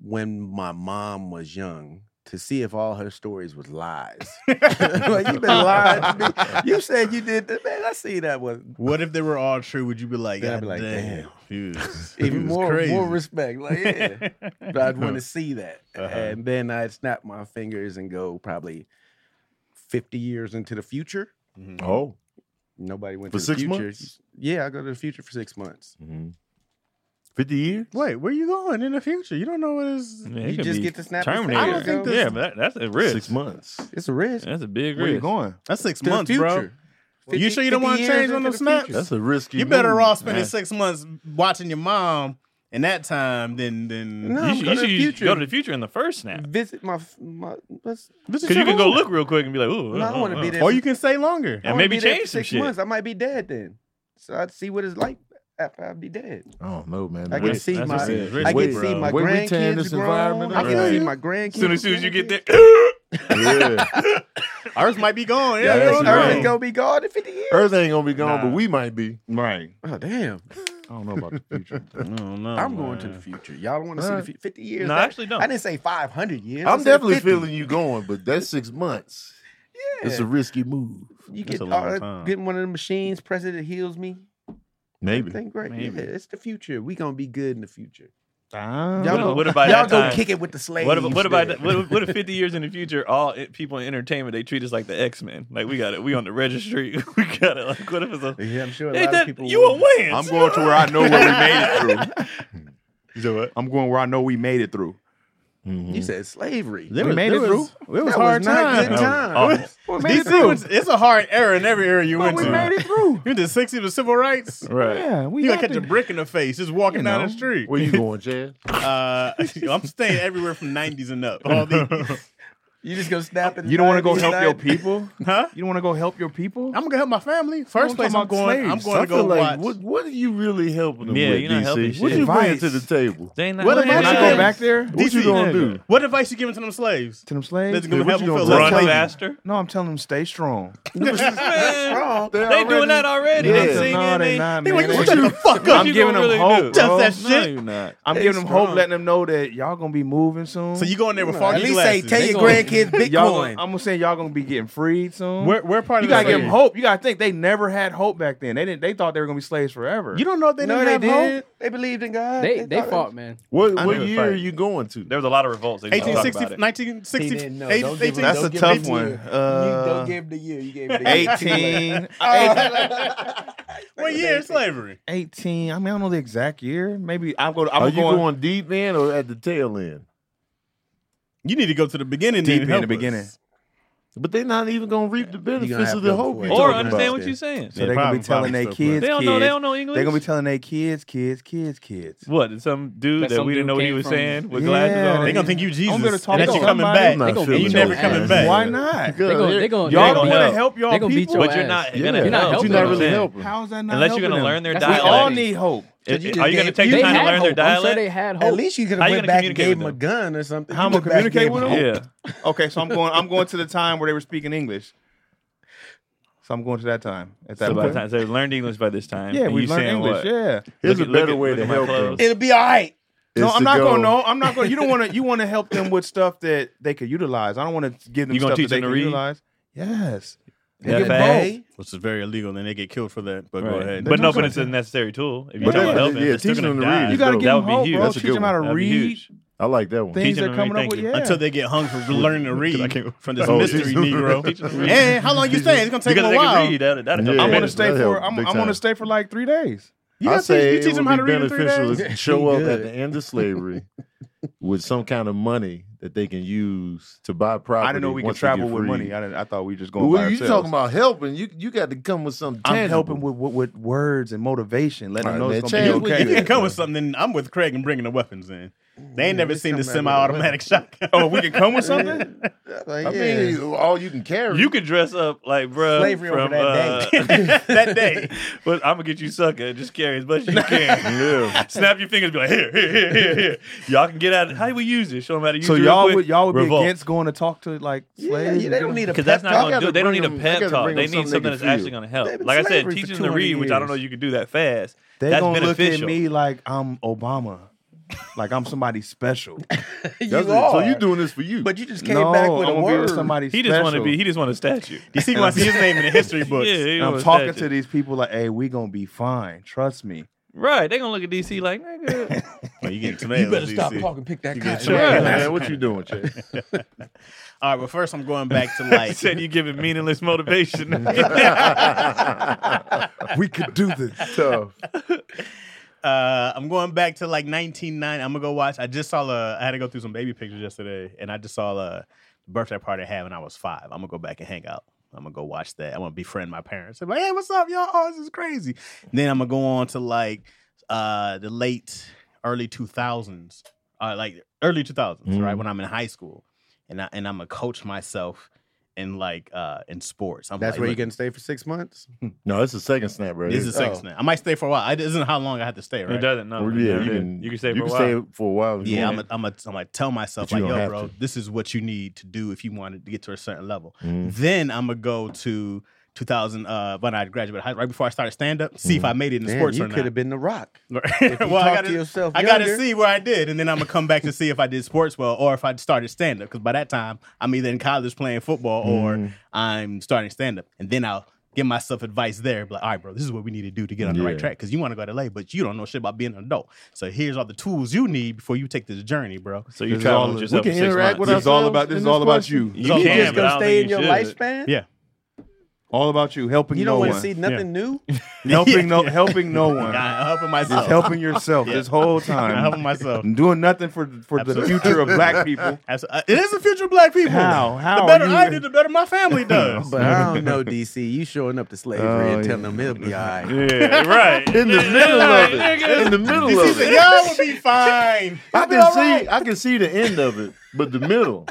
when my mom was young to see if all her stories was lies. like, you been lying to me. You said you did that, man. I see that one.
What if they were all true? Would you be like,
Then I'd
God
be like,
damn.
Even more,
crazy.
more respect. Like, yeah. but I'd want to see that. And then I'd snap my fingers and go probably 50 years into the future.
Oh.
Nobody went
For
to the
six
future.
months?
Yeah, I go to the future for six months.
Mhm. Fifty years?
Wait, where you going in the future? You don't know what is.
Yeah,
you
could
just
be
get to snap your
Terminator.
fingers. I don't think this-
yeah, but that, that's a risk.
Six months.
It's a risk.
That's a big
Where
risk.
you going?
That's six
To the
months, bro.
future.
you
50
sure you don't
50
want to
years
change on
into
those
the
snaps?
future.
That's a risky.
You better
move,
off spending
man.
six months watching your mom in that time than than.
No,
You
I'm
should,
going
you
to the
should
future.
go to the future in the first snap.
Visit my f- my. Let's,
Because you can go look real quick and be like, ooh. uh,
No, I don't wanna be there.
Or you can stay
I
longer.
And
wanna
maybe
be there
change
for
some
six
shit.
months. I might be dead then, so I'd see what it's like after I'd be deid
I don't know, man.
I can
Risk-
see
that's
my.
what it is.
I
Way-
can see my
way we tearing
grandkids
this
grown.
environment
I
up.
can see
Right.
my grandkids.
Soon as soon as you get
grandkids.
there,
yeah.
Ours might be gone. Yeah,
Yeah,
you
that's right.
don't know.
Earth is gonna be gone in 50 years.
Earth ain't gonna be gone,
Nah.
but we might be.
Right.
Oh damn!
I don't know about the future.
I don't know.
I'm going to the future. Y'all don't want to see the
Alright.
future. 50 years.
No, Oh, I
That-
actually don't.
I didn't say 500 years. I
I'm
said
definitely
50.
feeling you going, but that's six months.
Yeah.
It's a risky move.
you
That's
get
a long
all that-
time.
getting one of the machines, president heals me.
Maybe.
Think great.
Maybe.
Yeah, it's the future. We gonna be good in the future.
What,
Y'all
what
go,
if by
y'all
that
go
time-
kick it with the slaves.
What, ab- what about
then.
that- what, if- what if 50 years in the future, all i- people in entertainment, they treat us like the X Men? Like, we got it. We on the registry. we got it. Like, what if it's a.
Yeah, I'm sure a
Hey,
lot
that-
of people.
you
would.
a win.
I'm going to where I know where we made it through. I'm going where I know we made it through.
You said slavery.
There
We made
there
it through.
It was
that
hard
was not a
time.
good time.
We made it
DC
through.
was, it's a hard era in every era you went
we
to.
made it through.
You went to 60s with civil rights.
Right.
Yeah, we
You
got
gonna catch a
there.
brick in the face just walking
You
down
know.
the street.
Where you going, Chad?
Uh, I'm staying everywhere from 90s and up. All these,
You just gonna snap it.
You don't want to go
inside,
help your
inside.
people?
huh?
You don't want to go help your people?
I'm gonna help my family. First
I'm
place I'm
talking about
going, I'm
slaves.
going
I
to go
feel like
watch.
what what are you really helping them
Yeah,
with,
you're not
DC?
helping
What
shit.
you bringing
Advice.
to the table?
They not,
What
they
if I
When
not
I
should-
go
gonna-
back there,
What you gonna do?
What advice you giving to them slaves?
to them slaves,
That's gonna
what
help
you
them
gonna tell
feel
Run
less
them?
lazy.
faster.
no, I'm telling them stay strong.
They doing that already.
Yeah.
They singing.
no,
they
they not,
They
man.
like,
They-
you shut the fuck
What
up.
I'm
you
giving
gonna
them
really
hope,
do?
bro.
Just that
No,
shit.
you're not.
I'm
Stay
giving them hope,
strong.
letting them know that y'all gonna be moving soon.
So you going there with
At
foggy
least say,
glasses.
tell
They
your
gonna-
grandkids Bitcoin.
y'all gonna, I'm gonna say y'all gonna be getting freed soon.
We're, we're part
you
of the
gotta give them
slaves.
hope. You gotta think they never had hope back then. They didn't. They thought they were gonna be slaves forever.
You don't know if they
no,
didn't
they
have hope.
did. They believed in God.
They they
thought it-
fought, man.
What
I
what
never
year
fight.
are you going to?
There was a lot of revolts. They didn't talk
1860,
about it.
1960,
He didn't know.
eight-
Don't give him-
That's
18
a
give
tough
it to
one.
you. you
Uh,
don't give him the year. You gave him the year.
18,
What year is slavery?
18. I mean, I don't know the exact year. Maybe I'll go. To, I'm
Oh,
Are you
going,
going, deep end or at the tail end?
You need to go to the beginning.
deep
then
in
help
the
us.
beginning.
But they're not even gonna reap the benefits
have
of the
to
hope.
avoid
you're
it.
Or
talking
understand
about.
what you're saying.
So they're gonna be
Problem
telling their
solving
kids.
They don't know. They
kids.
don't know English.
They're gonna be telling their kids, kids, kids, kids.
What? did Some dude that,
That some
we
dude
didn't know what he
came
was
from-
saying with
Yeah,
glasses on.
They
They
gonna think you Jesus
I'm gonna talk
and that
to
you coming
somebody.
back.
I'm not
They gonna
feeling
beat
your
you never
ass.
coming back.
Why not?
They gonna they gonna
Y'all
they
don't
gonna
want to
help.
help y'all
They gonna beat
people.
your
But you're
ass.
not
Yeah.
gonna
You're not
But
help.
helping
you're not
them.
really helping.
How is that not
Unless you're
helping
gonna
them?
learn their
That's what
We all
dialect.
need hope.
'Cause you
Are
just
you going to
gave-
take
you
the
They
time to
had
learn
hope.
their
I'm sure
dialect?
they had hope.
At least you could
How
have
you
went
gonna
back and
communicate
gave him
with
a
them?
gun or something.
How
You
I'm gonna
could back
communicate
gave
with
him
'em?
hope.
yeah.
Okay, so I'm going. I'm going to the time where they were speaking English. So I'm going to that time at that
So by
point.
the time, so they learned English by this time.
Yeah,
and
we
you
learned
saying
English.
What?
Yeah.
Here's
Look
a
at- look
better
at-
way
look
to
at my
help
clothes.
them.
It'll be all right.
No,
is
I'm
to
not
go-
going. No, I'm not going. You don't want to. You want to help them with stuff that they could utilize. I don't want to give them
You gonna
stuff
teach
that they
them to
can
read?
utilize. Yes.
Yeah,
get
fast.
both.
Which is very illegal, and they get killed for that. But go
Right.
ahead.
But
not
no, but
gonna
it's a necessary tool. If you
But
don't
that-
help it,
yeah,
they're still
teach them to
gonna
read.
die.
You got to
dope.
give
that
them
would be
hope,
huge.
bro.
That's a
Teach
good
them how to
That would be
read
huge.
I like that one.
things
Teaching
they're
them
coming up
everything.
with. Yeah.
Until they get hung for learning to read from this
Oh,
mystery
Jesus.
Negro.
read.
and how long you staying? It's gonna take
Because
them a
they
while.
can read. That'll, that'll help
Yeah.
I
them.
want to
that'd
stay for.
help
I'm,
big
I want
time.
to stay for like three days.
I
gotta
say
teach- you teach
it
them
would
how
be
to read in three
beneficial
days.
to show up at
Good.
the end of slavery with some kind of money that they can use to buy property.
I didn't know we could
once they get
travel with
freed.
money. I, didn't, I thought we just going. by
Well, you
ourselves.
talking about helping? You you got to come with something
I'm
tangible.
helping with, with with words and motivation, letting
All
them
right,
know
man,
it's
Chad,
gonna
we-
be okay.
If you can come with something, then I'm with Craig and bringing the weapons in. They ain't never seen the semi-automatic shotgun.
Oh, we can come with something.
Like,
I
yeah.
mean, all you can carry.
You could dress up like bruh.
Slavery over
from,
that
uh,
that day.
but I'm gonna get you sucker. and Just carry as much as you can.
yeah.
Snap your fingers. Be like here, here, here, here, here. Y'all can get out. How do we use this? Show them how to use
So
it. real
y'all
quick.
would y'all would
Revolt.
be against going to talk to like
yeah,
slaves?
yeah, they don't need a
Because that's
pep
not
talk.
going to
gotta
do it. They don't need
bring
a
'em- I
pep
gotta
talk.
bring
They
'em
need
something
something
they
that's
can feel.
actually going to help.
They've been
Like I said,
slavery
teaching
for
them to
200
read, which I don't know
years.
you can do that fast.
They
that's
gonna look at
beneficial.
me like I'm Obama, like I'm somebody special.
you
That's it.
are.
So you doing this for you?
But you just came
no,
back with
I'm
a
gonna be
word.
with somebody
He just want to
special.
be. He just want a statue.
You see, when I see his name in the history books.
Yeah, he
And
want
I'm
a
talking
statue.
to these people like, "Hey, we gonna be fine. Trust me."
right. They gonna look at DC like nigga.
Well, you getting tomatoes.
you better
DC.
stop talking. Pick that
get
cotton.
Hey,
up.
man, what you doing, Chad?
All right, but first I'm going back to
I
like
said you giving meaningless motivation.
we could do this. Tough.
uh I'm going back to like 1990. I'm gonna go watch. I just saw uh I had to go through some baby pictures yesterday, and I just saw uh the birthday party I had when I was five. I'm gonna go back and hang out. I'm gonna go watch that. I'm gonna befriend my parents. I'm like, hey, what's up, y'all? Oh, this is crazy. Then I'm gonna go on to like uh the late early 2000s, uh, like early 2000s,
Mm-hmm.
right when I'm in high school, and I and I'm gonna coach myself in like uh in sports. I'm
That's
like,
where you
look,
can stay for six months.
No, it's a second snap, right?
This is
Oh.
six now. I might stay for a while. I, this isn't how long I have to stay,
It
right?
doesn't. No,
Well,
it
yeah,
doesn't.
you can.
You can stay
you
for a
can
while.
Stay for a while. if you
Yeah, I'm
want.
gonna I'm a, I'm a tell myself
But
like,
you don't
yo,
have
bro,
to.
this is what you need to do if you want to get to a certain level.
Mhm.
Then I'm gonna go to 2000 uh, when I graduated high, right before I started stand up, see if I made it in
Damn,
sports
you
or
could have
not.
been the rock. If you
well, I
talk to
gotta,
yourself
I gotta
younger.
see where I did, and then I'm gonna come back to see if I did sports well or if I started stand up. Because by that time, I'm either in college playing football or I'm starting stand up, and then I'll. Give myself advice there, be like, all right, bro, this is what we need to do to get on the right
Yeah.
track. Because you want to go to LA, but you don't know shit about being an adult. So here's all the tools you need before you take this journey, bro.
So you
This
travel
all-
with
we
yourself
can
for six
interact
months.
with
This is all about. This
in
is all
this
about
question?
you.
You
you
can,
just
but
gonna
I don't
stay in
think
your
you should.
lifespan?
Yeah.
All about you. Helping
You
no
don't want to
one.
see nothing new?
Helping no. Helping no one.
I'm helping myself.
Just helping yourself this whole
I'm helping
time.
myself.
I'm doing nothing for for
Absolutely.
the future of black people.
Abso- uh, It is the future of black people.
How? How
The
are
better
you-
I do, the better my family does.
But I don't know, DC. You showing up to slavery
Oh,
and telling them it'll be all right.
Yeah, right.
in the middle of it. In the middle
She
of
said,
it.
y'all will be fine.
I can see. I can see the end of it, but the middle.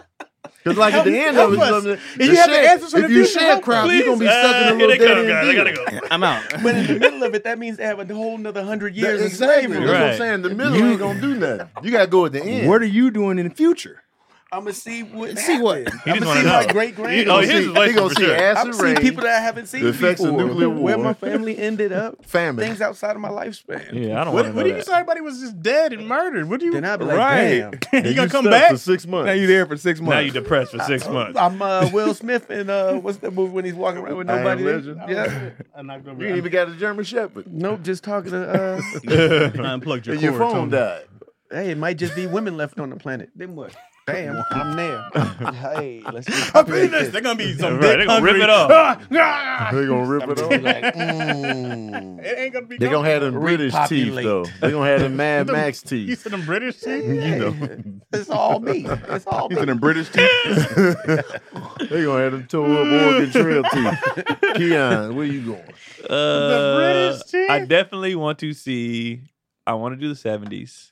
Because like at the end of it,
help us.
something-
If you have the
shed-
answers for
if
the
you
future, help
shed crowd, you're gonna be
Please,
stuck in
uh,
a little
here they
dead
come,
end
guys. I
deal.
gotta go.
I'm out.
But in the middle of it, that means they have a whole another hundred
That-
years of
exactly. That's
slavery.
what
Right.
I'm saying. The middle ain't gonna do nothing. You gotta go at the end.
What are you doing in the future?
I'm gonna see what. See what? I'm
You just
gonna
want
see
to know.
my great
You- Oh,
grand.
here's
see,
his life
they gonna
for
see
sure.
I'm
acid
seeing
rain,
people that I haven't seen
the effects of
before.
nuclear
Where
war.
my family ended up.
famine.
Things outside of my lifespan.
Yeah, I don't want
What,
to
what
know
if you
that.
say everybody was just dead and murdered? What do you?
Then I'd be like,
Right.
damn.
And
you gonna come
stuck
back?
for six months?
Now you there for six months.
Now you depressed for six months.
I'm uh, Will Smith in uh, what's that movie when he's walking around with
I Am
nobody?
Legend.
Yeah.
I'm not gonna
You ain't even got a German Shepherd.
Nope, just talking to. Uh,
unplugged your
And your
cord,
phone
Tony.
died.
hey, it might just be women left on the planet. Then what? Damn, I'm there. hey, let's. just
Her
populate
penis.
this.
They're gonna be some
Right,
dick
they gonna rip
hungry.
it off.
Ah, ah.
They gonna rip it off.
Mm.
It ain't gonna be.
They gonna have them British teeth
Repopulate.
though. They gonna have them Mad
Them-
Max
You
teeth.
said them British teeth.
Yeah, It's all me. It's all me.
in the British teeth.
They gonna have them tore up Oregon Trail teeth. Keon, where you going?
Uh,
British chief?
I definitely want to see. I want to do the seventies.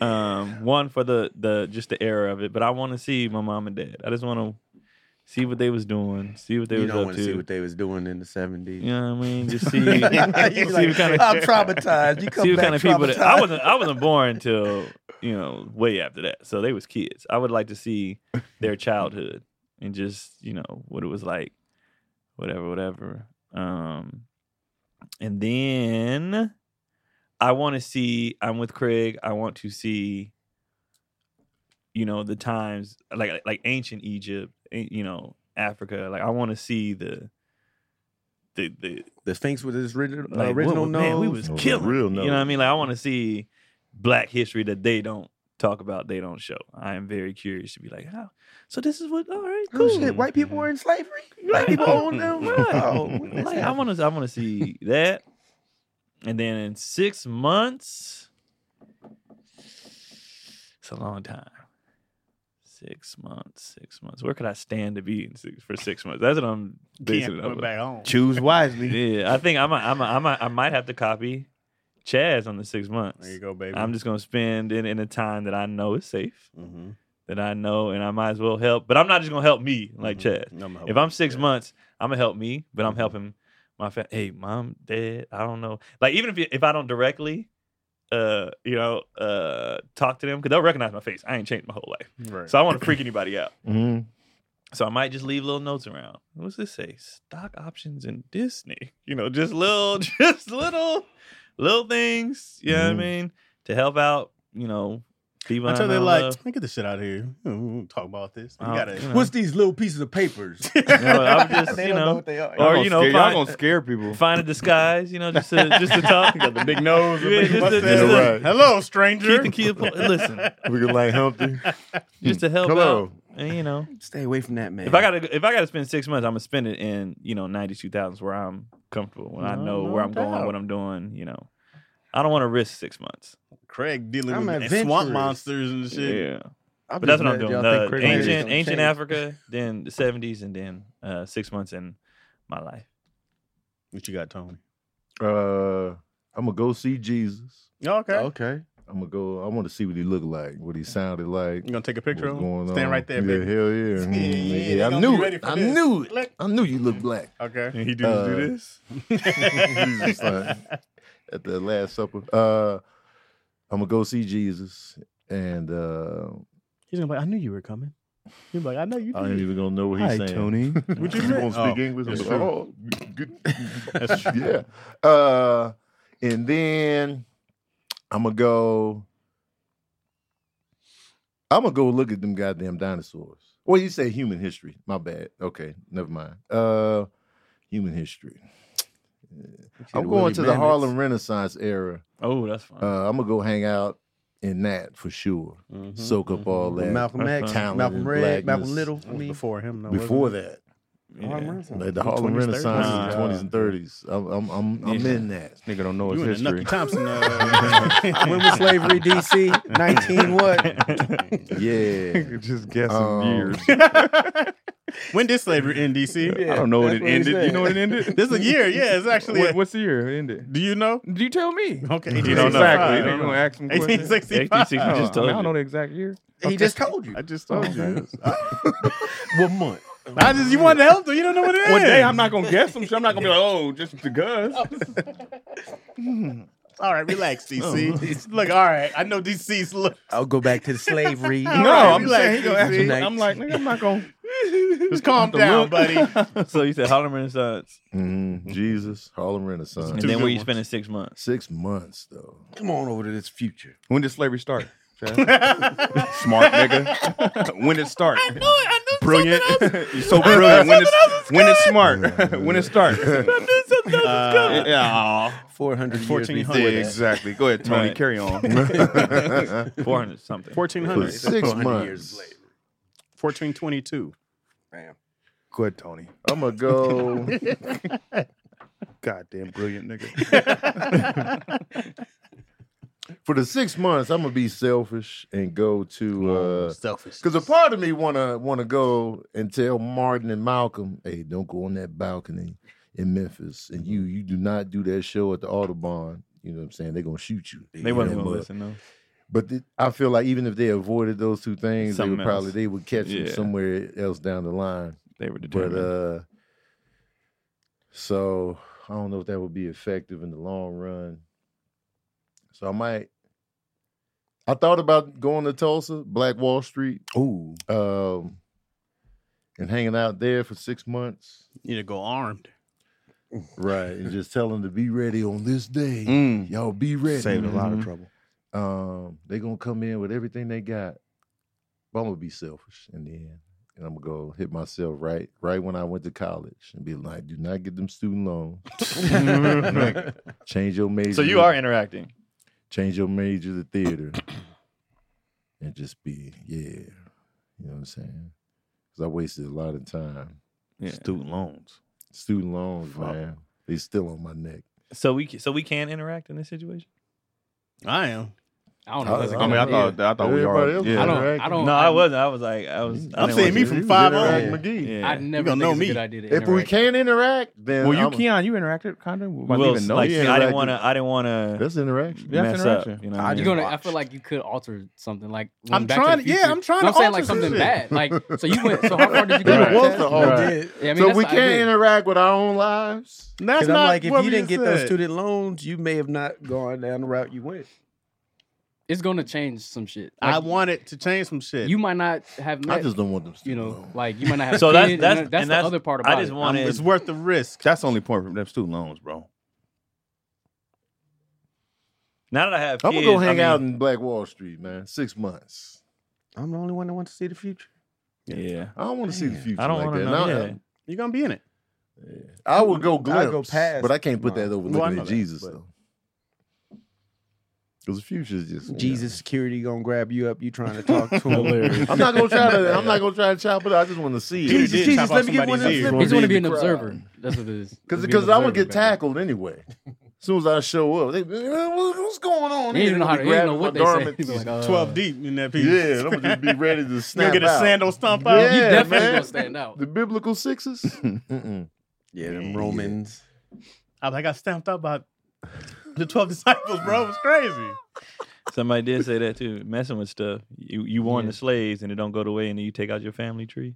Um, one for the the just the era of it, but I want to see my mom and dad. I just want to see what they was doing, see what they
you
was
don't
up
want
to.
to see what they was doing in the 70s.
you know what I mean? Just see, see
You're like,
what kind
I'm
of
traumatized. You come
see what
back
kind of people. That, I
traumatized."
wasn't. I wasn't born till you know way after that. So they was kids. I would like to see their childhood and just you know what it was like, whatever, whatever. Um, and then I want to see. I'm with Craig. I want to see. You know the times like like ancient Egypt. a- You know Africa. Like I want to see the. The, the
The Sphinx with his original,
like,
original
what- man, we
nose.
was
Oh,
killing.
real
you know what I mean? Like I want to see black history that they don't talk about, they don't show. I am very curious to be like, how? So this is what? All right, cool.
Oh, shit, white people were in slavery. Black people owned them. Oh, when this
like I
happened.
want to, I want to see that. And then in six months, it's a long time. Six months, six months. Where could I stand to be in six, for six months? That's what I'm basing
Can't
it off
put
of.
back on.
Choose wisely.
Yeah, I think I'm. A, I'm. A, I'm. A, I might have to copy Chaz on the six months.
There you go, baby.
I'm just gonna spend in, in a time that I know is safe,
Mhm.
that I know, and I might as well help. But I'm not just gonna help me like
Mm-hmm.
Chaz.
No, I'm
If I'm six months, I'm gonna help me, but I'm helping my family. Hey, mom, dad, I don't know. Like even if if I don't directly, uh, you know, uh, talk to them because they'll recognize my face. I ain't changed my whole life,
Right.
so I want to freak anybody out.
Mhm.
Mm-hmm.
So I might just leave little notes around. What's this say? Stock options in Disney. You know, just little, just little, little things. You know
Mm-hmm.
what I mean? To help out, you know, people.
Until
I
they're
know
like,
love.
"Man, get the shit out of here. We don't Talk about this. You
Oh,
gotta.
you know.
What's these little pieces of papers? they
You know, I'm just, you
don't know,
know,
what they are.
or you know,
scare, y'all
find,
gonna scare people.
find a disguise. You know, just to just to talk.
Got the big nose. the
Yeah,
big
just a-
mustache.
just
a- Right.
Hello, stranger.
Keep the kid. Listen,
Looking like Humpty.
just to help
Hello.
out. And, you know,
Stay away from that man.
if I gotta if I gotta spend six months, I'm gonna spend it in you know ninety two thousands where I'm comfortable, when I
No,
know
no
where I'm going,
doubt.
what I'm doing. You know, I don't want to risk six months.
Craig dealing
I'm
with
adventurous.
swamp monsters and shit.
Yeah,
I'm
but
just
that's what I'm
mad
doing.
y'all think
Uh,
Craig Landers
ancient
gonna
ancient
change.
Africa, then the seventies, and then uh, six months in my life.
What you got, Tony?
Uh, I'm gonna go see Jesus.
okay.
Okay.
I'm gonna go. I want to see what he looked like, what he sounded like.
You gonna take a picture?
what's
of him?
going
Stand
on.
right there,
yeah,
baby.
Hell yeah. Mhm, nigga. I
Yeah, yeah, they gonna
knew
be ready
it.
for
I
this.
knew it.
Click.
I knew you looked black.
Okay.
he
dudes do Uh,
this.
Jesus, like, at the Last Supper. Uh, I'm gonna go see Jesus, and uh,
He's gonna be like, I knew you were coming. He's like, I know you
I ain't
did.
even gonna know what he's
Hi,
saying.
Tony.
Would
you
you
say?
won't speak
Oh,
English?
that's
I'm
true.
like, oh, good.
That's true.
yeah. Uh, and then I'm gonna go. I'm gonna go look at them goddamn dinosaurs. Well, you say human history. My bad. Okay, never mind. Uh, human history. I'm going to the Harlem Renaissance era.
Oh, that's fine.
Uh, I'm gonna go hang out in that for sure.
Mm-hmm,
Soak up all that.
Malcolm X,
Talent
Malcolm
and
Red, Malcolm
blackness.
Little. I mean,
Before him, no.
Before
wasn't
that,
Yeah.
like the Harlem
20s,
Renaissance is
30s.
the 20s and 30s. I'm I'm I'm, I'm
Yeah.
in that.
Nigga don't know
it?
his
You and the Nucky
history.
Thompson. Uh,
when was slavery DC? 19 what?
Yeah.
Just guessing
Um,
years.
when did slavery end, DC?
I don't know
that's
when it
what he
ended. You
said.
know when it ended?
This is a year. Yeah, it's actually.
What- what's the year it ended?
do you know?
You tell me.
Okay.
You don't know.
exactly.
You
Then
don't
you
know.
gonna ask some questions.
1865.
1865.
Oh,
Just
I, mean,
told
I don't
you.
know the exact year.
He just told you.
I just told you.
What month?
I just you wanted to help them. You don't know what it is.
One day I'm not gonna guess some shit. I'm not gonna be like, oh, just the Gus.
All right, relax, DC. Look, all right. I know DC's look.
I'll go back to the slavery.
No, I'm
relax,
saying he gonna ask me.
Nineteen.
I'm like, nigga, I'm not gonna.
Just calm down, buddy.
so you said Harlem Renaissance,
Mhm. Jesus, Harlem
and
Renaissance.
then where you spending six months?
Six months though.
Come on over to this future.
When did slavery start? Smart nigga. when did it start? Brilliant. You're so brilliant. When it's when it's smart. when it start.
Uh,
yeah.
400 years before
1400.
that.
Exactly. Go ahead, Tony.
Right.
Carry on.
Four hundred something.
1400.
Six
400 years
months.
later.
1422.
Good, Tony.
I'm gonna go.
Goddamn brilliant nigga.
For the six months, I'm gonna be selfish and go to uh
Selfish.
because a part of me wanna wanna go and tell Martin and Malcolm, hey, don't go on that balcony in Memphis. And you you do not do that show at the Audubon. You know what I'm saying? They're gonna shoot you.
They wasn't
Yeah,
gonna
but-
listen though.
But th- I feel like even if they avoided those two things,
Something
they would probably
else.
they would catch him
Yeah.
somewhere else down the line.
They were
But
determined.
uh, so I don't know if that would be effective in the long run. So I might. I thought about going to Tulsa, Black Wall Street,
Ooh,
um, and hanging out there for six months,
You need to go armed.
right? And just tell them to be ready on this day.
Mm.
Y'all be ready.
Saved a lot of
Mm-hmm.
Mhm.
trouble.
Um, they gonna come in with everything they got, but I'm gonna be selfish in the end, and I'm gonna go hit myself right, right when I went to college, and be like, "Do not get them student loans. Change your major.
so you are interacting.
change your major to theater, and just be yeah, you know what I'm saying? Because I wasted a lot of time.
Yeah.
Student loans.
Student loans,
Fuck.
man, they still on my neck.
So we so we can interact in this situation.
I am.
I don't know.
I-
That's a
I
good
mean, I
idea.
thought I thought we
Everybody
were.
else
Yeah.
I don't. I
interacting.
No,
don't.
I wasn't. I was like, I was. I
I'm
didn't
seeing
want
me
to-
from
was
five
interacting.
on.
Yeah.
Yeah.
I never
gonna
think
know
it's a
me.
good idea to
If we
interact.
can't interact, then
Well, you
I'm-
Keon, you interacted kind of. I
Well,
didn't even know.
like,
you
I didn't
interacted.
want to. I didn't want to
That's interaction.
That's
mess up.
interaction.
You know, what I mean?
You're gonna. I feel like you could alter something. Like when
I'm
Back to the
trying.
Future-
Yeah, I'm trying
No,
to.
I'm saying like
alter some
something
shit.
bad. Like so you went. So how far did you
They
go?
Right. want to alter.
Yeah, I mean,
so
that's
we
the
can't
idea.
interact with our own lives.
That's
because I'm
not
like, if
what
you
we
didn't get
said.
those student loans, you may have not gone down the route you went.
It's gonna change some shit.
I
Like,
wanted to change some shit.
you might not have
I
met.
just don't want them.
You know,
student
like you might not have.
So that's-
kids, and
that's-
that's
and
the
that's-
other part about
I just
it.
I'm-
wanted.
it's worth the risk.
That's the only point from them student loans, bro.
Now that I have kids,
I'm gonna go hang
I mean,
out in Black Wall Street, man. Six months.
I'm the only one that wants to see the future.
Yeah,
I don't want to see the future
I don't
like
want
that.
to
No,
know. Yeah.
You're gonna be in it.
I, I would go
I
glimpse,
go past
but I can't put
mine.
that over
Well, I
looking
know
at
that,
Jesus
but-
though. Because the future is just you know.
Jesus security gonna grab you up. You trying to talk to him?
I'm not gonna try to. I'm not gonna try to chop it. up. I just want to see it.
Jesus, Jesus, let me get one of them
You just want to
be
be
in
an
the crowd.
observer. That's what it
Because
is. Just be an
because I would
observer
get
back there.
tackled anyway. As soon as I show up, they, "Man, what- what's going on?
You
here?"
didn't know
They
how to.
be
You didn't
grabbing
know what
my
they say.
garments.
You'd be like, uh,
Twelve deep in that piece.
Yeah, I'm gonna just be ready to
You'll
snap
get a
out.
sandal stomp out.
Yeah,
You definitely
man.
gonna stand out.
The biblical sixes. Mm-mm.
yeah, them Romans.
I like I stamped out by the twelve disciples, bro. It was crazy.
Somebody did say that too. Messing with stuff. You you warn the slaves and it don't go the way, and then you take out your family tree.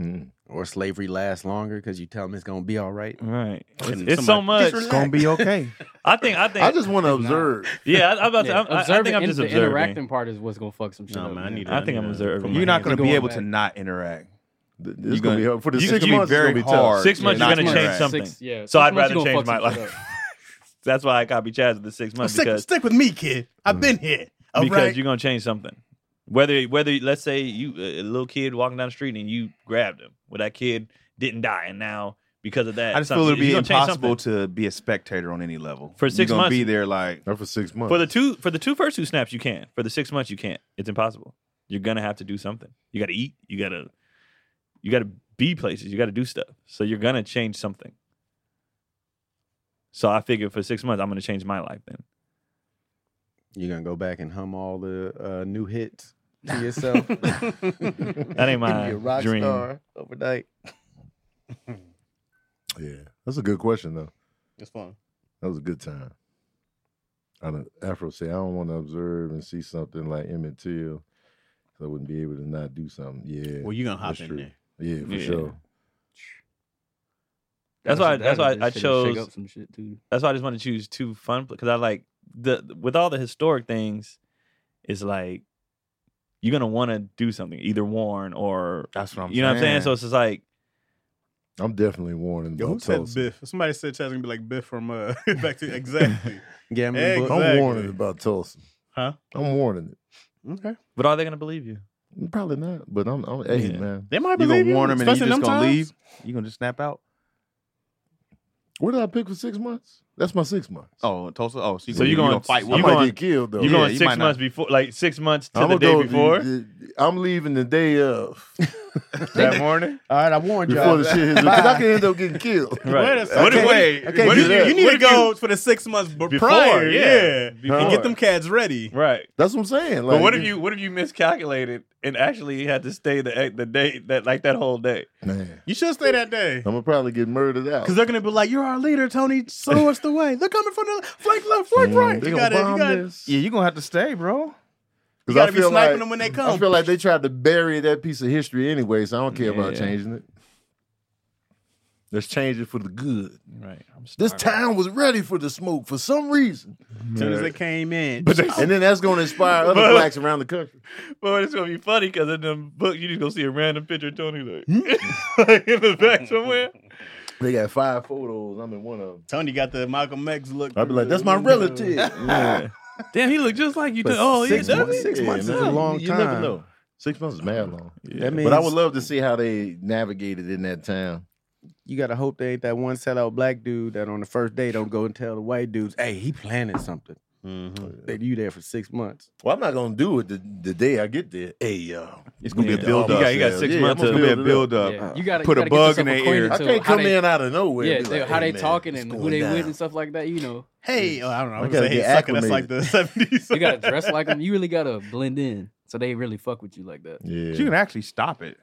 Mm.
Or slavery lasts longer because you tell them it's gonna be all right.
Right. It's,
And
it's so
somebody-
much.
Just
It's gonna be okay.
I think. I think.
I just want to observe.
yeah. I, I'm about to,
Yeah,
I'm, I- I
observing
think I'm
in-
just
the
observing.
interacting part is what's gonna fuck some shit
Nah,
up.
man, I need
I think I'm
need
observing.
put
You're
my
not
hands-
going to
going
be able
back.
to not interact.
Th- This
You
gonna be
gonna-
hard. for the
you-
six
you
months.
very
it's gonna be
hard.
tough.
Six months,
Yeah,
you're
not
gonna
to
change
interact.
something.
Six, yeah,
So
six
I'd
months
rather
you gonna
change my
fuck some shit
life.
up.
That's why I copy Chaz with the six months
Stick,
because
stick with me, kid. I've
Mm.
been here. All
because
right.
you're gonna change something. Whether whether let's say you a little kid walking down the street and you grabbed him, well that kid didn't die, and now because of that,
I just
something-
feel it'd be
you're gonna change
impossible
something.
to be a spectator on any level.
For six
You're gonna
months.
be there like
Not for six months.
for the two for the two first two snaps you can. For the six months you can't. It's impossible. You're gonna have to do something. You got to eat. You gotta you gotta be places. You got to do stuff. So you're gonna change something. So I figured for six months I'm gonna change my life then.
You're gonna go back and hum all the uh, new hits to yourself.
That ain't my
Be a rock
dream.
star overnight.
yeah, that's a good question though.
It's fun.
That was a good time. I don't, Afro say I don't want to observe and see something like Emmett Till, so I wouldn't be able to not do something. Yeah,
Well, you're gonna hop
That's
in
true.
there.
yeah, for
Yeah.
sure.
That's why. That's why I, I chose.
Shake up some shit too.
that's why I just want to choose two fun because I like the with all the historic things, it's like you're gonna want to do something, either warn or
that's what I'm.
you know what I'm saying. So it's just like
I'm definitely warning
Yo,
about
who said
Tulsa.
Biff? Somebody said Chaz gonna be like Biff from uh, back to exactly.
Gambling
Egg.
book.
I'm
Exactly.
warning about Tulsa.
Huh?
I'm warning Oh.
okay.
but are they gonna believe you?
it. Probably not, but I'm. I'm hey
Yeah.
man,
They might
you
believe
gonna
you.
warn them and you
especially
just
them
gonna
times.
leave. You gonna just snap out.
What did I pick for six months? That's my six months.
Oh, Tulsa. Oh, so you
So you
you
gonna-
gonna fight?
you
I
with
might
them.
gonna-
get killed though.
You
Yeah,
going
you
six
might not.
months before, like six months to
I'm
the
gonna
day
go.
before.
the- the- I'm leaving the day of
that morning?
All right, I warned
before
y'all.
the shit hits. 'cause I can end up getting killed.
Right.
Wait a
What if-
second.
what if-
Wait,
I can't
what
do
if you,
that.
you need to go for the six months b-
Before,
prior,
yeah.
yeah, and
Before.
get them cats ready.
right.
That's what I'm saying. Like,
but what if you what if you miscalculated and actually had to stay the the day that like that whole day?
Man,
You should stay that day.
I'm gonna probably get murdered out.
Cause they're gonna be like, "You're our leader, Tony. Show us the way. They're coming from the flank left, flank
Mm,
right.
they
You
gonna
gotta,
bomb
you gotta,
this.
Yeah, you are gonna have to stay, bro.
you
'Cause
gotta
I
be
feel
sniping
like-
them when they
I
come."
feel like they tried to bury that piece of history anyway, so I don't care about
Yeah.
changing it. Let's change it for the good.
Right. I'm
This
starving.
town was ready for the smoke for some reason.
As soon as they came in,
and then that's going to inspire other
But-
blacks around the country.
But it's gonna be funny because in the book you just gonna see a random picture of Tony like, like in the back somewhere.
They got five photos. I'm in one of them.
Tony got the Malcolm X look.
I'd be like, that's my relative.
Yeah.
Damn, he looked just like you.
But
did- Oh,
six
yeah,
months-
doesn't he?
six months is
man,
a long
you never
time.
know. Six months is mad long.
That means
But I would love to see how they navigated in that town.
you gotta hope they ain't that one sellout black dude that on the first day don't go and tell the white dudes, hey, he planted something. That you there for six months.
Mm-hmm. Well, I'm not gonna do it the, the day I get there. Hey, y'all.
It's gonna be
Yeah.
a build up.
You got- you got six months
It's
to-
gonna be a build up.
Yeah. You got to
Put a bug in their ear.
I can't come in out of nowhere. and
Yeah,
be
they-
like,
how
"Hey,
they
man,
talking
it's
and
going
who they
down."
with and stuff like that. You know,
hey, oh, I don't know.
I
I was
gotta
gonna say, hey,
get
sucking us like the seventies.
you gotta dress like them. You really gotta blend in, so they really fuck with you like that.
Yeah,
You can actually stop it.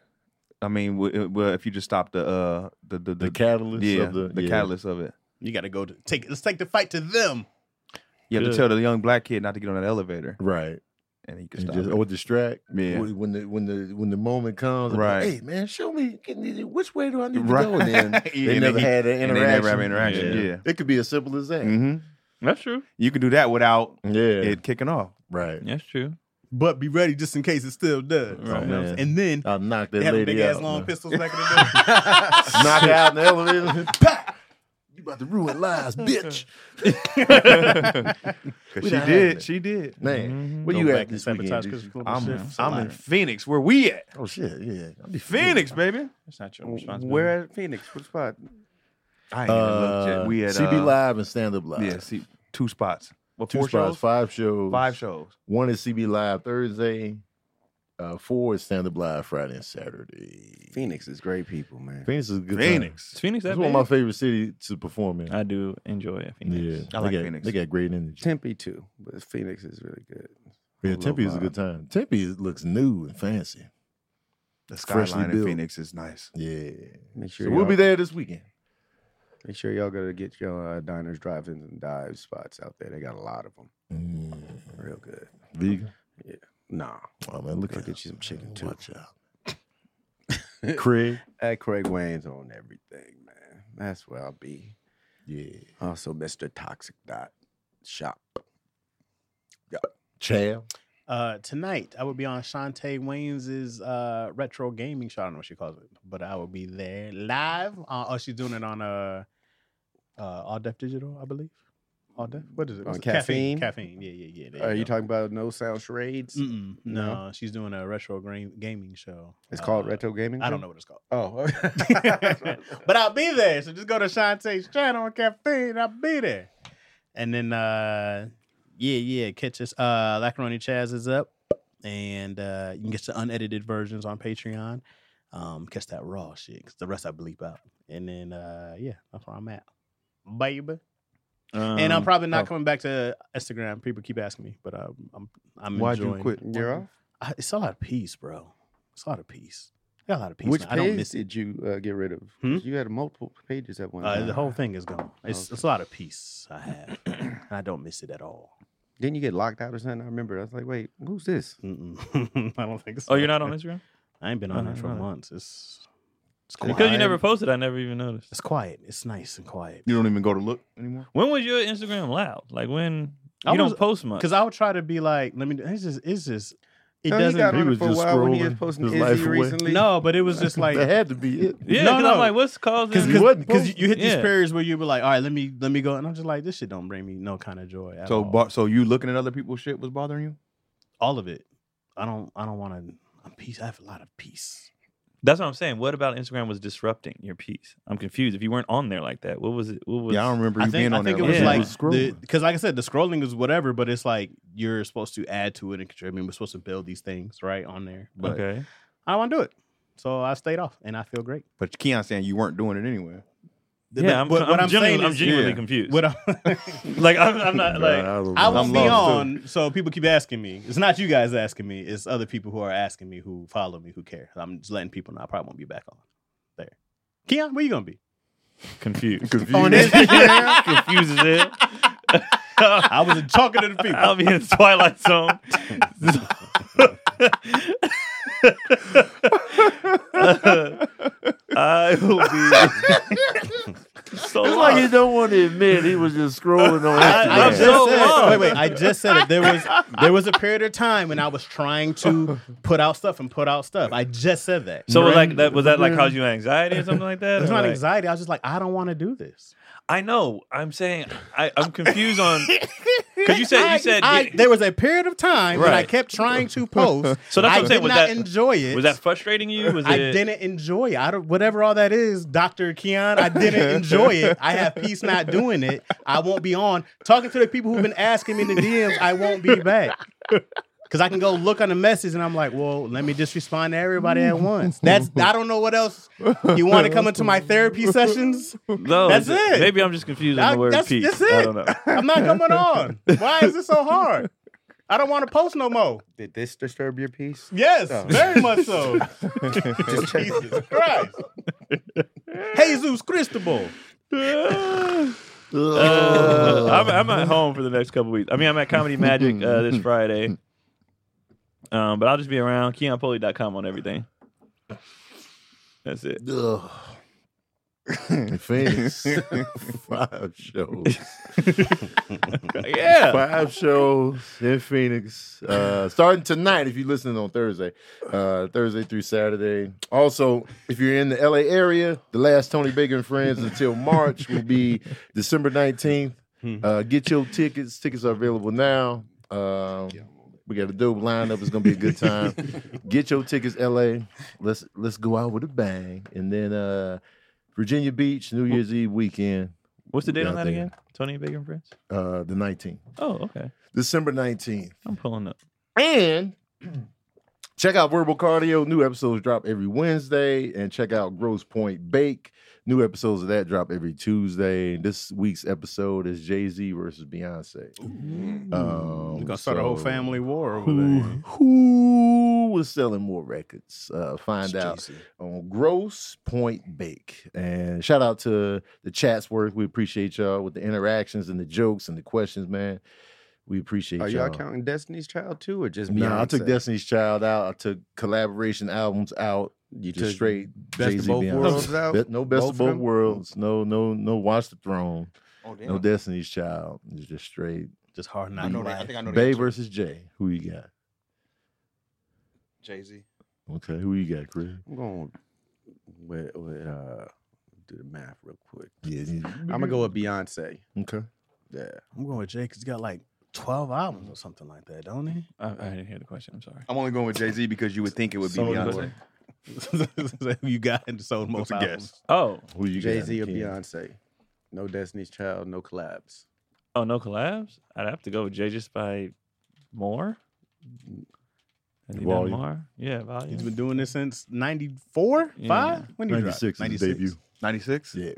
I mean, w- well, if you just stop the uh the the,
the
the,
catalyst.
yeah,
of the,
the
yeah.
catalyst of it.
You gotta go to take. Let's take the fight to them.
You have
Good.
to tell the young black kid not to get on that elevator,
Right,
and he
and
can stop.
just, oh,
it.
or distract.
Yeah.
When when the when the when the moment comes, I'm like,
Right.
hey man, show me can you- which way do I need
Right.
to go? And then
Yeah,
they
and
never
he-
had an
and
interaction.
they never have an interaction, yeah.
it could be as simple as that.
hmm
That's true.
You can do that without
Yeah,
it kicking off.
right.
That's true.
But be ready just in case it still does.
Right.
You know what I'm saying?
Man.
And then
I'll knock that
they have
lady
the big
out.
ass long
man.
pistols back in the day.
knock her out in the elevator. Pah! You about to ruin lives, bitch.
'Cause
We
she
done had
did.
it.
She Mm-hmm. did.
Man,
Mhm.
where
Go
you
back
at
and
this
sabotage
weekend?
Chris
Duke?
Cooper's
I'm
shit.
in, I'm in Phoenix. Where we at?
Oh shit, yeah. I'll be
Phoenix, baby.
That's not your responsibility.
Where at Phoenix? What spot?
I ain't even looked
Uh,
yet. We at
CB
uh,
Live and Stand Up Live.
Yeah, see, two spots. What,
Two
four
spots,
shows?
five shows.
Five shows.
One is CB Live Thursday. Uh, four is Stand Up Live Friday and Saturday.
Phoenix is great people, man.
Phoenix is a good.
Is
Phoenix.
Phoenix
It's
that
one of
big?
my favorite cities to perform in.
I do enjoy Phoenix.
Yeah,
I like
they got,
Phoenix.
They got great energy.
Tempe too, but Phoenix is really good.
Yeah,
Little
Tempe is a
vibe.
good time. Tempe is- looks new and fancy.
The
Freshly
skyline in
built.
Phoenix is nice.
Yeah,
Make sure
so we'll
y'all-
be there this weekend.
Make sure y'all go to get your uh, diners, drive-ins, and dive spots out there. They got a lot of them.
Mm,
Real good.
vegan.
Nah,
Oh man, look
Go
at
get you some chicken, too.
Watch out, Craig.
at Craig Wayne's on everything, man. That's where I'll be.
Yeah,
Also, Mr. Toxic Dot Shop.
Chad.
Uh, tonight I will be on Shantae Waynes's uh retro gaming show. I don't know what she calls it, but I will be there live. Uh, oh, she's doing it on uh, uh All Deaf Digital, I believe. All Deaf. What is it?
On
What's it?
Caffeine?
Caffeine. Yeah, yeah, yeah. there
Are you
go. Mm.
talking about no sound charades?
Mm-mm,
No?
no, she's doing a retro gra- gaming show.
It's called
Uh,
retro gaming.
I
Show?
don't know what it's called.
Oh, okay.
but I'll be there. So just go to Shantae's channel on Caffeine. I'll be there. And then uh yeah, yeah, catch us. Uh Lacaroni Chaz is up. And uh you can get the unedited versions on Patreon. Um, catch that raw shit, cause the rest I bleep out. And then uh yeah, that's where I'm at. Baby. and I'm
Um,
probably not
oh.
coming back to Instagram. People keep asking me, but I'm I'm I'm
Why'd
enjoying
you quit?
You're off.
I, it's a lot of peace, bro. It's a lot of peace. I got a lot of peace.
Which
now.
page
I don't miss it.
did you uh, get rid of?
Hmm?
You had multiple pages at one
Uh,
time.
the whole thing is gone. It's,
Okay.
it's a lot of peace I have, and I don't miss it at all.
Didn't you get locked out or something? I remember. I was like, wait, who's this?
Mm-mm. I don't think so.
Oh, you're not on Instagram
I ain't been
Oh,
on
no,
it for
you're not.
months. It's it's quiet.
because you never posted. I never even noticed.
It's quiet. It's nice and quiet.
You don't even go to look anymore.
When was your Instagram loud? Like when you
I was-
don't post much.
Because I would try to be like, let me. do- It's just. It's just. It
No,
doesn't.
he got
he
on
was
it for a
just
while when he was
scrolling
posting
his
Izzy
life away.
recently.
no, but it was just like
that had to be it.
yeah,
No,
'cause
no.
I'm like, what's causing?
because
You wasn't
because you,
posting.
you hit these
Yeah.
periods where you be like, all right, let me let me go, and I'm just like, this shit don't bring me no kind of joy. At
So,
all.
bo- so you looking at other people's shit was bothering you?
all of it. I don't. I don't want to. I'm peace. I have a lot of peace.
That's what I'm saying. What about Instagram was disrupting your piece? I'm confused. If you weren't on there like that, what was it? What was?
yeah, I don't remember
I
you being
think, I
on
think it
there.
was
Yeah.
like
It was scrolling.
because, like I said, the scrolling is whatever, but it's like you're supposed to add to it and contribute. I mean, we're supposed to build these things right on there, but
okay.
I don't want to do it, so I stayed off, and I feel great.
but Keon saying you weren't doing it anyway.
But
Yeah, I'm,
what,
I'm,
what I'm
genuinely,
saying
I'm
is,
genuinely
yeah.
confused.
what I'm,
like I'm, I'm not like
I, don't
I
know.
won't be on, so people keep asking me. It's not you guys asking me; it's other people who are asking me, who follow me, who care. I'm just letting people know I probably won't be back on there. Keon, where you gonna be?
confused.
On
confused as hell.
I was talking to the people.
I'll be in Twilight Zone. I will be so
It's like he
lost.
don't want to admit he was just scrolling on
I- I'm
Instagram.
just
so
said-
lost.
Wait, wait. I just said it. There was there was a period of time when I was trying to put out stuff and put out stuff. I just said that.
So was like that was that like cause you anxiety or something like that?
It's
Or,
not
like-
anxiety. I was just like, I don't want to do this.
I know. I'm saying I, I'm confused on because you said you said
I, there was a period of time when I
Right.
kept trying to post.
So that's what
I
I'm saying.
did
Was
not
that-
enjoy it.
was that frustrating you? Was
I
it,
didn't enjoy it. I don't, whatever all that is, Dr. Keon, I didn't enjoy it. I have peace not doing it. I won't be on. Talking to the people who've been asking me in the DMs, I won't be back. Because I can go look on the message and I'm like, well, let me just respond to everybody
Mm-hmm.
at once. That's I don't know what else. You want to come into my therapy sessions?
No,
That's
it's-
it.
Maybe I'm just confused on
I-
the word
that's-
peace.
that's
I
it.
don't know.
I'm not coming on. Why is this so hard? I don't want to post no more.
Did this disturb your peace?
Yes, very much so.
Just check.
Jesus Christ. Jesus Cristobal.
Uh, I'm, I'm at home for the next couple weeks. I mean, I'm at Comedy Magic uh, this Friday. Um, but I'll just be around KeonPoli.com on everything. That's it.
Ugh. Phoenix. Five shows.
Yeah.
Five shows in Phoenix. Uh, starting tonight, if you're listening on Thursday, uh, Thursday through Saturday. Also, if you're in the LA area, the last Tony Baker and Friends until March will be December 19th. Uh, get your tickets. Tickets are available now. Um, we got a dope lineup. It's gonna be a good time. Get your tickets, LA. Let's let's go out with a bang. And then uh, Virginia Beach, New Year's Eve weekend,
What's the date
Yeah,
on
I
that
think-
again? Tony and Bacon Friends?
uh, the 19th,
Oh, okay.
December 19th.
I'm pulling up.
And check out Verbal Cardio. New episodes drop every Wednesday. And check out Gross Point Bake. New episodes of that drop every Tuesday. This week's episode is Jay Z versus Beyonce. Um,
We're gonna start a whole
so
family war over there.
Who was selling more records? Uh, find out on Gross Point Bake. And shout out to the Chatsworth. We appreciate y'all with the interactions and the jokes and the questions, man. We appreciate
Oh,
Are
y'all.
y'all counting Destiny's Child too, or just
No,
Beyonce?
I took Destiny's Child out. I took collaboration albums out.
You
Just
took
straight
Best
Jay-Z
of both
Beyonce.
worlds out.
Be- no best
Both
of
of
both
them?
worlds. No, no, no. Watch the Throne.
Oh damn.
No Destiny's Child. It's just straight.
Just hard
I
not
know
to
that. I
laugh.
think I know
Bay
that.
versus Jay. Who you got?
Jay Z.
Okay, who you got, Chris?
I'm going with, with uh, do the math real quick.
Yeah,
I'm gonna go with Beyonce.
Okay.
Yeah,
I'm going with Jay because he got like 12 albums or something like that, don't he?
I, I didn't hear the question. I'm sorry.
I'm only going with Jay Z because you would think it would be
So
Beyonce.
good.
you got and sold
What's
most
a
albums.
guess?
Oh,
Who you
Jay Z or
got? Ken?
Beyonce. No Destiny's Child, no collabs.
oh, no collabs? I'd have to go with Jay just by more. Has he done
Volume.
more?
Mm.
Yeah,
He's
volume.
been doing this since 94,
Yeah.
5? When did he drop?
96 is his debut.
96.
Yeah.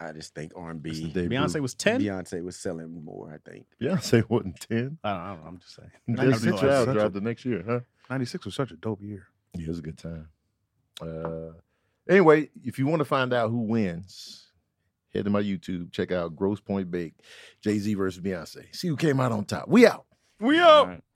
I just think R and
that's the
B.
debut.
Beyonce was 10?
Beyonce was selling more. I think.
Beyonce wasn't 10.
I, don't, I don't know. I'm just saying.
Destiny's
know.
Child
Such a-
dropped the next year, huh?
96 was such a dope year.
Yeah, it was a good time. Uh, anyway, if you want to find out who wins, head to my YouTube, check out Gross Point Bake, Jay Z versus Beyonce. See who came out on top. We out.
We up.